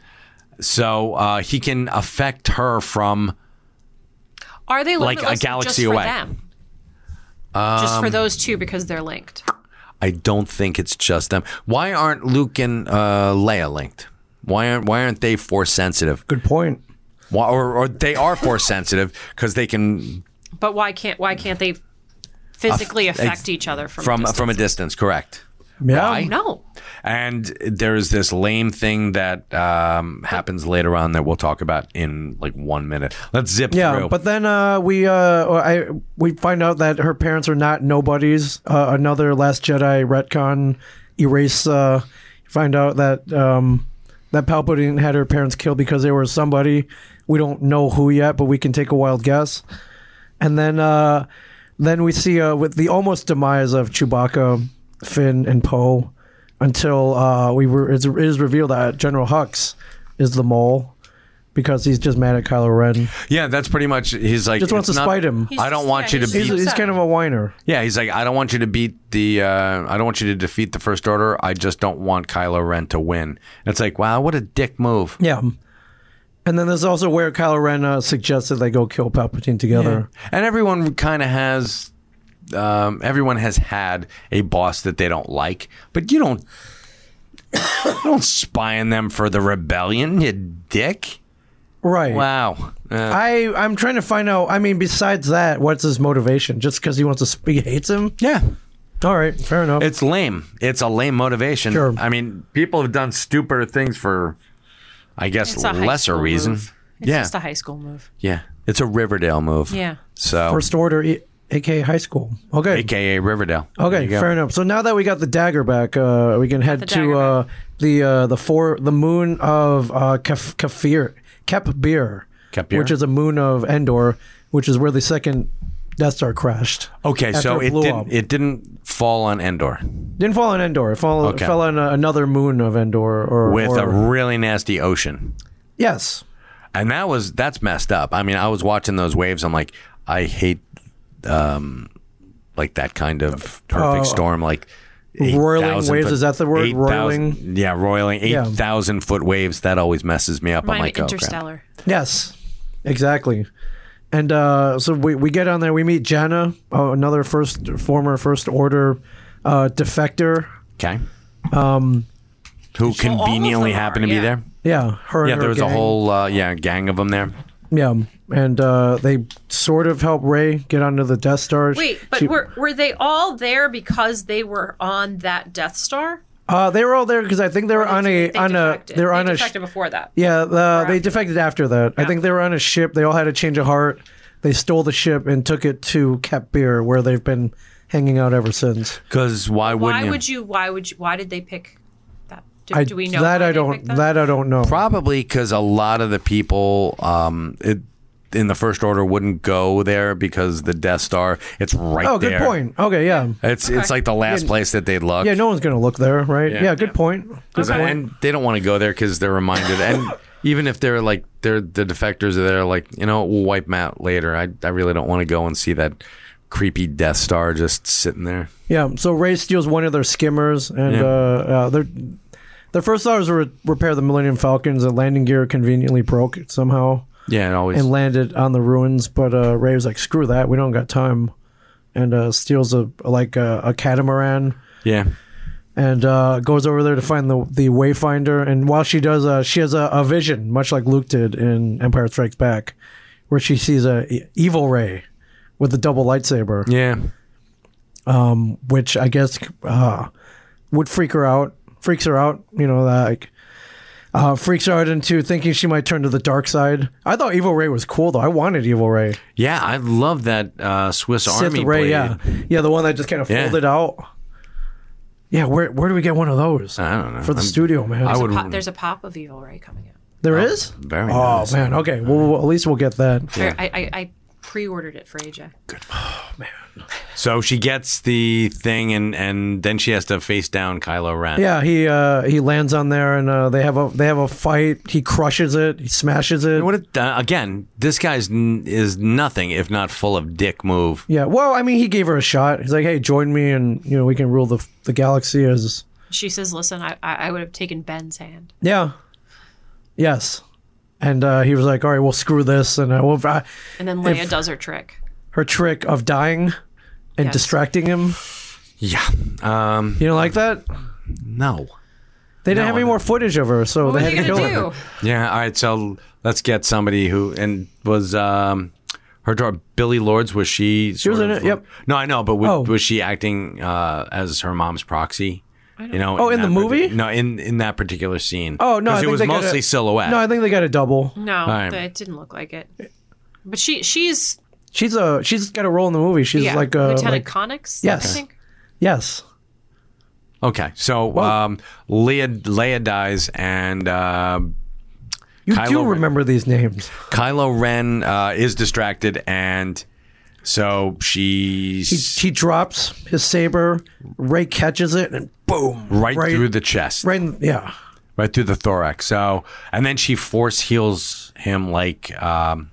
Speaker 2: So uh, he can affect her from.
Speaker 3: Are they
Speaker 2: Like a
Speaker 3: limitless
Speaker 2: galaxy
Speaker 3: just for
Speaker 2: away. Um,
Speaker 3: them? just for those two because they're linked.
Speaker 2: I don't think it's just them. Why aren't Luke and uh, Leia linked? Why aren't Why aren't they force sensitive?
Speaker 1: Good point.
Speaker 2: Why, or, or they are force sensitive because they can
Speaker 3: But why can't why can't they physically affect
Speaker 2: ex-
Speaker 3: each other from
Speaker 2: from
Speaker 3: a distance?
Speaker 2: from a distance. Correct.
Speaker 1: Yeah.
Speaker 2: Why?
Speaker 3: no?
Speaker 2: And there's this lame thing that um, happens later on that we'll talk about in like one minute. Let's zip
Speaker 1: Yeah,
Speaker 2: through.
Speaker 1: but then uh, we uh, I we find out that her parents are not nobodies. Uh, another Last Jedi retcon erase. Uh, find out that um, that Palpatine had her parents killed because they were somebody. We don't know who yet, but we can take a wild guess. And then uh, then we see uh, with the almost demise of Chewbacca, Finn, and Poe, until uh, we were it's, it is revealed that General Hux is the mole. Because he's just mad at Kylo Ren.
Speaker 2: yeah, that's pretty much. He's like
Speaker 1: Just wants
Speaker 2: it's
Speaker 1: to
Speaker 2: not-
Speaker 1: spite him. He's
Speaker 2: I don't
Speaker 3: just-
Speaker 2: want
Speaker 3: yeah,
Speaker 2: you
Speaker 3: he's
Speaker 2: to beat.
Speaker 1: He's, he's kind of a whiner.
Speaker 2: yeah, he's like I don't want you to beat the. Uh, I don't want you to defeat the First Order. I just don't want Kylo Ren to win. And it's like wow, what a dick move.
Speaker 1: Yeah. And then there's also where Kylo Ren uh, suggests that they go kill Palpatine together.
Speaker 2: And everyone kind of has. Um, everyone has had a boss that they don't like, but you don't. you don't spy on them for the rebellion, you dick.
Speaker 1: Right.
Speaker 2: Wow. Uh,
Speaker 1: I I'm trying to find out. I mean, besides that, what's his motivation? Just because he wants to, sp- he hates him.
Speaker 2: yeah.
Speaker 1: All right, fair enough.
Speaker 2: It's lame. It's a lame motivation.
Speaker 1: Sure.
Speaker 2: I mean, people have done stupider things for, I guess,
Speaker 3: It's a high
Speaker 2: lesser
Speaker 3: school
Speaker 2: reason.
Speaker 3: move. It's
Speaker 2: Yeah.
Speaker 3: just a high school move.
Speaker 2: Yeah. It's a Riverdale move.
Speaker 3: Yeah.
Speaker 2: So,
Speaker 1: First order, e- aka high school. Okay.
Speaker 2: AKA Riverdale. There
Speaker 1: Okay,
Speaker 2: you go.
Speaker 1: fair enough. So now that we got the dagger back, uh, we can head
Speaker 3: the
Speaker 1: to
Speaker 3: dagger
Speaker 1: uh, the uh, the four the moon of uh, Kef- Kefir Kepbir,
Speaker 2: Kepir?
Speaker 1: which is a moon of Endor, which is where the second Death Star crashed.
Speaker 2: Okay,
Speaker 1: after
Speaker 2: so it
Speaker 1: blew
Speaker 2: didn't
Speaker 1: up.
Speaker 2: it didn't fall on Endor
Speaker 1: Didn't fall on Endor. It fall,
Speaker 2: Okay.
Speaker 1: fell on uh, another moon of Endor. Or
Speaker 2: with a
Speaker 1: or,
Speaker 2: really nasty ocean.
Speaker 1: yes,
Speaker 2: And that was that's messed up. I mean, I was watching those waves. I'm like, I hate um like that kind of perfect storm. Like
Speaker 1: Oh. Roiling
Speaker 2: 8,000
Speaker 1: waves, is that the word?
Speaker 2: 8,000 Yeah, roiling.
Speaker 1: Yeah.
Speaker 2: Eight thousand foot waves. That always messes me up. I'm
Speaker 3: Mine
Speaker 2: like, oh, crap.
Speaker 3: Interstellar.
Speaker 1: yes, exactly. And uh, so we, we get on there. We meet Janna, uh, another first former First Order uh, defector.
Speaker 2: Okay. Um, who
Speaker 3: all of
Speaker 2: conveniently
Speaker 3: them are,
Speaker 2: happened to
Speaker 3: yeah.
Speaker 2: be there?
Speaker 1: Yeah, her.
Speaker 2: Yeah,
Speaker 1: and her
Speaker 2: there was
Speaker 1: gang.
Speaker 2: a whole uh, yeah gang of them there.
Speaker 1: Yeah, and uh, they sort of help Ray get onto the Death Star.
Speaker 3: Wait, but
Speaker 1: She-
Speaker 3: were were they all there because they were on that Death Star?
Speaker 1: uh, they were all there because I think they were on a
Speaker 3: They
Speaker 1: on a
Speaker 3: defected.
Speaker 1: they were on
Speaker 3: they
Speaker 1: a sh-
Speaker 3: defected before that.
Speaker 1: yeah uh, they defected after that. I think they were on a ship. They all had a change of heart. They stole the ship and took it to Kepir, where they've been hanging out ever since.
Speaker 2: Because why wouldn't
Speaker 3: Why
Speaker 2: you?
Speaker 3: would you? Why would you? Why did they pick that? Do,
Speaker 1: I,
Speaker 3: do we know
Speaker 1: that?
Speaker 3: why
Speaker 1: I
Speaker 3: they
Speaker 1: don't.
Speaker 3: picked that?
Speaker 1: That I don't know.
Speaker 2: Probably because a lot of the people, um, it, in the First Order wouldn't go there because the Death Star. It's right
Speaker 1: Oh, good
Speaker 2: there.
Speaker 1: point. Okay, yeah.
Speaker 2: It's it's like the last place that they'd look.
Speaker 1: Yeah, no one's going to look there, right? Yeah, good point. Good
Speaker 2: Because-
Speaker 1: point.
Speaker 2: and they don't want to go there because they're reminded. And even if they're like they're the defectors are there, like you know, we'll wipe them out later. I I really don't want to go and see that creepy Death Star just sitting there.
Speaker 1: Yeah, so Ray steals one of their skimmers, and
Speaker 2: Yeah.
Speaker 1: uh, uh, their their first thought was to re- repair the Millennium Falcons, and landing gear conveniently broke somehow
Speaker 2: Yeah, and always.
Speaker 1: and landed on the ruins. But uh, Ray was like, "Screw that, we don't got time," and uh, steals a like uh, a, a catamaran
Speaker 2: yeah,
Speaker 1: and uh, goes over there to find the the Wayfinder. And while she does, uh, she has a, a vision, much like Luke did in Empire Strikes Back, where she sees a e- evil Ray with a double lightsaber
Speaker 2: yeah.
Speaker 1: which I guess uh, would freak her out. Freaks her out, you know, like uh, freaks her out into thinking she might turn to the dark side. I thought Evil Ray was cool though. I wanted Evil Ray,
Speaker 2: Yeah, I love that uh, Swiss Army
Speaker 1: Sith Ray,
Speaker 2: blade.
Speaker 1: yeah, yeah, the one that just kind of
Speaker 2: Yeah.
Speaker 1: folded out. Yeah, where where do we get one of those?
Speaker 2: I don't know.
Speaker 1: For the
Speaker 2: I'm-
Speaker 1: studio, man,
Speaker 2: I would.
Speaker 3: Pop- there's a pop of Evil Ray coming out.
Speaker 1: there
Speaker 2: uh,
Speaker 1: is.
Speaker 2: Very
Speaker 1: Oh
Speaker 2: nice.
Speaker 1: man, okay. Well, well, at least we'll get that.
Speaker 3: I, I, I pre-ordered it for AJ.
Speaker 2: So she gets the thing, and and then she has to face down Kylo Ren.
Speaker 1: Yeah, he uh, he lands on there, and uh, they have a they have a fight. He crushes it. He smashes it.
Speaker 2: What it, uh, again? This guy's n- is nothing if not full of dick move.
Speaker 1: Yeah, well, I mean, he gave her a shot. He's like, "Hey, join me, and you know, we can rule the the galaxy." As
Speaker 3: She says, "Listen, I, I I would have taken Ben's hand."
Speaker 1: yeah, yes, and uh, he was like, "All right, well, screw this," and uh, well, I,
Speaker 3: And then Leia does her trick.
Speaker 1: her trick of dying and
Speaker 3: Yes.
Speaker 1: distracting him.
Speaker 2: Yeah. Um.
Speaker 1: You know, like that.
Speaker 2: No.
Speaker 1: They didn't
Speaker 2: No,
Speaker 1: have any
Speaker 2: I-
Speaker 1: more footage of her, so
Speaker 3: What
Speaker 1: they
Speaker 3: are
Speaker 1: had
Speaker 3: you
Speaker 1: to kill
Speaker 3: gonna
Speaker 1: her.
Speaker 3: do?
Speaker 2: Yeah. All right. So let's get somebody who and was um her daughter Billy Lords was she? She
Speaker 1: was in it, yep.
Speaker 2: No, I know, but was,
Speaker 1: Oh.
Speaker 2: was she acting uh, as her mom's proxy? You know.
Speaker 1: Oh, in
Speaker 2: that
Speaker 1: the movie?
Speaker 2: parti- no, in in that particular scene.
Speaker 1: Oh no, I
Speaker 2: 'Cause
Speaker 1: think
Speaker 2: it was
Speaker 1: they got
Speaker 2: mostly
Speaker 1: a,
Speaker 2: silhouette.
Speaker 1: No, I think they got a double.
Speaker 3: No,
Speaker 2: right.
Speaker 3: it didn't look like it. But she she's
Speaker 1: She's a she's got a role in the movie. She's
Speaker 3: yeah,
Speaker 1: like a like,
Speaker 3: Lieutenant Connix.
Speaker 1: Yes.
Speaker 3: I think.
Speaker 1: yes.
Speaker 2: okay. So um, Leia Leia dies and. Uh,
Speaker 1: You
Speaker 2: Kylo
Speaker 1: do
Speaker 2: Ren.
Speaker 1: remember these names.
Speaker 2: Kylo Ren uh, is distracted, and so she
Speaker 1: He, he drops his saber. Ray catches it and boom,
Speaker 2: right,
Speaker 1: right-
Speaker 2: through the chest, right.
Speaker 1: right in, yeah.
Speaker 2: through the thorax. So, and then she force heals him like, um,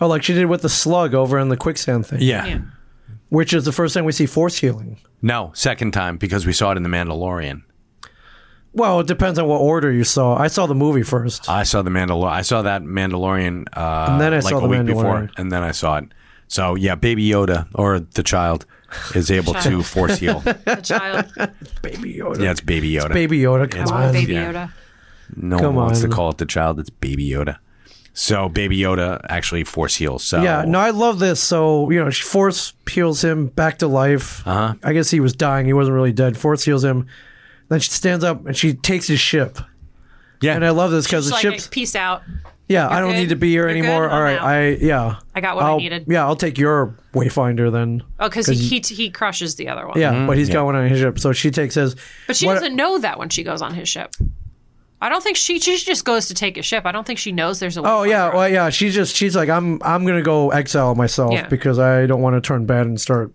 Speaker 1: Oh, like she did with the slug over in the quicksand thing,
Speaker 2: yeah.
Speaker 3: Yeah.
Speaker 1: which is the first time we see force healing.
Speaker 2: no, second time because we saw it in the Mandalorian.
Speaker 1: Well, it depends on what order you saw. I saw the movie first.
Speaker 2: I saw the Mandalor. I saw that Mandalorian. Uh,
Speaker 1: And then I
Speaker 2: like
Speaker 1: saw
Speaker 2: a
Speaker 1: the
Speaker 2: week before,
Speaker 1: Mandalorian.
Speaker 2: and then I saw it. So yeah, Baby Yoda or the child is able to
Speaker 3: Child.
Speaker 2: force heal.
Speaker 3: The child,
Speaker 1: Baby Yoda.
Speaker 2: Yeah, it's Baby Yoda.
Speaker 1: Baby Yoda. Come
Speaker 3: I
Speaker 1: on.
Speaker 3: want Baby
Speaker 2: yeah.
Speaker 3: Yoda.
Speaker 2: No
Speaker 1: Come
Speaker 2: one wants
Speaker 1: on.
Speaker 2: to call it the child. It's Baby Yoda. So Baby Yoda actually force heals. So
Speaker 1: Yeah, no, I love this. So you know, she force heals him back to life. Uh-huh. I guess he was dying. He wasn't really dead. Force heals him. Then she stands up and she takes his ship.
Speaker 2: yeah,
Speaker 1: And I love this because
Speaker 3: She's
Speaker 1: the
Speaker 3: like,
Speaker 1: ship's
Speaker 3: peace out.
Speaker 1: yeah. I don't
Speaker 3: good?
Speaker 1: need to be here
Speaker 3: You're
Speaker 1: anymore.
Speaker 3: good?
Speaker 1: All
Speaker 3: I'm
Speaker 1: right,
Speaker 3: out.
Speaker 1: I yeah.
Speaker 3: I got what I
Speaker 1: I'll-
Speaker 3: needed.
Speaker 1: Oh, Yeah, I'll take your wayfinder then.
Speaker 3: Oh, because he, he he crushes the other one.
Speaker 1: Mm-hmm. Yeah, but he's got one on his ship, so she takes his.
Speaker 3: But she
Speaker 1: What-
Speaker 3: doesn't know that when she goes on his ship. I don't think she she just goes to take a ship. I don't think she knows there's a.
Speaker 1: Oh yeah, well yeah. She's just she's like I'm I'm gonna go exile myself
Speaker 3: Yeah.
Speaker 1: because I don't want to turn bad and start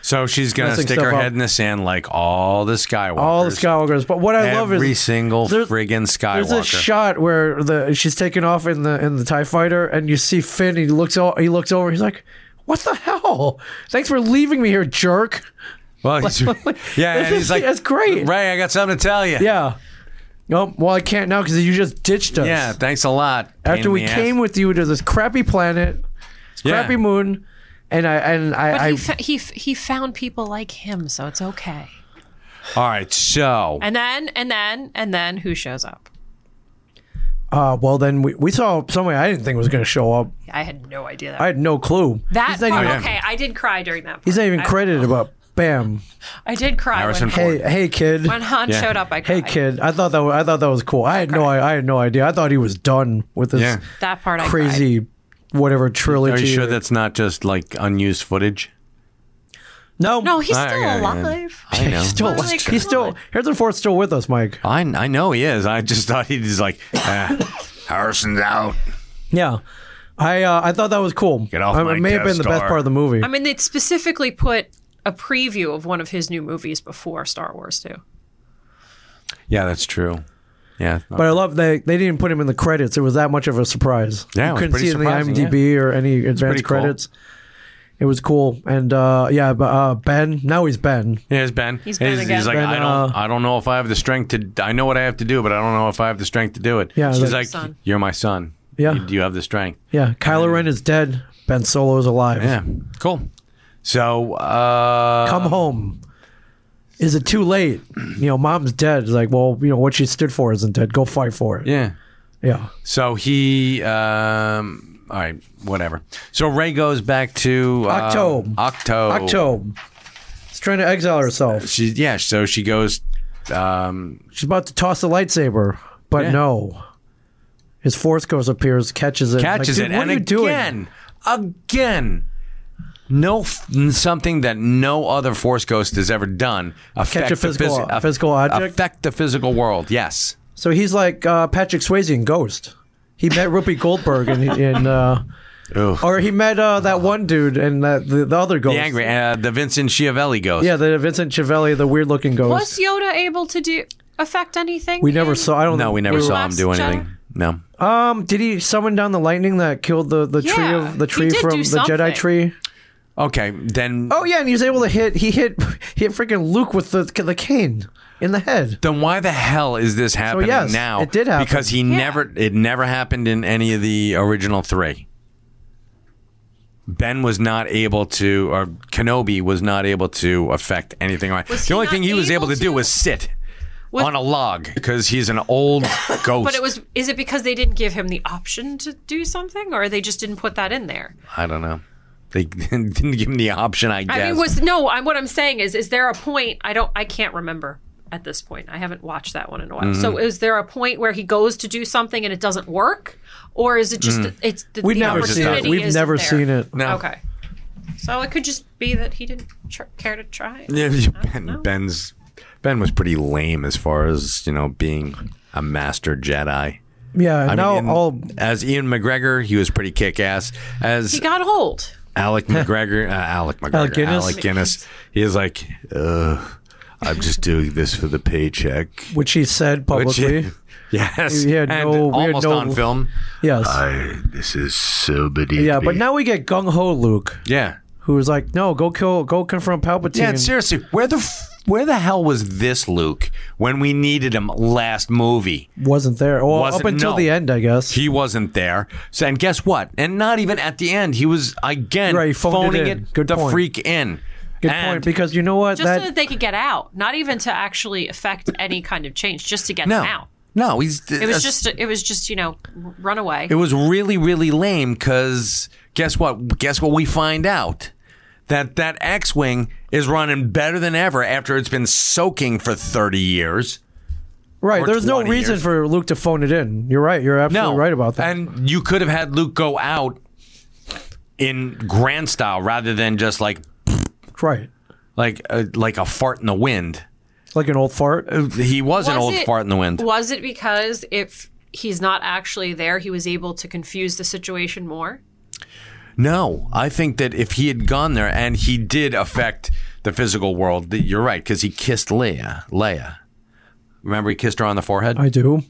Speaker 2: So she's gonna
Speaker 1: Messing
Speaker 2: stick
Speaker 1: stuff
Speaker 2: her
Speaker 1: up.
Speaker 2: head in the sand like all the Skywalkers.
Speaker 1: all the Skywalkers. But what I love
Speaker 2: Every
Speaker 1: is
Speaker 2: single
Speaker 1: there's-
Speaker 2: friggin' Skywalker.
Speaker 1: there's a shot where the she's taken off in the in the Tie Fighter, and you see Finn. He looks o- he looks over. He's like, "What the hell? Thanks for leaving me here, jerk."
Speaker 2: well, he's, yeah,
Speaker 1: This
Speaker 2: and he's
Speaker 1: is-
Speaker 2: like,
Speaker 1: that's great.
Speaker 2: Ray, I got something to tell you.
Speaker 1: Yeah. No, Oh, well, I can't now because you just ditched us.
Speaker 2: yeah. Thanks a lot. Pain
Speaker 1: After
Speaker 2: in
Speaker 1: we
Speaker 2: the ass.
Speaker 1: came with you to this crappy planet, this
Speaker 2: Yeah.
Speaker 1: crappy moon, and I and I,
Speaker 3: But
Speaker 1: I
Speaker 3: he, fa- he f- he found people like him, so it's okay.
Speaker 2: all right, so
Speaker 3: And then and then and then who shows up?
Speaker 1: Uh, well, then we, we saw somebody I didn't think was going to show up.
Speaker 3: I had no idea that.
Speaker 1: I had no clue.
Speaker 3: that
Speaker 1: he's not
Speaker 3: part,
Speaker 1: even,
Speaker 3: okay, I did cry during that. Part.
Speaker 1: he's not even
Speaker 3: I-
Speaker 1: credited, but bam,
Speaker 3: I, did cry
Speaker 2: Harrison
Speaker 3: when,
Speaker 2: Ford.
Speaker 1: hey, hey, kid,
Speaker 3: when Han
Speaker 2: Yeah.
Speaker 3: showed up. I cried.
Speaker 1: hey, kid. I thought that was, I thought that was cool. I had no I, I had no idea. I thought he was done with this
Speaker 2: Yeah.
Speaker 3: That part I cried.
Speaker 1: crazy whatever trilogy.
Speaker 2: Are you sure that's not just like unused footage?
Speaker 1: no,
Speaker 3: No, he's
Speaker 2: I-
Speaker 3: still
Speaker 2: I- I-
Speaker 3: alive.
Speaker 2: I know.
Speaker 1: he's still
Speaker 3: Like, come
Speaker 1: he's still
Speaker 3: on.
Speaker 1: Harrison Ford's still with us, Mike.
Speaker 2: I, I uh, know he is. I just thought he was like, eh,
Speaker 5: Harrison's out.
Speaker 1: Yeah. I uh, I thought that was cool.
Speaker 2: Get off
Speaker 1: I-
Speaker 2: my
Speaker 1: It may have been
Speaker 2: guest
Speaker 1: the best
Speaker 2: star.
Speaker 1: part of the movie.
Speaker 3: I mean, they specifically put a preview of one of his new movies before Star Wars too.
Speaker 2: Yeah, that's true. Yeah.
Speaker 1: but I love they they didn't put him in the credits. It was that much of a surprise.
Speaker 2: Yeah, it
Speaker 1: you
Speaker 2: was
Speaker 1: couldn't
Speaker 2: pretty
Speaker 1: see it in the
Speaker 2: surprising,
Speaker 1: IMDb or any
Speaker 2: pretty
Speaker 1: advanced
Speaker 2: cool.
Speaker 1: credits. It was cool, and uh, yeah, but uh, Ben now he's Ben.
Speaker 2: Yeah, it's Ben.
Speaker 3: He's Ben
Speaker 2: he's,
Speaker 3: again.
Speaker 2: he's like,
Speaker 1: Ben,
Speaker 2: I
Speaker 1: uh,
Speaker 2: don't, I don't know if I have the strength to. I know what I have to do, but I don't know if I have the strength to do it.
Speaker 1: Yeah,
Speaker 2: she's
Speaker 1: like-
Speaker 2: like,
Speaker 3: Son.
Speaker 2: you're my son.
Speaker 1: Yeah.
Speaker 2: you, you have the strength.
Speaker 1: Yeah, Kylo Ren is dead. Ben Solo is alive.
Speaker 2: Yeah, cool. So, uh,
Speaker 1: Come home. Is it too late? You know, mom's dead. It's like, well, you know what she stood for isn't dead. Go fight for it.
Speaker 2: yeah.
Speaker 1: yeah.
Speaker 2: So he, um, all right, whatever. So Ray goes back to uh,
Speaker 1: Octo.
Speaker 2: Octo.
Speaker 1: Octo. She's trying to exile herself.
Speaker 2: She, yeah. So she goes. Um,
Speaker 1: She's about to toss the lightsaber, but
Speaker 2: Yeah.
Speaker 1: no. His force ghost appears, catches it.
Speaker 2: catches
Speaker 1: Like,
Speaker 2: it,
Speaker 1: "Dude, What
Speaker 2: and
Speaker 1: are you
Speaker 2: again,
Speaker 1: doing?
Speaker 2: again, no f- something that no other Force Ghost has ever done. Affect
Speaker 1: Catch a physical-
Speaker 2: the phys- aff-
Speaker 1: physical object?
Speaker 2: affect the physical world. Yes,
Speaker 1: So he's like uh, Patrick Swayze in Ghost. He met Rupi Goldberg in, in uh,
Speaker 2: Ugh.
Speaker 1: or he met uh, that one dude and that the, the other ghost.
Speaker 2: the angry, uh, the Vincent Schiavelli Ghost.
Speaker 1: Oh, Yeah, the Vincent Chiavelli, the weird looking ghost.
Speaker 3: Was Yoda able to do affect anything?
Speaker 1: we never
Speaker 3: in-
Speaker 1: saw. I don't.
Speaker 2: no, we never
Speaker 3: We were-
Speaker 2: saw him do
Speaker 3: Last
Speaker 2: anything.
Speaker 3: Jedi?
Speaker 2: No,
Speaker 1: Um, did he summon down the lightning that killed the the tree
Speaker 3: Yeah,
Speaker 1: of the
Speaker 3: he
Speaker 1: tree
Speaker 3: did do
Speaker 1: from the Jedi
Speaker 3: something.
Speaker 1: tree?
Speaker 2: okay, then.
Speaker 1: Oh yeah, and he was able to hit. He hit. He hit freaking Luke with the the cane in the head.
Speaker 2: Then why the hell is this happening
Speaker 1: yes,
Speaker 2: now?
Speaker 1: it did happen.
Speaker 2: because he never. It never happened in any of the original three. Ben was not able to, or Kenobi was not able to affect anything. Right.
Speaker 3: Was
Speaker 2: the
Speaker 3: he
Speaker 2: only
Speaker 3: not
Speaker 2: thing he was able
Speaker 3: able
Speaker 2: to, do
Speaker 3: to?
Speaker 2: was sit on a log because he's an old ghost.
Speaker 3: But it was is it because they didn't give him the option to do something or they just didn't put that in there?
Speaker 2: I don't know. They didn't give him the option. I guess.
Speaker 3: I mean was no, I what I'm saying is is there a point I don't I can't remember at this point. I haven't watched that one in a while.
Speaker 1: Mm-hmm.
Speaker 3: So is there a point where he goes to do something and it doesn't work or is it just it's the,
Speaker 1: Mm. We've
Speaker 3: the
Speaker 1: never seen it.
Speaker 3: opportunity
Speaker 1: We've
Speaker 3: isn't
Speaker 1: never
Speaker 3: there?
Speaker 1: seen it.
Speaker 2: No.
Speaker 3: Okay. So it could just be that he didn't tr- care to try. it.
Speaker 2: Yeah, you- ben, Ben's Ben was pretty lame as far as you know being a master Jedi.
Speaker 1: Yeah,
Speaker 2: I mean,
Speaker 1: now
Speaker 2: in-
Speaker 1: all
Speaker 2: as Ian McGregor, he was pretty kick ass. As
Speaker 3: He got old.
Speaker 2: Alec McGregor, uh, Alec McGregor, Alec
Speaker 1: Guinness?
Speaker 2: Guinness, he is like, Ugh, I'm just doing this for the paycheck.
Speaker 1: which he said publicly.
Speaker 2: yes,
Speaker 1: He had
Speaker 2: and
Speaker 1: no- we had
Speaker 2: almost
Speaker 1: no-
Speaker 2: on film.
Speaker 1: yes.
Speaker 5: This is so beneath
Speaker 1: yeah,
Speaker 5: me.
Speaker 1: but now we get gung ho Luke,
Speaker 2: Yeah,
Speaker 1: who was like, "No, go kill, go confront Palpatine."
Speaker 2: yeah. Seriously, where the f- where the hell was this Luke when we needed him last movie?
Speaker 1: wasn't there. Well,
Speaker 2: Wasn't-
Speaker 1: up until
Speaker 2: no.
Speaker 1: the end, I guess.
Speaker 2: He wasn't there. So, and guess what? And not even at the end. He was again
Speaker 1: Right, he phoned it
Speaker 2: phoning
Speaker 1: in.
Speaker 2: it,
Speaker 1: Good
Speaker 2: the
Speaker 1: point.
Speaker 2: freak in.
Speaker 1: Good
Speaker 2: And-
Speaker 1: point, because you know what?
Speaker 3: Just
Speaker 1: that
Speaker 3: so that they could get out, not even to actually affect any kind of change, just to get
Speaker 2: no,
Speaker 3: them out.
Speaker 2: no, he's.
Speaker 3: It was just, it was just, you know, r- runaway.
Speaker 2: It was really, really lame. Because guess what? Guess what? We find out that that X-wing is running better than ever after it's been soaking for thirty years.
Speaker 1: right,
Speaker 2: or
Speaker 1: there's no
Speaker 2: 20
Speaker 1: reason
Speaker 2: years.
Speaker 1: for Luke to phone it in. You're right. You're absolutely
Speaker 2: No,
Speaker 1: right about that.
Speaker 2: And you could have had Luke go out in grand style rather than just like
Speaker 1: right,
Speaker 2: like uh, like a fart in the wind.
Speaker 1: like an old fart.
Speaker 2: He was, an
Speaker 3: Was
Speaker 2: old
Speaker 3: it-
Speaker 2: fart in the wind.
Speaker 3: Was it because if he's not actually there, he was able to confuse the situation more?
Speaker 2: No, I think that if he had gone there and he did affect the physical world, that you're right because he kissed Leia. Leia, remember he kissed her on the forehead,
Speaker 1: I do.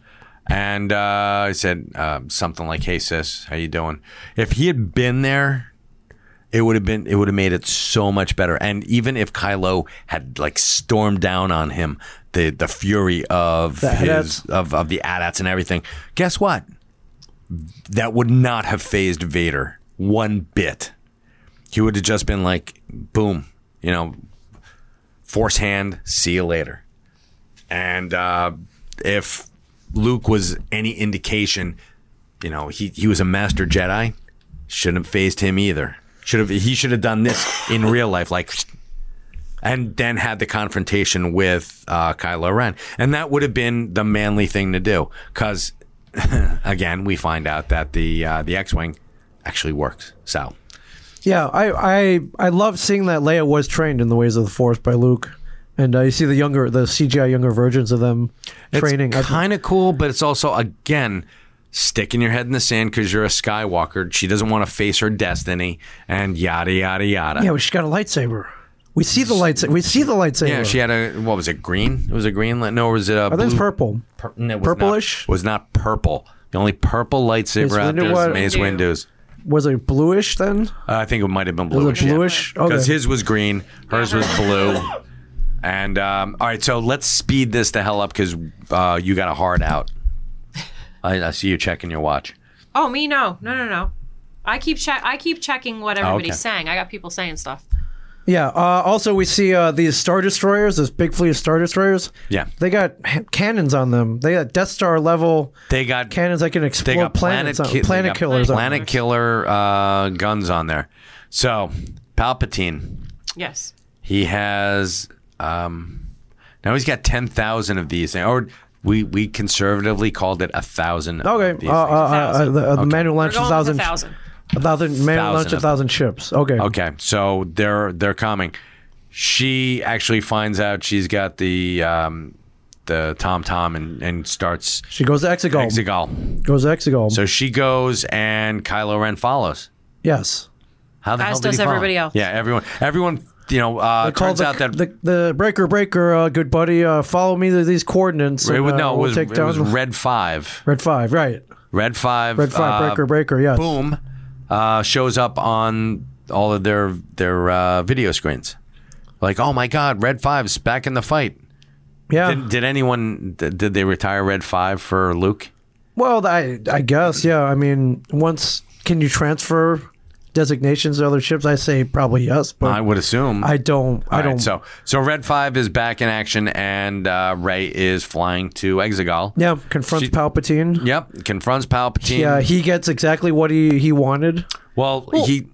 Speaker 2: and uh, he said uh, something like, "Hey sis, how you doing?" If he had been there, it would have been it would have made it so much better. And even if Kylo had like stormed down on him, the the fury of his
Speaker 1: Adats.
Speaker 2: of of the Adats and everything, guess what? That would not have phased Vader one bit. He would have just been like, boom, you know, force hand, see you later. And uh, if Luke was any indication, you know, he, he was a master Jedi, shouldn't have phased him either. Should have he should have done this in real life, like, and then had the confrontation with uh, Kylo Ren, and that would have been the manly thing to do. Because again, we find out that the uh, the X wing actually works. So
Speaker 1: Yeah, I, I I love seeing that Leia was trained in the ways of the Force by Luke, and uh, you see the younger, the CGI younger versions of them training. Uh, I-
Speaker 2: kind of cool, but it's also again sticking your head in the sand because you're a Skywalker. She doesn't want to face her destiny, and yada yada yada.
Speaker 1: Yeah, but she's got a lightsaber. We see the lights. We see the lightsaber.
Speaker 2: Yeah, she had a what was it? Green? It was a green. li- No, was it a
Speaker 1: I
Speaker 2: blue?
Speaker 1: think it's purple.
Speaker 2: pur- no, it was
Speaker 1: purplish?
Speaker 2: Not, was not purple. The only purple lightsaber
Speaker 1: Mace
Speaker 2: out
Speaker 1: Windu
Speaker 2: there
Speaker 1: was-
Speaker 2: was Mace
Speaker 3: Windu.
Speaker 2: Windu's.
Speaker 1: Was it bluish then?
Speaker 2: Uh, I think it might have been
Speaker 1: Was
Speaker 2: bluish.
Speaker 1: it bluish?
Speaker 2: Because
Speaker 1: Okay.
Speaker 2: his was green, hers was blue. And um, all right, so let's speed this the hell up because uh, you got a hard out. I, I see you checking your watch.
Speaker 3: Oh, me? No, no, no, no. I keep check. I keep checking
Speaker 2: Oh,
Speaker 3: what everybody's saying. I got people saying stuff.
Speaker 1: Yeah. Uh, also, we see uh, these star destroyers, this big fleet of star destroyers.
Speaker 2: Yeah.
Speaker 1: They got h- cannons on them. They got Death Star level
Speaker 2: They got
Speaker 1: cannons that can
Speaker 2: they
Speaker 1: explode
Speaker 2: got planet
Speaker 1: planets. on-
Speaker 2: ki- they
Speaker 1: planet
Speaker 2: got
Speaker 1: killers. on
Speaker 2: planet killer uh, guns on there. So Palpatine,
Speaker 3: Yes.
Speaker 2: he has um, now he's got ten thousand of these, or we we conservatively called it a thousand.
Speaker 1: them. Okay. Uh, uh, uh, uh, the, uh, the man who
Speaker 3: We're
Speaker 1: launched a
Speaker 3: going with a
Speaker 1: thousand,
Speaker 3: thousand.
Speaker 1: a thousand, man who
Speaker 2: Thousand
Speaker 1: launched a
Speaker 2: of them.
Speaker 1: thousand ships. Okay.
Speaker 2: Okay, so they're they're coming. She actually finds out she's got the um, the Tom Tom and, and starts
Speaker 1: She goes to Exegol.
Speaker 2: Exegol.
Speaker 1: goes to Exegol.
Speaker 2: So she goes and Kylo Ren follows.
Speaker 1: yes.
Speaker 2: How the
Speaker 3: As
Speaker 2: hell did
Speaker 3: does
Speaker 2: he follow?
Speaker 3: everybody else.
Speaker 2: Yeah, everyone. Everyone. You know, uh,
Speaker 1: They called
Speaker 2: turns
Speaker 1: the,
Speaker 2: out that
Speaker 1: the, the breaker breaker uh, good buddy uh, follow me to these coordinates.
Speaker 2: it
Speaker 1: and,
Speaker 2: was,
Speaker 1: uh,
Speaker 2: no, it
Speaker 1: we'll
Speaker 2: was,
Speaker 1: take
Speaker 2: it was
Speaker 1: down
Speaker 2: Red Five.
Speaker 1: Red five right.
Speaker 2: Red Five.
Speaker 1: Red five
Speaker 2: uh,
Speaker 1: breaker breaker yes.
Speaker 2: Boom. Uh, shows up on all of their their uh, video screens. Like, oh my God, Red Five's back in the fight.
Speaker 1: Yeah.
Speaker 2: Did, did anyone did did they retire Red Five for Luke?
Speaker 1: Well, I I guess yeah. I mean, once can you transfer designations to other ships? I say probably yes, but
Speaker 2: I would assume.
Speaker 1: I don't. I
Speaker 2: All right,
Speaker 1: don't.
Speaker 2: so so Red Five is back in action, and uh, Ray is flying to Exegol.
Speaker 1: yeah, confronts
Speaker 2: She-
Speaker 1: Palpatine.
Speaker 2: Yep, confronts Palpatine.
Speaker 1: Yeah, he gets exactly what he he wanted.
Speaker 2: well, he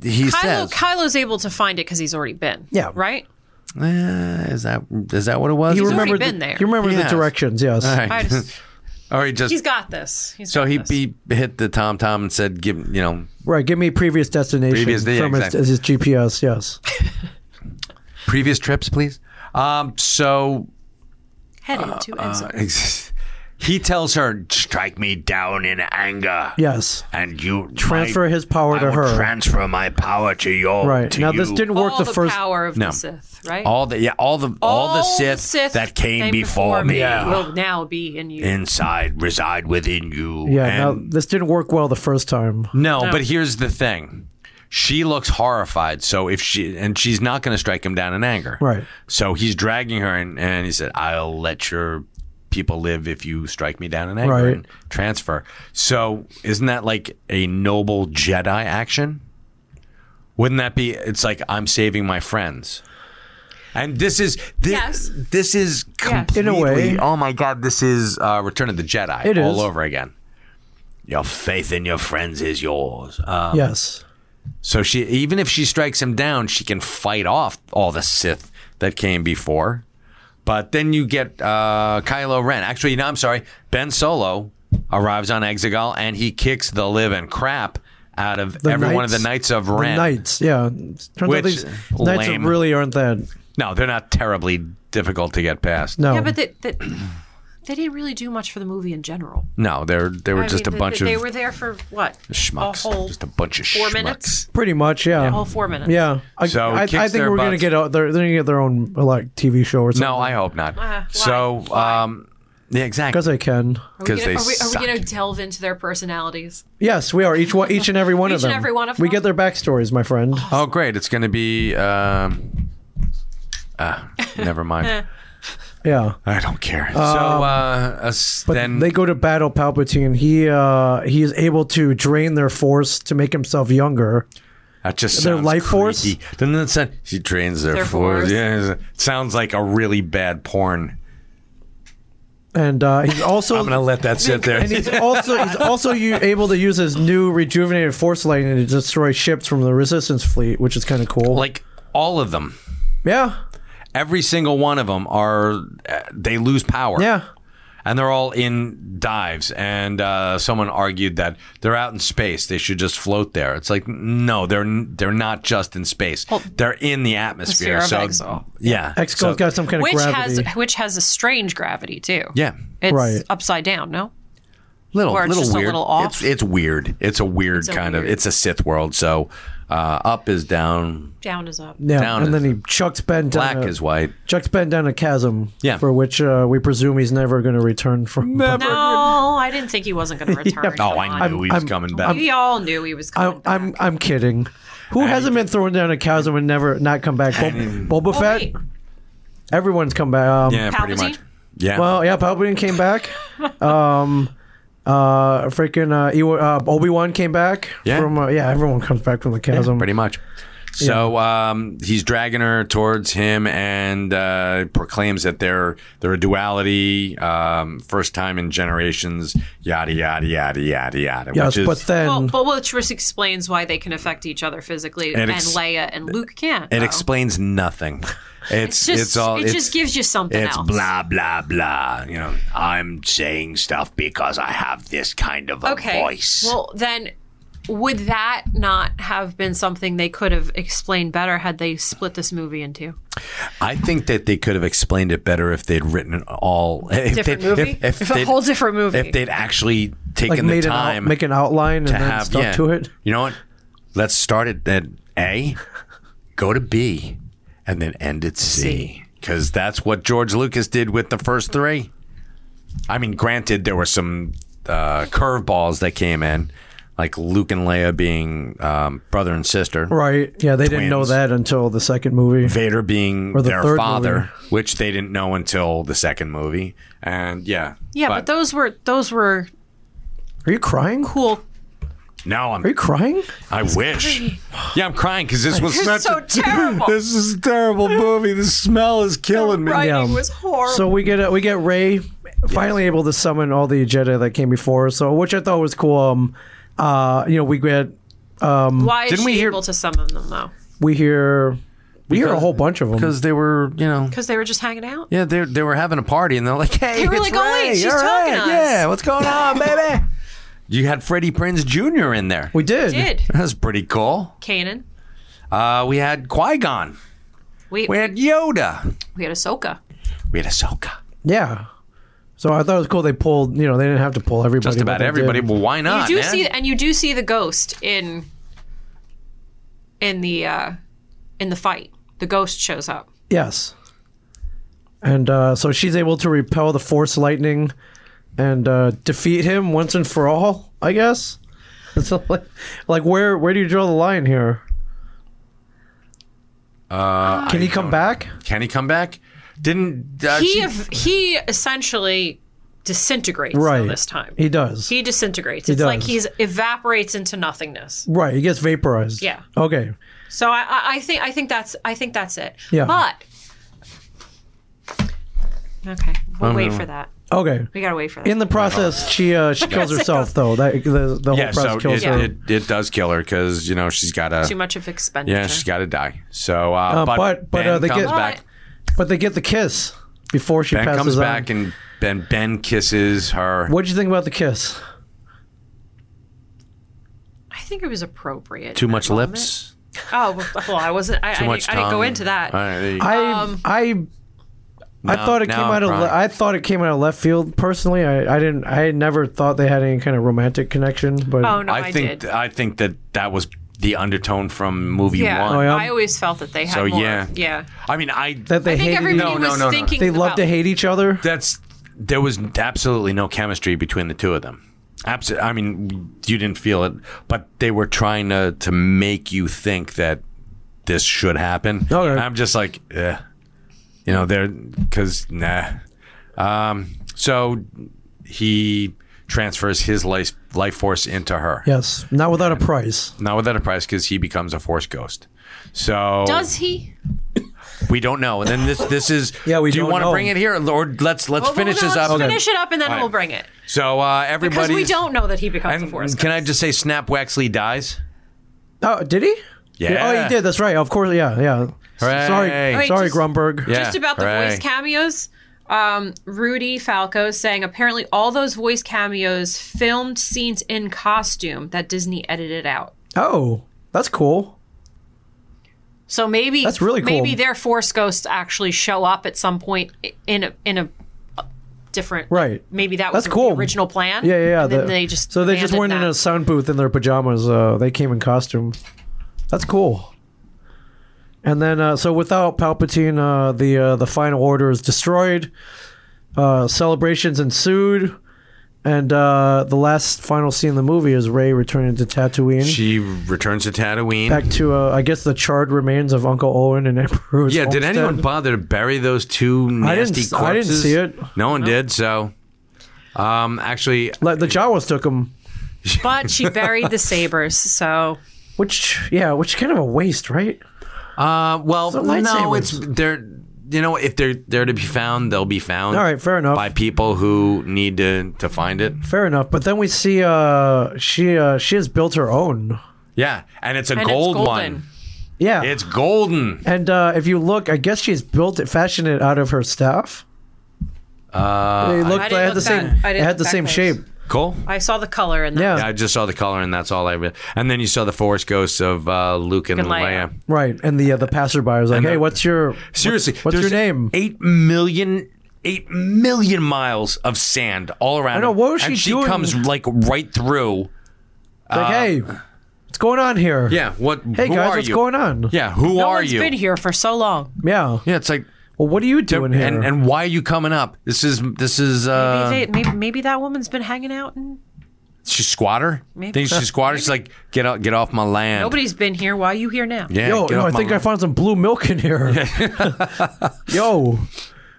Speaker 2: he
Speaker 3: Kylo,
Speaker 2: says,
Speaker 3: Kylo's able to find it because he's already been.
Speaker 1: Yeah.
Speaker 3: Right.
Speaker 2: Eh, "Is that is that what it was?"
Speaker 1: He
Speaker 3: He's already
Speaker 1: remembered.
Speaker 3: been
Speaker 1: the,
Speaker 3: there.
Speaker 1: He remembered
Speaker 2: Yes.
Speaker 1: the directions. Yes.
Speaker 2: All right.
Speaker 3: I just-
Speaker 2: All right, just
Speaker 3: He's got this. He's
Speaker 2: so
Speaker 3: got
Speaker 2: he
Speaker 3: this.
Speaker 2: beat, hit the tom tom and said, "Give you know
Speaker 1: Right. Give me previous destination
Speaker 2: Previous- yeah,
Speaker 1: from his-
Speaker 2: exactly.
Speaker 1: his, GPS. Yes.
Speaker 2: previous trips, please." Um, so
Speaker 3: headed to
Speaker 2: uh,
Speaker 3: Exegol.
Speaker 2: he tells her, "Strike me down in anger."
Speaker 1: Yes.
Speaker 5: And you
Speaker 1: Transfer his power to her.
Speaker 5: transfer my power to your
Speaker 1: right.
Speaker 5: to
Speaker 1: Now this
Speaker 5: you.
Speaker 2: uh,
Speaker 1: didn't
Speaker 3: All
Speaker 1: work the, first.
Speaker 3: power of
Speaker 2: No.
Speaker 3: the Sith. Right.
Speaker 5: all the yeah all the all, the, Sith that came, before, me
Speaker 3: will now be in you.
Speaker 5: inside reside within you.
Speaker 1: Yeah.
Speaker 5: and
Speaker 1: now this didn't work well the first time.
Speaker 2: No, but here's the thing. She looks horrified. So if she and she's not going to strike him down in anger.
Speaker 1: Right.
Speaker 2: So he's dragging her and, and he said, "I'll let your people live if you strike me down in anger
Speaker 1: Right.
Speaker 2: and transfer." So isn't that like a noble Jedi action? Wouldn't that be? It's like I'm saving my friends. And this is this,
Speaker 3: Yes.
Speaker 2: this is
Speaker 3: Yes.
Speaker 2: completely.
Speaker 1: In a way.
Speaker 2: oh my God! This is uh, Return of the Jedi
Speaker 1: It
Speaker 2: all
Speaker 1: is.
Speaker 2: over again.
Speaker 5: your faith in your friends is yours. Uh,
Speaker 2: Um,
Speaker 1: yes.
Speaker 2: So she, even if she strikes him down, she can fight off all the Sith that came before. But then you get uh, Kylo Ren. Actually, no, I'm sorry. Ben Solo arrives on Exegol and he kicks the living crap out of
Speaker 1: The
Speaker 2: every one of the
Speaker 1: Knights-
Speaker 2: Knights of
Speaker 1: The
Speaker 2: Ren.
Speaker 1: knights, yeah. Turns out
Speaker 2: Which-
Speaker 1: these knights
Speaker 2: lame.
Speaker 1: really aren't that.
Speaker 2: No, they're not terribly difficult to get past.
Speaker 1: No,
Speaker 3: Yeah, but they, they, they didn't really do much for the movie in general.
Speaker 2: No, they're they were
Speaker 3: I
Speaker 2: just
Speaker 3: mean,
Speaker 2: a
Speaker 3: they-
Speaker 2: bunch
Speaker 3: they,
Speaker 2: of
Speaker 3: were there for what?
Speaker 2: schmucks.
Speaker 3: A whole
Speaker 2: Just a bunch of
Speaker 3: four
Speaker 2: schmucks.
Speaker 3: minutes?
Speaker 1: pretty much, yeah.
Speaker 3: All four minutes.
Speaker 1: Yeah, I,
Speaker 2: So it
Speaker 1: I, I
Speaker 2: kicks
Speaker 1: think
Speaker 2: their
Speaker 1: we're gonna
Speaker 2: butts.
Speaker 1: get out. They're, they're gonna get their own like TV show or something.
Speaker 2: No, I hope not.
Speaker 3: Uh, why?
Speaker 2: So,
Speaker 3: Why?
Speaker 2: um, yeah, exactly.
Speaker 1: because I can.
Speaker 3: Are we
Speaker 2: 'Cause
Speaker 3: gonna,
Speaker 2: they
Speaker 3: are we, are
Speaker 2: suck.
Speaker 3: we gonna delve into their personalities?
Speaker 1: Yes, we are each one, each and every one of
Speaker 3: Each
Speaker 1: them.
Speaker 3: and every one of
Speaker 1: we
Speaker 3: them?
Speaker 1: get their backstories, my friend.
Speaker 2: Oh, great. It's going to be. Um, uh, never mind.
Speaker 1: Yeah,
Speaker 2: I don't care. So uh,
Speaker 1: Um,
Speaker 2: us-
Speaker 1: but
Speaker 2: then.
Speaker 1: they go to battle Palpatine. He uh he is able to drain their force to make himself younger.
Speaker 2: that just
Speaker 1: their
Speaker 2: sounds
Speaker 1: life force?
Speaker 2: creaky. Doesn't that sound? She trains their,
Speaker 3: Their
Speaker 2: force.
Speaker 3: force.
Speaker 2: Yeah, it sounds like a really bad porn.
Speaker 1: And uh, he's also
Speaker 2: I'm gonna let that sit there.
Speaker 1: And he's also he's also u- able to use his new rejuvenated force lightning to destroy ships from the resistance fleet, which is kind of cool.
Speaker 2: Like all of them,
Speaker 1: yeah,
Speaker 2: every single one of them are uh, they lose power.
Speaker 1: yeah,
Speaker 2: and they're all in dives. And uh, someone argued that they're out in space; they should just float there. It's like no, they're they're not just in space; they're in the atmosphere.
Speaker 3: Sphere of
Speaker 2: so
Speaker 3: Exo.
Speaker 2: yeah,
Speaker 1: Exo's
Speaker 2: so-
Speaker 1: got some kind of
Speaker 3: Which
Speaker 1: gravity.
Speaker 3: has which has a strange gravity too.
Speaker 2: yeah,
Speaker 3: It's
Speaker 1: Right.
Speaker 3: upside down, no?
Speaker 2: little,
Speaker 3: Or it's
Speaker 2: little
Speaker 3: just a
Speaker 2: weird.
Speaker 3: little off?
Speaker 2: It's it's weird. It's a weird
Speaker 3: It's a
Speaker 2: kind of.
Speaker 3: weird-
Speaker 2: It's a Sith world. So uh, up is down,
Speaker 3: Down is up.
Speaker 1: Yeah,
Speaker 2: Down
Speaker 1: and
Speaker 2: is-
Speaker 1: then he chucks Ben down.
Speaker 2: black
Speaker 1: a,
Speaker 2: is white.
Speaker 1: chucks Ben down a chasm.
Speaker 2: Yeah.
Speaker 1: for which uh, we presume he's never going to return from.
Speaker 3: No, I didn't think he wasn't going to return.
Speaker 2: Oh,
Speaker 3: Come
Speaker 2: I
Speaker 3: on.
Speaker 2: knew
Speaker 1: I'm-
Speaker 2: he was
Speaker 1: I'm-
Speaker 2: coming back.
Speaker 3: we all knew he was coming.
Speaker 1: I'm, I'm I'm kidding. Who hasn't been thrown down a chasm and never not come back? Bob, Boba
Speaker 3: Oh,
Speaker 1: Fett.
Speaker 3: wait.
Speaker 1: Everyone's come back. Um,
Speaker 2: yeah, pretty
Speaker 3: Palpatine?
Speaker 2: much. Yeah.
Speaker 1: Well, yeah, Palpatine came back. um, uh, freaking uh, Ewa- uh, Obi Wan came back.
Speaker 2: Yeah.
Speaker 1: From uh, yeah, everyone comes back from the chasm.
Speaker 2: pretty much. So um, he's dragging her towards him and uh, proclaims that they're they're a duality, um, first time in generations, yada yada yada yada yada.
Speaker 1: yes,
Speaker 2: which
Speaker 1: but
Speaker 2: is,
Speaker 1: then
Speaker 3: Well, but which just explains why they can affect each other physically,
Speaker 2: It
Speaker 3: and
Speaker 2: ex-
Speaker 3: Leia and Luke can't.
Speaker 2: it
Speaker 3: though.
Speaker 2: explains nothing. It's it's,
Speaker 3: It's just
Speaker 2: all
Speaker 3: it
Speaker 2: it's,
Speaker 3: just gives you something
Speaker 2: it's
Speaker 3: else.
Speaker 2: blah blah blah. You know, I'm saying stuff because I have this kind of a
Speaker 3: okay.
Speaker 2: voice.
Speaker 3: Well, then would that not have been something they could have explained better had they split this movie into?
Speaker 2: I think that they could have explained it better if they'd written it all. If
Speaker 3: Different
Speaker 2: they'd-
Speaker 3: movie?
Speaker 2: If, if
Speaker 3: If a
Speaker 2: they'd-
Speaker 3: whole different movie.
Speaker 2: If they'd actually
Speaker 1: like
Speaker 2: taken
Speaker 1: made
Speaker 2: the
Speaker 1: an out-
Speaker 2: time
Speaker 1: make an outline and
Speaker 2: to
Speaker 1: then
Speaker 2: have
Speaker 1: stuck
Speaker 2: yeah.
Speaker 1: to it.
Speaker 2: You know what? Let's start it at A, go to B, and then end at C. Because that's what George Lucas did with the first three. I mean, granted, there were some uh, curveballs that came in, like Luke and Leia being um, brother and sister.
Speaker 1: Right. Yeah, they didn't know
Speaker 2: Twins.
Speaker 1: that until the second movie.
Speaker 2: Vader being
Speaker 1: the
Speaker 2: their
Speaker 1: third
Speaker 2: father,
Speaker 1: movie.
Speaker 2: which they didn't know until the second movie. And yeah,
Speaker 3: Yeah, but, those were those were
Speaker 1: Are you crying? Are
Speaker 3: cool.
Speaker 2: now I'm.
Speaker 1: you crying?
Speaker 2: I wish. Yeah, I'm crying because this was
Speaker 3: This
Speaker 2: such
Speaker 3: is so
Speaker 2: a,
Speaker 3: terrible.
Speaker 2: This is a terrible movie. The smell is killing me.
Speaker 3: Writing
Speaker 1: Yeah. um,
Speaker 3: was horrible.
Speaker 1: So we get uh, we get Ray finally able to summon all the Jedi that came before. So which I thought was cool. Um, uh, you know, we get
Speaker 3: why is
Speaker 2: Didn't
Speaker 3: she
Speaker 2: we hear-
Speaker 3: able to summon them though?
Speaker 1: we hear we hear a whole bunch of them.
Speaker 2: Because they were, you know,
Speaker 3: Because they were just hanging out.
Speaker 2: yeah, they they were having a party, and they're like, hey,
Speaker 3: They were
Speaker 2: it's
Speaker 3: like, oh, wait,
Speaker 2: Ray.
Speaker 3: she's
Speaker 2: All
Speaker 3: talking
Speaker 2: right.
Speaker 3: to us.
Speaker 2: Yeah, what's going on, baby? You had Freddie Prinz Jr. in there.
Speaker 1: we did.
Speaker 3: Did
Speaker 2: That's pretty cool.
Speaker 3: Kanan?
Speaker 2: Uh, we had Qui Gon.
Speaker 3: We
Speaker 2: We had Yoda.
Speaker 3: we had Ahsoka.
Speaker 2: We had Ahsoka.
Speaker 1: Yeah. So I thought it was cool. They pulled. You know, they didn't have to pull everybody.
Speaker 2: Just
Speaker 1: but
Speaker 2: about
Speaker 1: they did.
Speaker 2: everybody. Well, why
Speaker 3: You
Speaker 2: not?
Speaker 3: do
Speaker 2: Ah, man?
Speaker 3: see and you do see the ghost in in the uh in the fight. The ghost shows up.
Speaker 1: Yes. And uh, so she's able to repel the Force lightning and uh, defeat him once and for all. I guess. So like, like where where do you draw the line here? Uh, Can he come back?
Speaker 2: Can he come back? Didn't uh,
Speaker 3: he
Speaker 2: she-
Speaker 3: ev- he essentially disintegrates
Speaker 1: Right.
Speaker 3: this time.
Speaker 1: He does.
Speaker 3: He disintegrates. it's like
Speaker 1: does.
Speaker 3: he's evaporates into nothingness.
Speaker 1: right. He gets vaporized.
Speaker 3: Yeah.
Speaker 1: Okay.
Speaker 3: So I, I, I think I think that's I think that's it.
Speaker 1: Yeah.
Speaker 3: But okay, we'll
Speaker 2: Um,
Speaker 3: wait for that.
Speaker 1: Okay.
Speaker 3: We gotta wait for that.
Speaker 1: In the process, she uh, she kills herself though. That the, the
Speaker 2: yeah,
Speaker 1: whole process
Speaker 2: so
Speaker 1: kills
Speaker 2: it,
Speaker 1: her.
Speaker 2: it, it does kill her because you know she's got a
Speaker 3: Too much of expenditure.
Speaker 2: yeah she's got to die. So uh, but
Speaker 1: but- but,
Speaker 2: Ben
Speaker 1: uh, they
Speaker 2: comes
Speaker 1: get-
Speaker 2: back.
Speaker 1: But they get the kiss before she
Speaker 2: Ben
Speaker 1: passes
Speaker 2: comes
Speaker 1: on.
Speaker 2: back and Ben Ben kisses her.
Speaker 1: What'd you think about the kiss?
Speaker 3: I think it was appropriate.
Speaker 2: Too
Speaker 3: in
Speaker 2: much
Speaker 3: that moment.
Speaker 2: lips.
Speaker 3: Oh well, I wasn't. I, I,
Speaker 2: Too much
Speaker 3: didn't, I didn't go
Speaker 2: tongue.
Speaker 3: into that.
Speaker 2: All right, there you go.
Speaker 1: I
Speaker 3: Um,
Speaker 1: I I
Speaker 2: Now-
Speaker 1: thought it
Speaker 2: now
Speaker 1: came
Speaker 2: I'm
Speaker 1: out of le-
Speaker 2: crying.
Speaker 1: I thought it came out of left field. Personally, I, I didn't I never thought they had any kind of romantic connection. But
Speaker 3: Oh no, I,
Speaker 2: I think
Speaker 3: did.
Speaker 2: I think that that was the undertone from movie
Speaker 3: Yeah,
Speaker 2: one.
Speaker 1: Oh, yeah.
Speaker 3: I always felt that they had
Speaker 2: So,
Speaker 3: more.
Speaker 2: yeah.
Speaker 3: yeah.
Speaker 2: I mean, I
Speaker 1: that they
Speaker 3: I think
Speaker 1: hated each-
Speaker 3: everybody
Speaker 2: No, no,
Speaker 3: was
Speaker 2: no, no.
Speaker 3: thinking
Speaker 1: they love
Speaker 3: about-
Speaker 1: to hate each other.
Speaker 2: that's there was absolutely no chemistry between the two of them. Abs- I mean, you didn't feel it, but they were trying to to make you think that this should happen.
Speaker 1: Okay.
Speaker 2: And I'm just like, eh. you know, they're because nah. Um, so he transfers his life life force into her.
Speaker 1: yes, not without a price.
Speaker 2: Not without a price, because he becomes a force ghost. So
Speaker 3: Does he?
Speaker 2: we don't know. And then this this is
Speaker 1: Yeah, we
Speaker 2: do you
Speaker 1: don't
Speaker 2: want to
Speaker 1: know.
Speaker 2: bring it here, or let's let's
Speaker 3: Well,
Speaker 2: finish
Speaker 3: well,
Speaker 2: this
Speaker 3: no,
Speaker 2: up.
Speaker 3: Let's finish it up and then
Speaker 2: All right.
Speaker 3: we'll bring it
Speaker 2: So uh,
Speaker 3: because
Speaker 2: everybody,
Speaker 3: we don't know that he becomes a
Speaker 2: And
Speaker 3: force.
Speaker 2: can I just say, Snap Wexley dies?
Speaker 1: Oh, did he?
Speaker 2: Yeah.
Speaker 1: Oh, he did. That's right. Of course. Yeah. Yeah.
Speaker 2: Hooray.
Speaker 1: Sorry.
Speaker 2: Wait,
Speaker 1: sorry,
Speaker 3: just-
Speaker 1: Grumberg.
Speaker 2: Yeah.
Speaker 3: just about the
Speaker 2: hooray.
Speaker 3: voice cameos. Um, Rudy Falco saying apparently all those voice cameos filmed scenes in costume that Disney edited out.
Speaker 1: Oh, that's cool.
Speaker 3: So maybe
Speaker 1: That's really cool.
Speaker 3: Maybe their force ghosts actually show up at some point i- in a in a different.
Speaker 1: Right.
Speaker 3: Maybe that was
Speaker 1: That's
Speaker 3: the
Speaker 1: cool.
Speaker 3: original plan.
Speaker 1: Yeah, yeah, yeah.
Speaker 3: And then
Speaker 1: the-
Speaker 3: they just
Speaker 1: so they just
Speaker 3: abandoned
Speaker 1: went in
Speaker 3: that.
Speaker 1: a sound booth in their pajamas. Uh, they came in costume. That's cool. And then, uh, so without Palpatine, uh, the uh, the final order is destroyed. Uh, celebrations ensued, and uh, the last final scene in the movie is Ray returning to Tatooine,
Speaker 2: She returns to Tatooine.
Speaker 1: back to uh, I guess the charred remains of Uncle Owen and Emperor.
Speaker 2: yeah, did
Speaker 1: Homestead.
Speaker 2: anyone bother to bury those two
Speaker 1: I didn't
Speaker 2: nasty
Speaker 1: s- I didn't
Speaker 2: corpses?
Speaker 1: see it.
Speaker 2: No one did. So, um, actually,
Speaker 1: Like the Jawas took him,
Speaker 3: But she buried the sabers, so
Speaker 1: which yeah, which kind of a waste, right?
Speaker 2: uh, well, no,
Speaker 1: lightsabers.
Speaker 2: it's they're you know if they're they're to be found, they'll be found.
Speaker 1: All right, fair enough.
Speaker 2: By people who need to to find it.
Speaker 1: Fair enough, but then we see uh, she uh, she has built her own.
Speaker 2: Yeah, and it's a
Speaker 3: and
Speaker 2: gold
Speaker 3: it's golden.
Speaker 2: one.
Speaker 1: Yeah,
Speaker 2: It's golden.
Speaker 1: and uh, if you look, I guess she's built it, fashioned it out of her staff.
Speaker 2: Uh,
Speaker 1: They
Speaker 3: I
Speaker 1: looked,
Speaker 3: didn't
Speaker 1: they had
Speaker 3: look
Speaker 1: the same,
Speaker 3: that-
Speaker 1: they
Speaker 3: I didn't
Speaker 1: had the
Speaker 3: look that
Speaker 1: same
Speaker 3: close.
Speaker 1: shape.
Speaker 2: cool.
Speaker 3: I saw the color in that.
Speaker 1: Yeah,
Speaker 2: I just saw the color, and that's all I. Re- and then you saw the forest ghosts of uh, Luke and
Speaker 3: And
Speaker 2: Leia.
Speaker 3: Leia.
Speaker 1: right. And the uh, the passerby was like,
Speaker 2: And the-
Speaker 1: "Hey, what's your
Speaker 2: Seriously,
Speaker 1: what's your
Speaker 2: there's
Speaker 1: name?"
Speaker 2: Eight million, eight million miles of sand all around. I
Speaker 1: know, what was
Speaker 2: and
Speaker 1: she doing?
Speaker 2: comes like right through.
Speaker 1: like, "Hey, what's going on here?"
Speaker 2: uh, Yeah. What?
Speaker 1: Hey
Speaker 2: who
Speaker 1: guys,
Speaker 2: are
Speaker 1: what's
Speaker 2: you?
Speaker 1: going on?
Speaker 2: Yeah. Who
Speaker 3: No
Speaker 2: are
Speaker 3: one's
Speaker 2: you?
Speaker 3: been here for so long.
Speaker 1: Yeah.
Speaker 2: Yeah. It's like.
Speaker 1: Well, what are you doing here?
Speaker 2: And and why are you coming up? This is this is uh
Speaker 3: maybe, they, maybe, maybe that woman's been hanging out and
Speaker 2: she's squatter.
Speaker 3: Maybe.
Speaker 2: Think she's squatter. She's like get out, get off my land.
Speaker 3: nobody's been here. Why are you here now?
Speaker 2: Yeah,
Speaker 1: Yo,
Speaker 2: get
Speaker 1: no,
Speaker 2: off
Speaker 1: I
Speaker 2: my
Speaker 1: think I
Speaker 2: land.
Speaker 1: found some blue milk in here. Yo,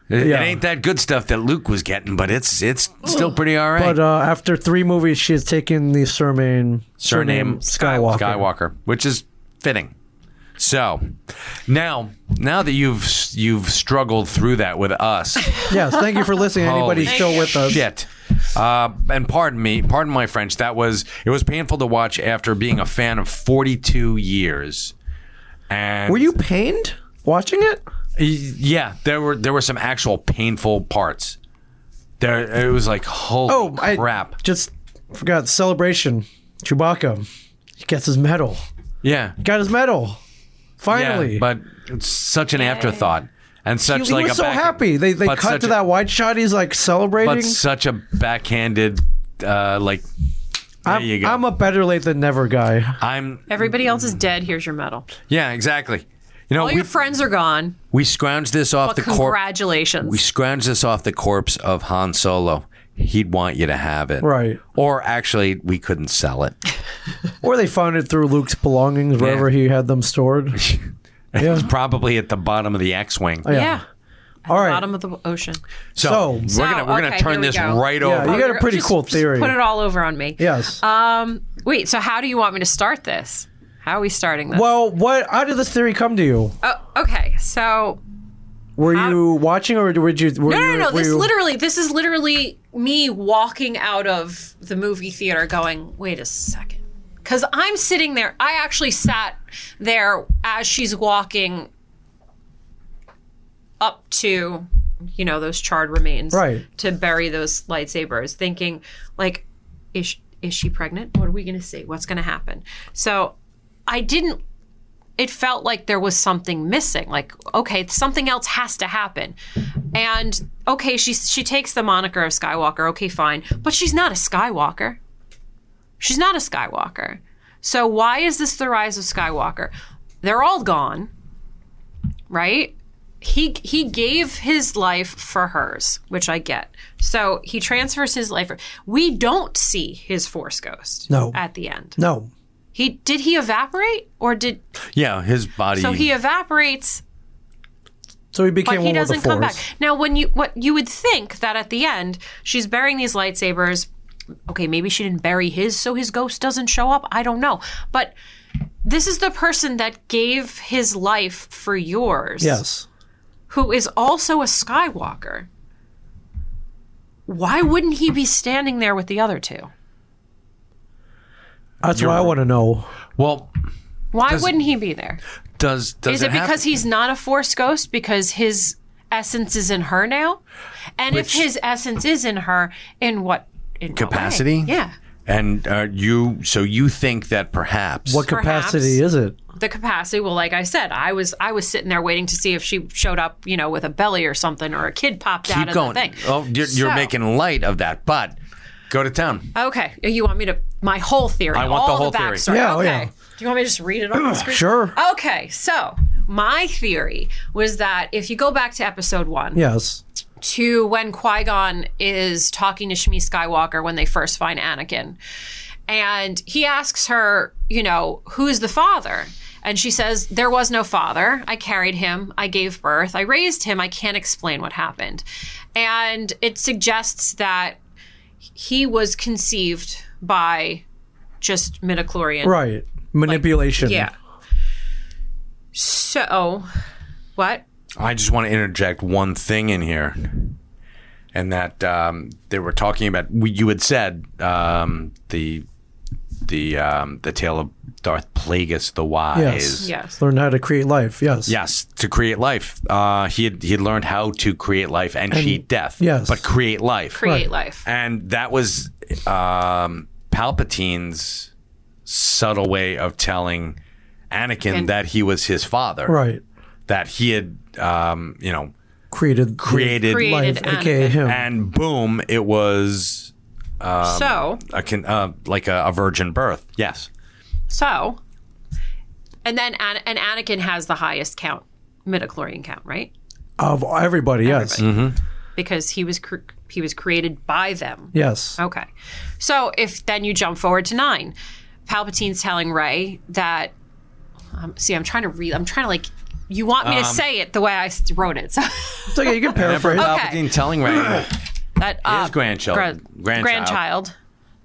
Speaker 2: It,
Speaker 1: yeah.
Speaker 2: it ain't that good stuff that Luke was getting, but it's it's still pretty all right.
Speaker 1: but uh, after three movies, she has taken the surname
Speaker 2: Surname
Speaker 1: Skywalker.
Speaker 2: Skywalker, which is fitting. So now, now that you've you've struggled through that with us,
Speaker 1: Yes, thank you for listening. Anybody
Speaker 2: Holy
Speaker 1: still with us?
Speaker 2: shit. Uh, and pardon me, pardon my French. That was it was painful to watch after being a fan of 42 years. And
Speaker 1: Were you pained watching it?
Speaker 2: Yeah, there were there were some actual painful parts. There, it was like holy
Speaker 1: Oh, I-
Speaker 2: crap.
Speaker 1: Just forgot celebration. Chewbacca, he gets his medal.
Speaker 2: yeah,
Speaker 1: Got his medal. Finally,
Speaker 2: yeah, but it's such an afterthought and
Speaker 1: he,
Speaker 2: such
Speaker 1: he
Speaker 2: like
Speaker 1: was
Speaker 2: a
Speaker 1: so
Speaker 2: back-
Speaker 1: happy. They they
Speaker 2: but
Speaker 1: cut
Speaker 2: such
Speaker 1: to
Speaker 2: a-
Speaker 1: that wide shot. He's like celebrating.
Speaker 2: but such a backhanded uh like there
Speaker 1: I'm,
Speaker 2: you go
Speaker 1: I'm a better late than never guy.
Speaker 2: I'm-
Speaker 3: Everybody else is dead. Here's your medal.
Speaker 2: yeah exactly you know
Speaker 3: All
Speaker 2: we,
Speaker 3: your friends are gone.
Speaker 2: we scrounged this off
Speaker 3: But
Speaker 2: the corpse
Speaker 3: congratulations.
Speaker 2: we scrounged this off the corpse of Han Solo he'd want you to have it
Speaker 1: Right.
Speaker 2: or actually we couldn't sell it
Speaker 1: Or they found it through Luke's belongings wherever
Speaker 2: Yeah.
Speaker 1: he had them stored.
Speaker 2: it's probably at the bottom of the X-wing
Speaker 1: yeah.
Speaker 3: yeah.
Speaker 1: All right.
Speaker 3: Bottom of the ocean.
Speaker 1: So-
Speaker 2: so, we're gonna we're gonna
Speaker 3: okay,
Speaker 2: turn
Speaker 3: here we
Speaker 2: this
Speaker 3: go.
Speaker 2: right
Speaker 1: Yeah,
Speaker 2: over
Speaker 1: you got a
Speaker 3: You're-
Speaker 1: pretty
Speaker 3: just-
Speaker 1: cool
Speaker 3: just
Speaker 1: theory.
Speaker 3: put it all over on me.
Speaker 1: yes.
Speaker 3: Um. Wait. So how do you want me to start this? How are we starting this?
Speaker 1: well, what? How did this theory come to you?
Speaker 3: oh, okay. So
Speaker 1: Were you watching, or did you? Were
Speaker 3: no, no,
Speaker 1: you,
Speaker 3: no.
Speaker 1: were
Speaker 3: This
Speaker 1: you-
Speaker 3: literally. This is literally me walking out of the movie theater, going, "Wait a second. Because I'm sitting there. I actually sat there as she's walking up to, you know, those charred remains,
Speaker 1: Right.
Speaker 3: To bury those lightsabers, thinking, like, is she, is she pregnant? What are we going to see? What's going to happen? So, I didn't it felt like there was something missing like okay something else has to happen and okay she she takes the moniker of skywalker okay fine but she's not a skywalker she's not a skywalker so why is this the rise of skywalker they're all gone right he he gave his life for hers which i get so he transfers his life we don't see his force ghost
Speaker 1: No.
Speaker 3: at the end
Speaker 1: No.
Speaker 3: he did he evaporate or did
Speaker 2: yeah his body
Speaker 3: so he evaporates,
Speaker 1: So he became
Speaker 3: but
Speaker 1: one
Speaker 3: he
Speaker 1: with the
Speaker 3: doesn't come back.
Speaker 1: Force.
Speaker 3: Now, when you what you would think that at the end she's burying these lightsabers. Okay, maybe she didn't bury his, so his ghost doesn't show up. I don't know, but this is the person that gave his life for yours.
Speaker 1: Yes.
Speaker 3: who is also a Skywalker. Why wouldn't he be standing there with the other two?
Speaker 1: That's what I want to know.
Speaker 2: well
Speaker 3: Why wouldn't he be there?
Speaker 2: does does
Speaker 3: Is it
Speaker 2: happen?
Speaker 3: because he's not a force ghost? Because his essence is in her now? And if his essence is in her, in what in what way?
Speaker 2: Capacity?
Speaker 3: Yeah.
Speaker 2: And uh, you, so you think that perhaps
Speaker 1: What capacity
Speaker 3: Perhaps.
Speaker 1: is it?
Speaker 3: the capacity well like i said i was i was sitting there waiting to see if she showed up you know with a belly or something or a kid popped out
Speaker 2: keep
Speaker 3: of the
Speaker 2: going?
Speaker 3: thing
Speaker 2: Oh, you're, you're
Speaker 3: So-
Speaker 2: making light of that, but go to town.
Speaker 3: okay you want me to my whole theory
Speaker 2: I want the
Speaker 3: all
Speaker 2: whole theory.
Speaker 3: backstory.
Speaker 1: Yeah, oh,
Speaker 3: okay
Speaker 1: yeah.
Speaker 3: do you want me to just read it on the screen
Speaker 1: Sure.
Speaker 3: okay so my theory was that if you go back to episode one
Speaker 1: Yes.
Speaker 3: to when Qui Gon is talking to Shmi Skywalker when they first find Anakin. And he asks her, you know, who's the father? And she says, There was no father. I carried him. I gave birth. I raised him. I can't explain what happened. And it suggests that he was conceived by just midichlorian.
Speaker 1: Right. Manipulation.
Speaker 3: Yeah. So, what?
Speaker 2: I just want to interject one thing in here, and that um, they were talking about. We, you had said um, the the um, the tale of Darth Plagueis the Wise.
Speaker 1: Yes.
Speaker 3: Yes.
Speaker 1: Learn how to create life. Yes.
Speaker 2: Yes, to create life. Uh, he had, he had learned how to create life and, cheat death.
Speaker 1: yes.
Speaker 2: but create life.
Speaker 3: Create life.
Speaker 2: and that was um, Palpatine's subtle way of telling Anakin
Speaker 3: And-
Speaker 2: that he was his father.
Speaker 1: Right.
Speaker 2: That he had, um, you know,
Speaker 1: Created
Speaker 2: created,
Speaker 3: Create-
Speaker 1: life,
Speaker 3: Created
Speaker 1: aka
Speaker 3: Anakin.
Speaker 1: him.
Speaker 2: and boom, it was
Speaker 3: so,
Speaker 2: a con- uh, like a, a virgin birth. Yes.
Speaker 3: So, and then An- and Anakin has the highest count, midichlorian count, right?
Speaker 1: of everybody. Yes.
Speaker 3: Because he was cr- he was created by them.
Speaker 2: Mm-hmm.
Speaker 1: Yes.
Speaker 3: Okay. So if then you jump forward to nine, Palpatine's telling Ray that. Um, see, I'm trying to read. I'm trying to like. You want
Speaker 2: Um,
Speaker 3: me to say it the way I s- wrote it, so
Speaker 1: It's okay. You can paraphrase.
Speaker 3: Oh,
Speaker 2: Palpatine telling Ray,
Speaker 3: that uh,
Speaker 2: His grandchild- grandchild.
Speaker 3: grandchild.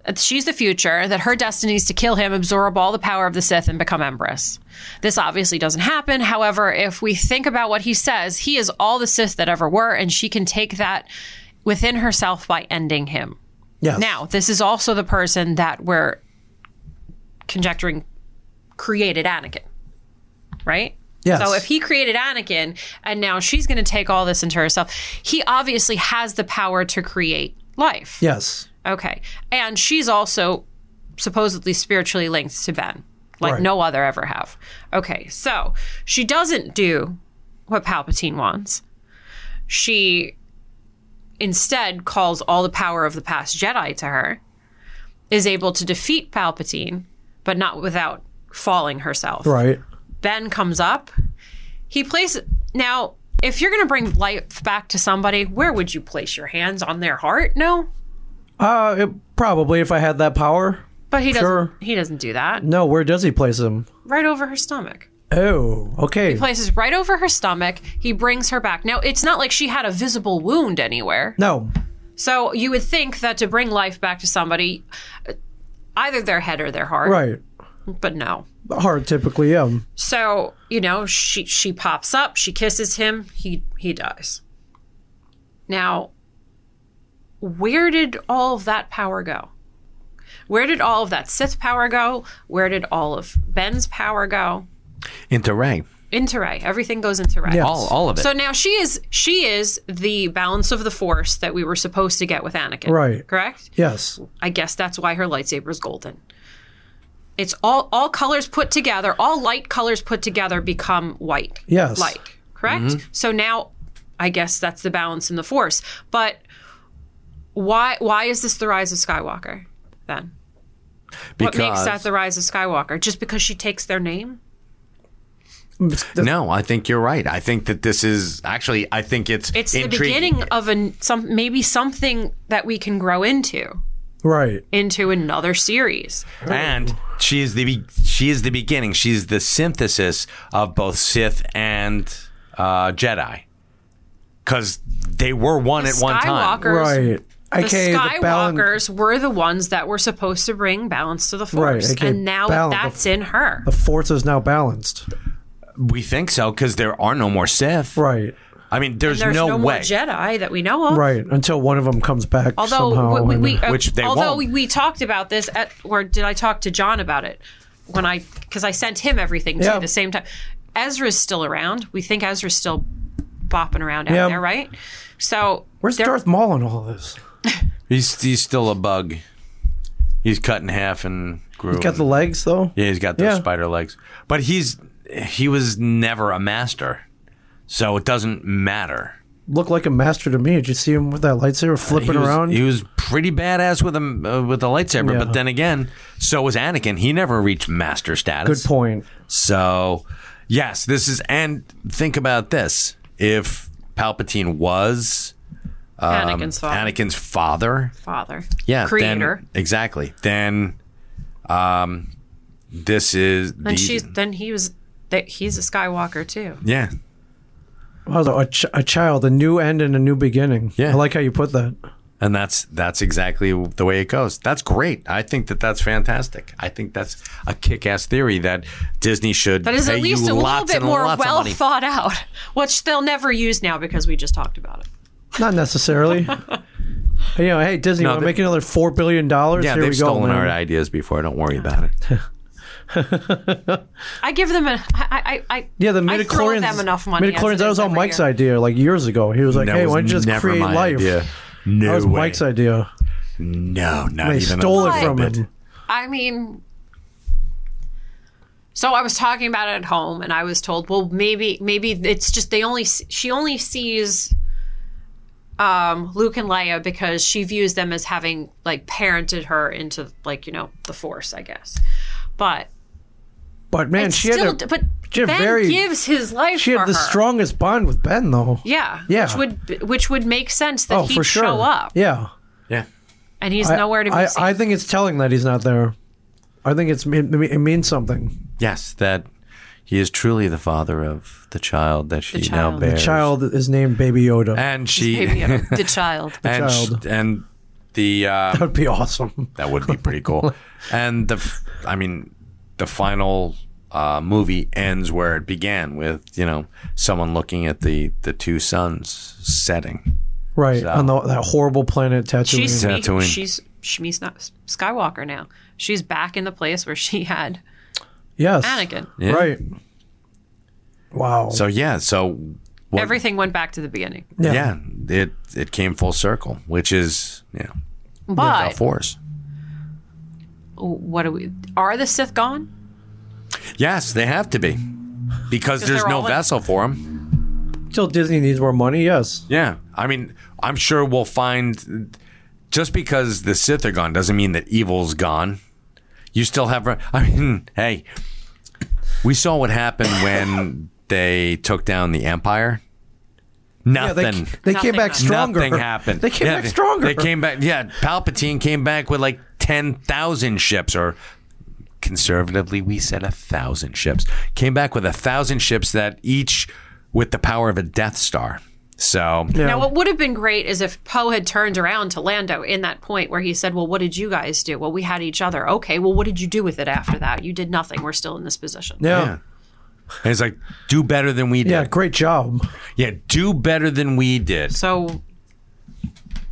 Speaker 3: that She's the future. That her destiny is to kill him, absorb all the power of the Sith, and become Empress. This obviously doesn't happen. However, if we think about what he says, he is all the Sith that ever were, and she can take that within herself by ending him.
Speaker 1: Yes.
Speaker 3: Now, this is also the person that we're conjecturing created Anakin, right?
Speaker 1: Yes.
Speaker 3: So if he created Anakin and now she's going to take all this into herself, he obviously has the power to create life.
Speaker 1: Yes.
Speaker 3: Okay. And she's also supposedly spiritually linked to Ben, like
Speaker 1: Right.
Speaker 3: no other ever have. Okay. So she doesn't do what Palpatine wants. She instead calls all the power of the past Jedi to her, is able to defeat Palpatine, but not without falling herself.
Speaker 1: Right.
Speaker 3: Ben comes up. He places. Now, if you're going to bring life back to somebody, where would you place your hands? On their heart? No?
Speaker 1: Uh, it, probably if I had that power.
Speaker 3: But he doesn't.
Speaker 1: Sure.
Speaker 3: He doesn't do that.
Speaker 1: No, where does he place him?
Speaker 3: Right over her stomach.
Speaker 1: Oh, okay.
Speaker 3: Places right over her stomach. He brings her back. Now it's not like she had a visible wound anywhere.
Speaker 1: no.
Speaker 3: So you would think that to bring life back to somebody, uh, either their head or their heart.
Speaker 1: Right.
Speaker 3: But no.
Speaker 1: Hard typically, yeah.
Speaker 3: So you know she she pops up. She kisses him. He he dies. Now, where did all of that power go? Where did all of that Sith power go? Where did all of Ben's power go?
Speaker 2: into Ray.
Speaker 3: into Ray. Everything goes into Ray.
Speaker 1: Yeah.
Speaker 2: All, all of it.
Speaker 3: So now she is she is the balance of the force that we were supposed to get with Anakin.
Speaker 1: Right.
Speaker 3: Correct?
Speaker 1: Yes.
Speaker 3: I guess that's why her lightsaber is golden. It's all all colors put together, all light colors put together become white.
Speaker 1: Yes.
Speaker 3: Light. Correct? So now I guess that's the balance in the force. But why why is this the rise of Skywalker then?
Speaker 2: because,
Speaker 3: what makes that the rise of Skywalker? Just because she takes their name?
Speaker 2: no, I think you're right. I think that this is actually. I think it's
Speaker 3: It's the
Speaker 2: intriguing.
Speaker 3: beginning of an some maybe something that we can grow into
Speaker 1: Right.
Speaker 3: into another series.
Speaker 2: and she is the be- she is the beginning. She's the synthesis of both Sith and uh, Jedi, because they were one at one time.
Speaker 3: Skywalkers,
Speaker 1: Right.
Speaker 3: the
Speaker 1: AKA the balance,
Speaker 3: Skywalkers were the ones that were supposed to bring balance to the Force,
Speaker 1: Right, aka
Speaker 3: and now
Speaker 1: balance.
Speaker 3: that's in her.
Speaker 1: the force is now balanced.
Speaker 2: We think so because there are no more Sith.
Speaker 1: Right.
Speaker 2: I mean, there's,
Speaker 3: There's
Speaker 2: no,
Speaker 3: no, more
Speaker 2: way.
Speaker 3: Jedi that we know of.
Speaker 1: Right. Until one of them comes back
Speaker 3: Although
Speaker 1: somehow.
Speaker 3: we,
Speaker 1: and-
Speaker 3: we, we, uh,
Speaker 2: Which they
Speaker 3: although
Speaker 2: won't.
Speaker 3: We, we talked about this, at, or did I talk to John about it when I because I sent him everything too
Speaker 1: Yeah.
Speaker 3: at the same time. Ezra's still around. We think Ezra's still bopping around out
Speaker 1: Yeah.
Speaker 3: there, right? So
Speaker 1: Where's
Speaker 3: there-
Speaker 1: Darth Maul in all this?
Speaker 2: he's he's still a bug. He's cut in half and grew.
Speaker 1: Got the legs though.
Speaker 2: Yeah, he's got those
Speaker 1: Yeah.
Speaker 2: spider legs. But he's he was never a master, so it doesn't matter.
Speaker 1: Looked like a master to me. Did you see him with that lightsaber flipping
Speaker 2: Uh, he was,
Speaker 1: around?
Speaker 2: He was pretty badass with him uh, with the lightsaber,
Speaker 1: Yeah.
Speaker 2: but then again, so was Anakin. He never reached master
Speaker 1: Good
Speaker 2: status.
Speaker 1: point.
Speaker 2: So, yes, this is and think about this: if Palpatine was um,
Speaker 3: Anakin's father.
Speaker 2: Anakin's father,
Speaker 3: father.
Speaker 2: yeah, then-
Speaker 3: Creator.
Speaker 2: exactly. Then, um, this is the
Speaker 3: and she's then he was that he's a Skywalker too.
Speaker 2: yeah.
Speaker 1: Wow, so a, ch- a child, a new end and a new beginning.
Speaker 2: Yeah.
Speaker 1: I like how you put that.
Speaker 2: And that's that's exactly the way it goes. That's great. I think that that's fantastic. I think that's a kick-ass theory that Disney should
Speaker 3: That is
Speaker 2: pay
Speaker 3: at least a
Speaker 2: you
Speaker 3: little
Speaker 2: lots
Speaker 3: bit
Speaker 2: and
Speaker 3: more
Speaker 2: lots of
Speaker 3: well
Speaker 2: money.
Speaker 3: thought out, which they'll never use now because we just talked about it.
Speaker 1: Not necessarily. you know, hey Disney,
Speaker 2: No,
Speaker 1: want
Speaker 2: they-
Speaker 1: to make another four billion dollars?
Speaker 2: Yeah,
Speaker 1: Here
Speaker 2: they've
Speaker 1: we go.
Speaker 2: stolen
Speaker 1: man.
Speaker 2: our ideas before. Don't worry about it.
Speaker 3: I give them an I I, I
Speaker 1: Yeah, the
Speaker 3: I throw
Speaker 1: midichlorians.
Speaker 3: them enough money. as
Speaker 1: midichlorians,
Speaker 3: it
Speaker 1: that
Speaker 3: is
Speaker 1: was all
Speaker 3: every
Speaker 1: Mike's
Speaker 3: year.
Speaker 1: idea like years ago. He was like,
Speaker 2: That
Speaker 1: "Hey,
Speaker 2: was
Speaker 1: why don't you just
Speaker 2: never
Speaker 1: create
Speaker 2: my
Speaker 1: life?"
Speaker 2: idea. No
Speaker 1: That was
Speaker 2: way.
Speaker 1: Mike's idea.
Speaker 2: No, not
Speaker 1: They
Speaker 2: even
Speaker 1: stole
Speaker 2: a
Speaker 1: it
Speaker 2: little
Speaker 1: from
Speaker 2: bit.
Speaker 1: him.
Speaker 3: I mean, so I was talking about it at home, and I was told, well, maybe, maybe it's just they only she only sees um, Luke and Leia because she views them as having like parented her into like you know the Force, I guess. But
Speaker 1: But man,
Speaker 3: it's
Speaker 1: she had
Speaker 3: still,
Speaker 1: a,
Speaker 3: but
Speaker 1: she had
Speaker 3: Ben
Speaker 1: very-
Speaker 3: gives his life.
Speaker 1: she
Speaker 3: for
Speaker 1: had the
Speaker 3: her.
Speaker 1: strongest bond with Ben though.
Speaker 3: yeah,
Speaker 1: Yeah.
Speaker 3: which would which would make sense that
Speaker 1: oh,
Speaker 3: he'd
Speaker 1: for sure.
Speaker 3: show up,
Speaker 1: Yeah.
Speaker 2: Yeah.
Speaker 3: and he's nowhere to be
Speaker 1: I,
Speaker 3: seen.
Speaker 1: I think it's telling that he's not there. I think it's it, it means something.
Speaker 2: Yes, that he is truly the father of the child that she now
Speaker 3: child. The
Speaker 2: bears.
Speaker 1: Child is named Baby Yoda.
Speaker 2: and she
Speaker 3: Maybe, uh, the child.
Speaker 2: and
Speaker 1: child.
Speaker 2: sh- and the uh,
Speaker 1: that would be awesome.
Speaker 2: That would be pretty cool. and the, f- I mean, the final uh, movie ends where it began with you know someone looking at the the two suns setting.
Speaker 1: Right on the, that horrible planet Tatooine.
Speaker 3: she's
Speaker 2: Tatooine.
Speaker 3: Tatooine.
Speaker 2: Tatooine.
Speaker 3: she's she's not Skywalker now. She's back in the place where she had
Speaker 1: yes,
Speaker 3: Anakin.
Speaker 2: Yeah.
Speaker 1: Right. Wow.
Speaker 2: So yeah, so what,
Speaker 3: Everything went back to the beginning.
Speaker 2: Yeah. it it came full circle, which is you know a
Speaker 3: But
Speaker 2: force.
Speaker 3: what do we? Are the Sith gone?
Speaker 2: Yes, they have to be because there's
Speaker 3: they're
Speaker 2: no
Speaker 3: all in-
Speaker 2: vessel for them.
Speaker 1: Still, Disney needs more money. Yes.
Speaker 2: Yeah, I mean, I'm sure we'll find. Just because the Sith are gone doesn't mean that evil's gone. You still have. I mean, hey, we saw what happened when they took down the Empire.
Speaker 1: Yeah, they,
Speaker 2: Nothing.
Speaker 1: they came back
Speaker 3: Nothing.
Speaker 1: stronger.
Speaker 2: Nothing happened.
Speaker 1: They came
Speaker 2: Yeah,
Speaker 1: back stronger.
Speaker 2: They came back. Yeah, Palpatine came back with like ten thousand ships, or conservatively, we said a thousand ships. Came back with a thousand ships that each with the power of a Death Star. So
Speaker 1: Yeah.
Speaker 3: Now, what would have been great is if Poe had turned around to Lando in that point where he said, "Well, what did you guys do? Well, we had each other. Okay. Well, what did you do with it after that? You did nothing. We're still in this position.
Speaker 1: yeah.
Speaker 2: yeah. And it's like, do better than we did.
Speaker 1: Yeah,
Speaker 2: Yeah.
Speaker 1: great job.
Speaker 2: do better than we did.
Speaker 3: So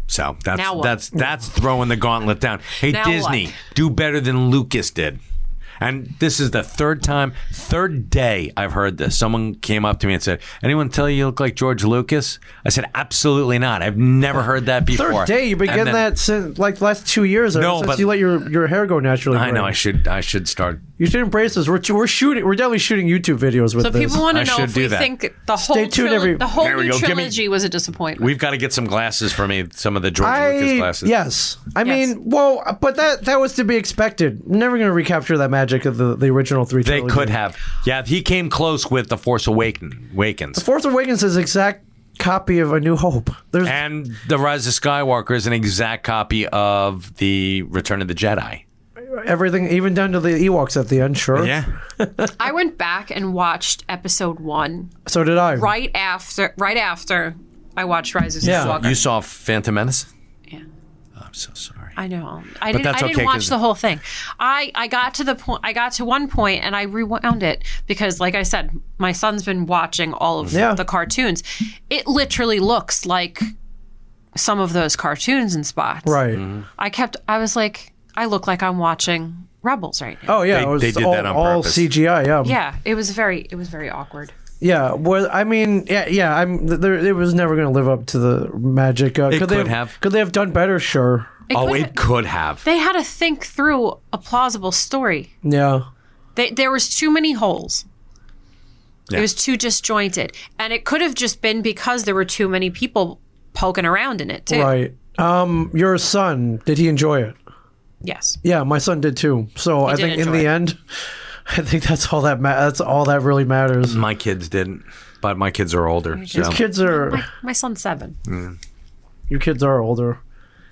Speaker 2: So that's
Speaker 3: Now what?
Speaker 2: that's that's throwing the gauntlet down. Hey
Speaker 3: Now
Speaker 2: Disney,
Speaker 3: what?
Speaker 2: do better than Lucas did. And this is the third time, third day I've heard this. Someone came up to me and said, "Anyone tell you you look like George Lucas?" I said, "Absolutely not. I've never heard that
Speaker 1: Third
Speaker 2: before."
Speaker 1: day, you've been
Speaker 2: And
Speaker 1: getting
Speaker 2: then-
Speaker 1: that since like the last two years. ever
Speaker 2: No,
Speaker 1: since
Speaker 2: but-
Speaker 1: you let your, your hair go naturally.
Speaker 2: I know.
Speaker 1: Greg.
Speaker 2: I should. I should start.
Speaker 1: you should embrace this. We're, we're shooting. We're definitely shooting YouTube videos with
Speaker 3: so
Speaker 1: this.
Speaker 3: people want
Speaker 2: I
Speaker 3: to know
Speaker 2: should
Speaker 3: if
Speaker 2: do
Speaker 3: we
Speaker 2: that.
Speaker 3: think the whole
Speaker 1: tuned,
Speaker 3: trilo-
Speaker 1: every-
Speaker 3: the whole
Speaker 2: There we
Speaker 3: new
Speaker 2: go. Give me-
Speaker 3: trilogy was a disappointment.
Speaker 2: We've got to get some glasses for me. Some of the George Lucas
Speaker 1: I
Speaker 2: glasses.
Speaker 1: yes, I
Speaker 3: Yes.
Speaker 1: mean, well, but that that was to be expected. Never going to recapture that magic of the, the original three.
Speaker 2: they
Speaker 1: trilogy.
Speaker 2: could have. Yeah, he came close with the Force Awaken, Awakens.
Speaker 1: Force Awakens is exact copy of A New Hope. There's
Speaker 2: And The Rise of Skywalker is an exact copy of the Return of the Jedi.
Speaker 1: everything, even down to the Ewoks at the end. Sure.
Speaker 3: I went back and watched episode one
Speaker 1: So did I.
Speaker 3: right after right after I watched Rise of
Speaker 1: Yeah.
Speaker 3: Skywalker.
Speaker 2: You saw Phantom Menace?
Speaker 3: Yeah.
Speaker 2: I'm so sorry.
Speaker 3: I know. I didn't.
Speaker 2: that's
Speaker 3: I didn't
Speaker 2: okay, 'cause-
Speaker 3: watch the whole thing. I I got to the point. I got to one point, and I rewound it because, like I said, my son's been watching all of
Speaker 1: Yeah.
Speaker 3: the cartoons. It literally looks like some of those cartoons in spots.
Speaker 1: Right.
Speaker 2: Mm-hmm.
Speaker 3: I kept. I was like, I look like I'm watching Rebels right now.
Speaker 1: Oh yeah,
Speaker 2: They-
Speaker 1: it was
Speaker 2: they did
Speaker 1: all,
Speaker 2: that on
Speaker 1: all
Speaker 2: purpose.
Speaker 1: CGI. Yeah.
Speaker 3: Yeah. It was very. It was very awkward.
Speaker 1: Yeah, well, I mean, yeah, yeah. I'm. th- There, it was never going to live up to the magic. Uh,
Speaker 2: It
Speaker 1: they
Speaker 2: could
Speaker 1: have,
Speaker 2: have.
Speaker 1: Could they have done better? Sure.
Speaker 2: oh,
Speaker 3: couldn't-
Speaker 2: it could have.
Speaker 3: They had to think through a plausible story.
Speaker 1: Yeah.
Speaker 3: They, there was too many holes.
Speaker 2: Yeah.
Speaker 3: It was too disjointed, and it could have just been because there were too many people poking around in it too.
Speaker 1: Right. Um, your son, did he enjoy it?
Speaker 3: Yes.
Speaker 1: Yeah, my son did too. So I
Speaker 3: did
Speaker 1: think in
Speaker 3: enjoy
Speaker 1: the
Speaker 3: it.
Speaker 1: end, I think that's all that ma- that's all that really matters.
Speaker 2: My kids didn't, but my kids are older. So.
Speaker 1: These kids are
Speaker 3: My son's seven.
Speaker 1: your kids are older.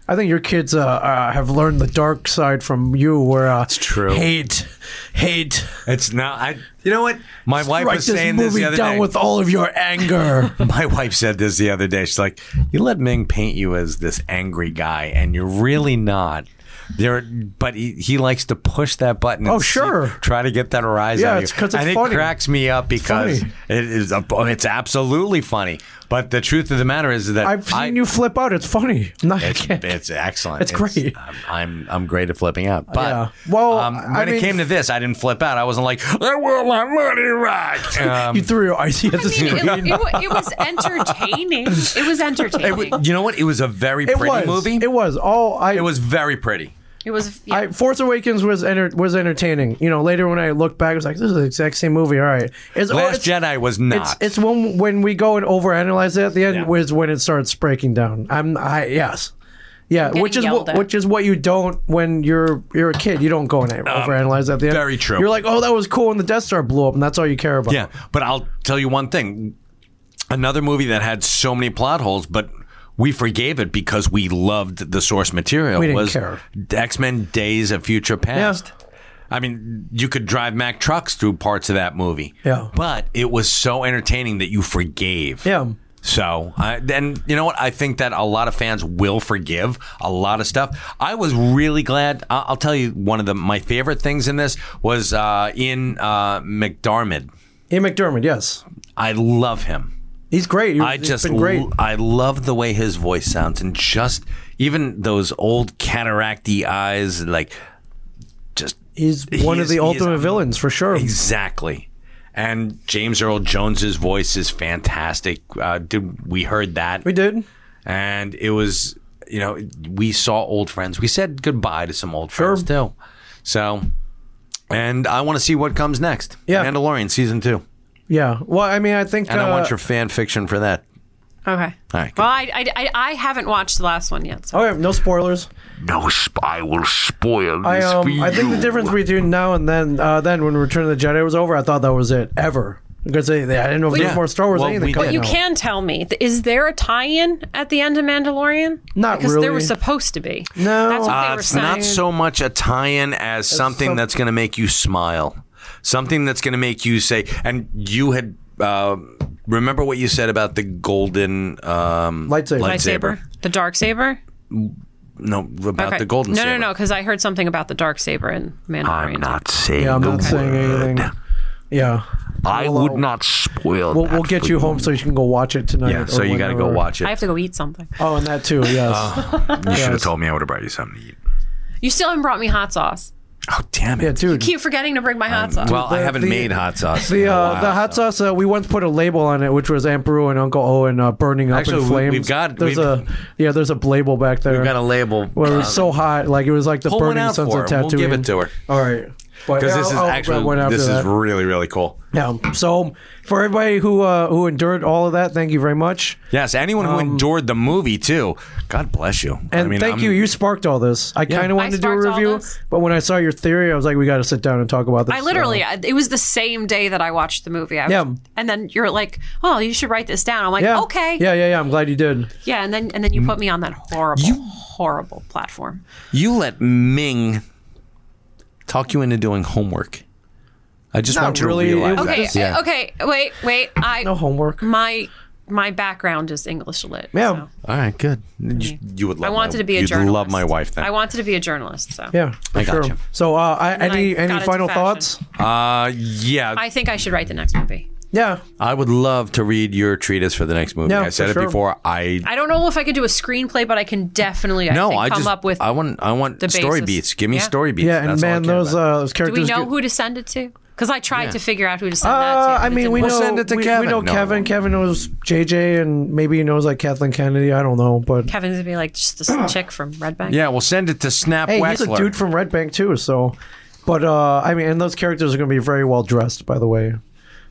Speaker 1: I think your kids uh, uh, have learned the dark side from you, where uh, it's
Speaker 2: true.
Speaker 1: Hate, hate.
Speaker 2: It's not. I. You know what? My wife
Speaker 1: Write
Speaker 2: was
Speaker 1: this
Speaker 2: saying this
Speaker 1: movie
Speaker 2: the other
Speaker 1: down
Speaker 2: day.
Speaker 1: with all of your anger.
Speaker 2: My wife said this the other day. She's like, "You let Ming paint you as this angry guy, and you're really not." There, but he, he likes to push that button. and
Speaker 1: Oh, sure.
Speaker 2: see- try to get that rise
Speaker 1: Yeah,
Speaker 2: out of
Speaker 1: it's
Speaker 2: you.
Speaker 1: 'cause it's
Speaker 2: and
Speaker 1: funny.
Speaker 2: it cracks me up because
Speaker 1: funny.
Speaker 2: it is. a- oh, It's absolutely funny. But the truth of the matter is that
Speaker 1: I've seen
Speaker 2: I-
Speaker 1: you flip out. It's funny. I'm not. I
Speaker 2: It's,
Speaker 1: can't-
Speaker 2: it's excellent.
Speaker 1: It's great.
Speaker 2: I'm, I'm I'm great at flipping out. But
Speaker 1: Yeah. Well,
Speaker 2: um, when
Speaker 1: I
Speaker 2: it
Speaker 1: mean-
Speaker 2: came to this, I didn't flip out. I wasn't like, I want my money back. Um,
Speaker 1: you threw your icy at the
Speaker 3: I mean,
Speaker 1: screen.
Speaker 3: it, it, wa- it was entertaining. It was entertaining. It,
Speaker 2: you know what? It was a very
Speaker 1: It
Speaker 2: pretty
Speaker 1: was.
Speaker 2: movie.
Speaker 1: It was. All I.
Speaker 2: It was very pretty.
Speaker 3: was. Yeah.
Speaker 1: I, Force Awakens was enter- was entertaining. You know, later when I looked back, I was like, "This is the exact same movie." All right, it's, oh,
Speaker 2: Last
Speaker 1: it's-
Speaker 2: Jedi was not.
Speaker 1: It's, it's when when we go and overanalyze it at the end
Speaker 2: Yeah.
Speaker 1: is when it starts breaking down. I'm I yes. Yeah,
Speaker 3: getting
Speaker 1: which is
Speaker 3: yelled
Speaker 1: what,
Speaker 3: at.
Speaker 1: which is what you don't when you're you're a kid. You don't go and overanalyze at the end.
Speaker 2: Um, very true.
Speaker 1: You're like, oh, that was cool when the Death Star blew up, and that's all you care about.
Speaker 2: yeah, but I'll tell you one thing. Another movie that had so many plot holes, but we forgave it because we loved the source material.
Speaker 1: We didn't
Speaker 2: was
Speaker 1: care.
Speaker 2: X Men: Days of Future Past. I mean, you could drive Mack trucks through parts of that movie.
Speaker 1: Yeah.
Speaker 2: But it was so entertaining that you forgave.
Speaker 1: yeah.
Speaker 2: So, I, and you know what? I think that a lot of fans will forgive a lot of stuff. I was really glad. I- I'll tell you, one of the my favorite things in this was uh, in uh, McDarmid.
Speaker 1: Ian McDermott, yes,
Speaker 2: I love him.
Speaker 1: he's great. He's,
Speaker 2: I
Speaker 1: he's
Speaker 2: just
Speaker 1: been great.
Speaker 2: l- I love the way his voice sounds, and just even those old cataracty eyes, like just
Speaker 1: He's
Speaker 2: he
Speaker 1: one of
Speaker 2: is-
Speaker 1: the
Speaker 2: he is
Speaker 1: ultimate
Speaker 2: amazing.
Speaker 1: villains for sure.
Speaker 2: Exactly. And James Earl Jones's voice is fantastic. Uh, did we heard that?
Speaker 1: we did.
Speaker 2: and it was you know we saw old friends we said goodbye to some old friends too so and i want to see what comes next
Speaker 1: Yeah.
Speaker 2: mandalorian season two
Speaker 1: Yeah. Well, I mean, I think
Speaker 2: and i
Speaker 1: uh,
Speaker 2: want your fan fiction for that
Speaker 3: okay.
Speaker 2: all right
Speaker 3: Well, I, I, I, I haven't watched the last one yet. So.
Speaker 1: Okay, no spoilers.
Speaker 5: No, sp- I will spoil this
Speaker 1: I
Speaker 5: for
Speaker 1: um,
Speaker 5: you.
Speaker 1: I think the difference between now and then, uh, then when Return of the Jedi was over, I thought that was it ever because they, they I didn't know if there
Speaker 2: Yeah.
Speaker 1: was more Star Wars
Speaker 2: Well,
Speaker 1: or anything
Speaker 2: we
Speaker 1: coming
Speaker 2: did.
Speaker 3: You
Speaker 1: out.
Speaker 3: can tell me. th- Is there a tie-in at the end of Mandalorian?
Speaker 1: Not
Speaker 3: because
Speaker 1: really.
Speaker 3: there was supposed to be.
Speaker 1: No.
Speaker 3: that's what they
Speaker 2: Uh,
Speaker 3: were
Speaker 2: it's
Speaker 3: saying.
Speaker 2: not so much a tie-in as something
Speaker 1: some-
Speaker 2: that's going to make you smile something that's going to make you say and you had uh, remember what you said about the golden um,
Speaker 1: Lightsaber.
Speaker 2: lightsaber
Speaker 3: saber, the dark saber.
Speaker 2: no about
Speaker 3: Okay.
Speaker 2: the golden
Speaker 3: No,
Speaker 2: saber.
Speaker 3: no, no. Because I heard something about the dark saber in Mandalorian.
Speaker 5: I'm not saying
Speaker 1: Yeah, I'm
Speaker 5: the
Speaker 1: not saying
Speaker 5: word.
Speaker 1: anything. Yeah,
Speaker 5: I
Speaker 1: We'll,
Speaker 5: would
Speaker 1: uh,
Speaker 5: not spoil
Speaker 1: we'll,
Speaker 5: that
Speaker 1: we'll get
Speaker 5: for
Speaker 1: you home so you can go watch it tonight.
Speaker 2: yeah so
Speaker 1: or
Speaker 2: you got to go
Speaker 1: whenever.
Speaker 2: watch it Uh,
Speaker 3: I have to go eat something.
Speaker 1: Oh, and that too. Yes.
Speaker 5: You should have
Speaker 1: Yes.
Speaker 5: told me I would have brought you something to eat.
Speaker 3: You still haven't brought me hot sauce.
Speaker 2: oh damn it
Speaker 1: yeah, dude.
Speaker 3: Keep forgetting to bring my hot sauce.
Speaker 2: Well, I
Speaker 1: The-
Speaker 2: haven't
Speaker 1: the-
Speaker 2: made hot sauce. in
Speaker 1: the
Speaker 2: a
Speaker 1: uh,
Speaker 2: while,
Speaker 1: the hot
Speaker 2: so-
Speaker 1: sauce uh, we once put a label on it, which was Aunt Beru and Uncle Owen uh, burning up
Speaker 2: Actually,
Speaker 1: in
Speaker 2: we-
Speaker 1: flames.
Speaker 2: we've got-
Speaker 1: there's
Speaker 2: we've-
Speaker 1: a yeah, there's a label back there.
Speaker 2: We've got a label.
Speaker 1: where it was so hot, like it was like the
Speaker 2: Pull one
Speaker 1: burning
Speaker 2: out
Speaker 1: suns
Speaker 2: for
Speaker 1: of
Speaker 2: her. We'll
Speaker 1: tattooing.
Speaker 2: give it to her.
Speaker 1: All right, because
Speaker 2: Because this is actually this is really really cool.
Speaker 1: Yeah. So for everybody who uh, who endured all of that, thank you very much,
Speaker 2: Yes, anyone who endured the movie too, God bless you.
Speaker 1: Um, and thank you. You sparked all this. I kind of wanted to do a
Speaker 3: sparked all
Speaker 1: review,
Speaker 3: this.
Speaker 1: but when I saw your theory, I was like, we got to sit down and talk about this.
Speaker 3: I literally, I- it was the same day that I watched the movie. I was,
Speaker 1: Yeah.
Speaker 3: And then you're like, oh, you should write this down. I'm like,
Speaker 1: yeah.
Speaker 3: okay.
Speaker 1: Yeah, yeah, yeah. I'm glad you did.
Speaker 3: Yeah, And then and then you
Speaker 2: Mm.
Speaker 3: put me on that horrible, horrible platform.
Speaker 2: You let Ming talk you into doing homework. I just
Speaker 1: Not
Speaker 2: want you
Speaker 1: really.
Speaker 2: to
Speaker 1: It
Speaker 2: realize
Speaker 1: was
Speaker 2: that.
Speaker 3: Okay. uh,
Speaker 1: Yes.
Speaker 2: Yeah.
Speaker 3: Okay. Wait. Wait. I
Speaker 1: No homework.
Speaker 3: my my background is English lit.
Speaker 1: Yeah.
Speaker 3: so
Speaker 2: All right, good. You, you would
Speaker 3: I
Speaker 2: love.
Speaker 3: wanted
Speaker 2: my,
Speaker 3: to be a
Speaker 2: you'd
Speaker 3: journalist.
Speaker 2: love my wife then.
Speaker 3: I wanted to be a journalist. So
Speaker 1: Yeah, for
Speaker 2: I
Speaker 1: sure.
Speaker 2: got you.
Speaker 1: So, uh, I,
Speaker 3: I
Speaker 1: any
Speaker 3: got
Speaker 1: any
Speaker 3: into
Speaker 1: final
Speaker 3: fashion.
Speaker 1: thoughts?
Speaker 2: uh, yeah,
Speaker 3: I
Speaker 2: I,
Speaker 3: think I should write the next movie.
Speaker 1: Yeah,
Speaker 2: would love to read your treatise for the next movie.
Speaker 1: Yeah,
Speaker 2: I said
Speaker 1: for
Speaker 2: it
Speaker 1: sure.
Speaker 2: before. I
Speaker 3: I don't know if I could do a screenplay, but I can definitely I
Speaker 2: no,
Speaker 3: think,
Speaker 2: I
Speaker 3: come
Speaker 2: just
Speaker 3: up with.
Speaker 2: I want I want
Speaker 3: the
Speaker 2: story
Speaker 3: basis.
Speaker 2: beats. Give me
Speaker 3: Yeah.
Speaker 2: story beats.
Speaker 1: yeah, and
Speaker 2: That's all I
Speaker 1: man,
Speaker 2: care
Speaker 1: those
Speaker 2: about.
Speaker 1: uh, those
Speaker 3: do we
Speaker 1: characters.
Speaker 3: know
Speaker 1: get-
Speaker 3: who to send it to? Because I tried to figure out who to send that to.
Speaker 1: Uh,
Speaker 3: but
Speaker 1: I
Speaker 3: it
Speaker 1: mean,
Speaker 3: didn't
Speaker 1: we
Speaker 3: work.
Speaker 2: We'll
Speaker 1: know
Speaker 2: send it to
Speaker 1: we,
Speaker 2: Kevin.
Speaker 1: we know
Speaker 2: No.
Speaker 1: Kevin. Kevin knows JJ, and maybe he knows like Kathleen Kennedy. I don't know, but
Speaker 3: Kevin's gonna be like just this chick from Red Bank.
Speaker 2: Yeah, we'll send it to Snap
Speaker 1: hey, he's
Speaker 2: Wexler.
Speaker 1: a dude from Red Bank too. So, but uh, I mean, and those characters are going to be very well dressed, by the way.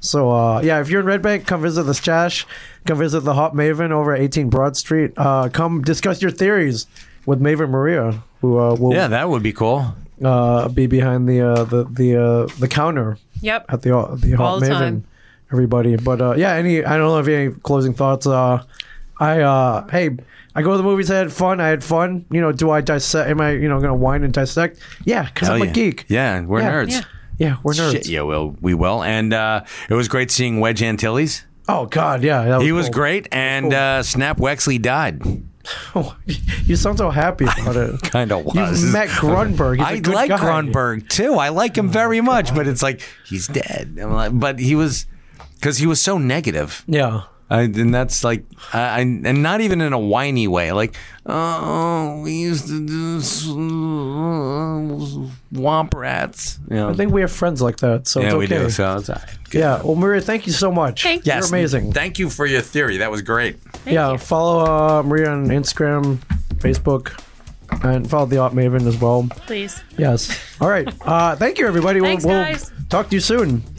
Speaker 1: So uh, yeah, if you're in Red Bank, come visit the stash. Come visit the Hot Maven over at 18 Broad Street. Uh, come discuss your theories with Maven Maria, who uh, will
Speaker 2: yeah, that would be cool.
Speaker 1: uh, be behind the uh, the the uh, the counter
Speaker 3: Yep.
Speaker 1: at the the Hot
Speaker 3: All the
Speaker 1: Maven.
Speaker 3: time.
Speaker 1: Everybody, but uh, yeah, any I don't know if you have any closing thoughts. Uh, I uh, hey, I go to the movies. I had fun. I had fun. You know, do I dissect? Am I you know going to whine and dissect? Yeah, because I'm
Speaker 2: Hell
Speaker 1: a
Speaker 2: yeah.
Speaker 1: geek.
Speaker 2: Yeah, we're
Speaker 1: Yeah.
Speaker 2: nerds.
Speaker 3: Yeah.
Speaker 1: Yeah, we're nerds.
Speaker 2: Shit, yeah, well, we will. And uh, it was great seeing Wedge Antilles.
Speaker 1: Oh God, yeah, that
Speaker 2: He was
Speaker 1: cool.
Speaker 2: great, and uh, Snap Wexley died.
Speaker 1: you sound so happy about it.
Speaker 2: Kind of was.
Speaker 1: You've met Grunberg. He's a
Speaker 2: I
Speaker 1: good
Speaker 2: like
Speaker 1: guy.
Speaker 2: Grunberg too. I like
Speaker 1: Oh,
Speaker 2: him very much, but it's like he's dead. I'm like- but he was because he was so negative.
Speaker 1: Yeah.
Speaker 2: I, and that's like, I, I, and not even in a whiny way. Like, oh, we used to do s- uh, womp rats. You know?
Speaker 1: I think we have friends like that, so
Speaker 2: yeah,
Speaker 1: it's okay.
Speaker 2: we do. So it's all right. Good.
Speaker 1: Yeah. Well, Maria, thank you so much.
Speaker 3: Thank you.
Speaker 1: You're amazing.
Speaker 2: Thank you for your theory. That was great.
Speaker 1: yeah, follow uh, Maria on Instagram, Facebook, and follow the Op Maven as well.
Speaker 3: Please.
Speaker 1: Yes. All right. Uh, thank you, everybody.
Speaker 3: Thanks,
Speaker 1: we'll, we'll
Speaker 3: guys.
Speaker 1: talk to you soon.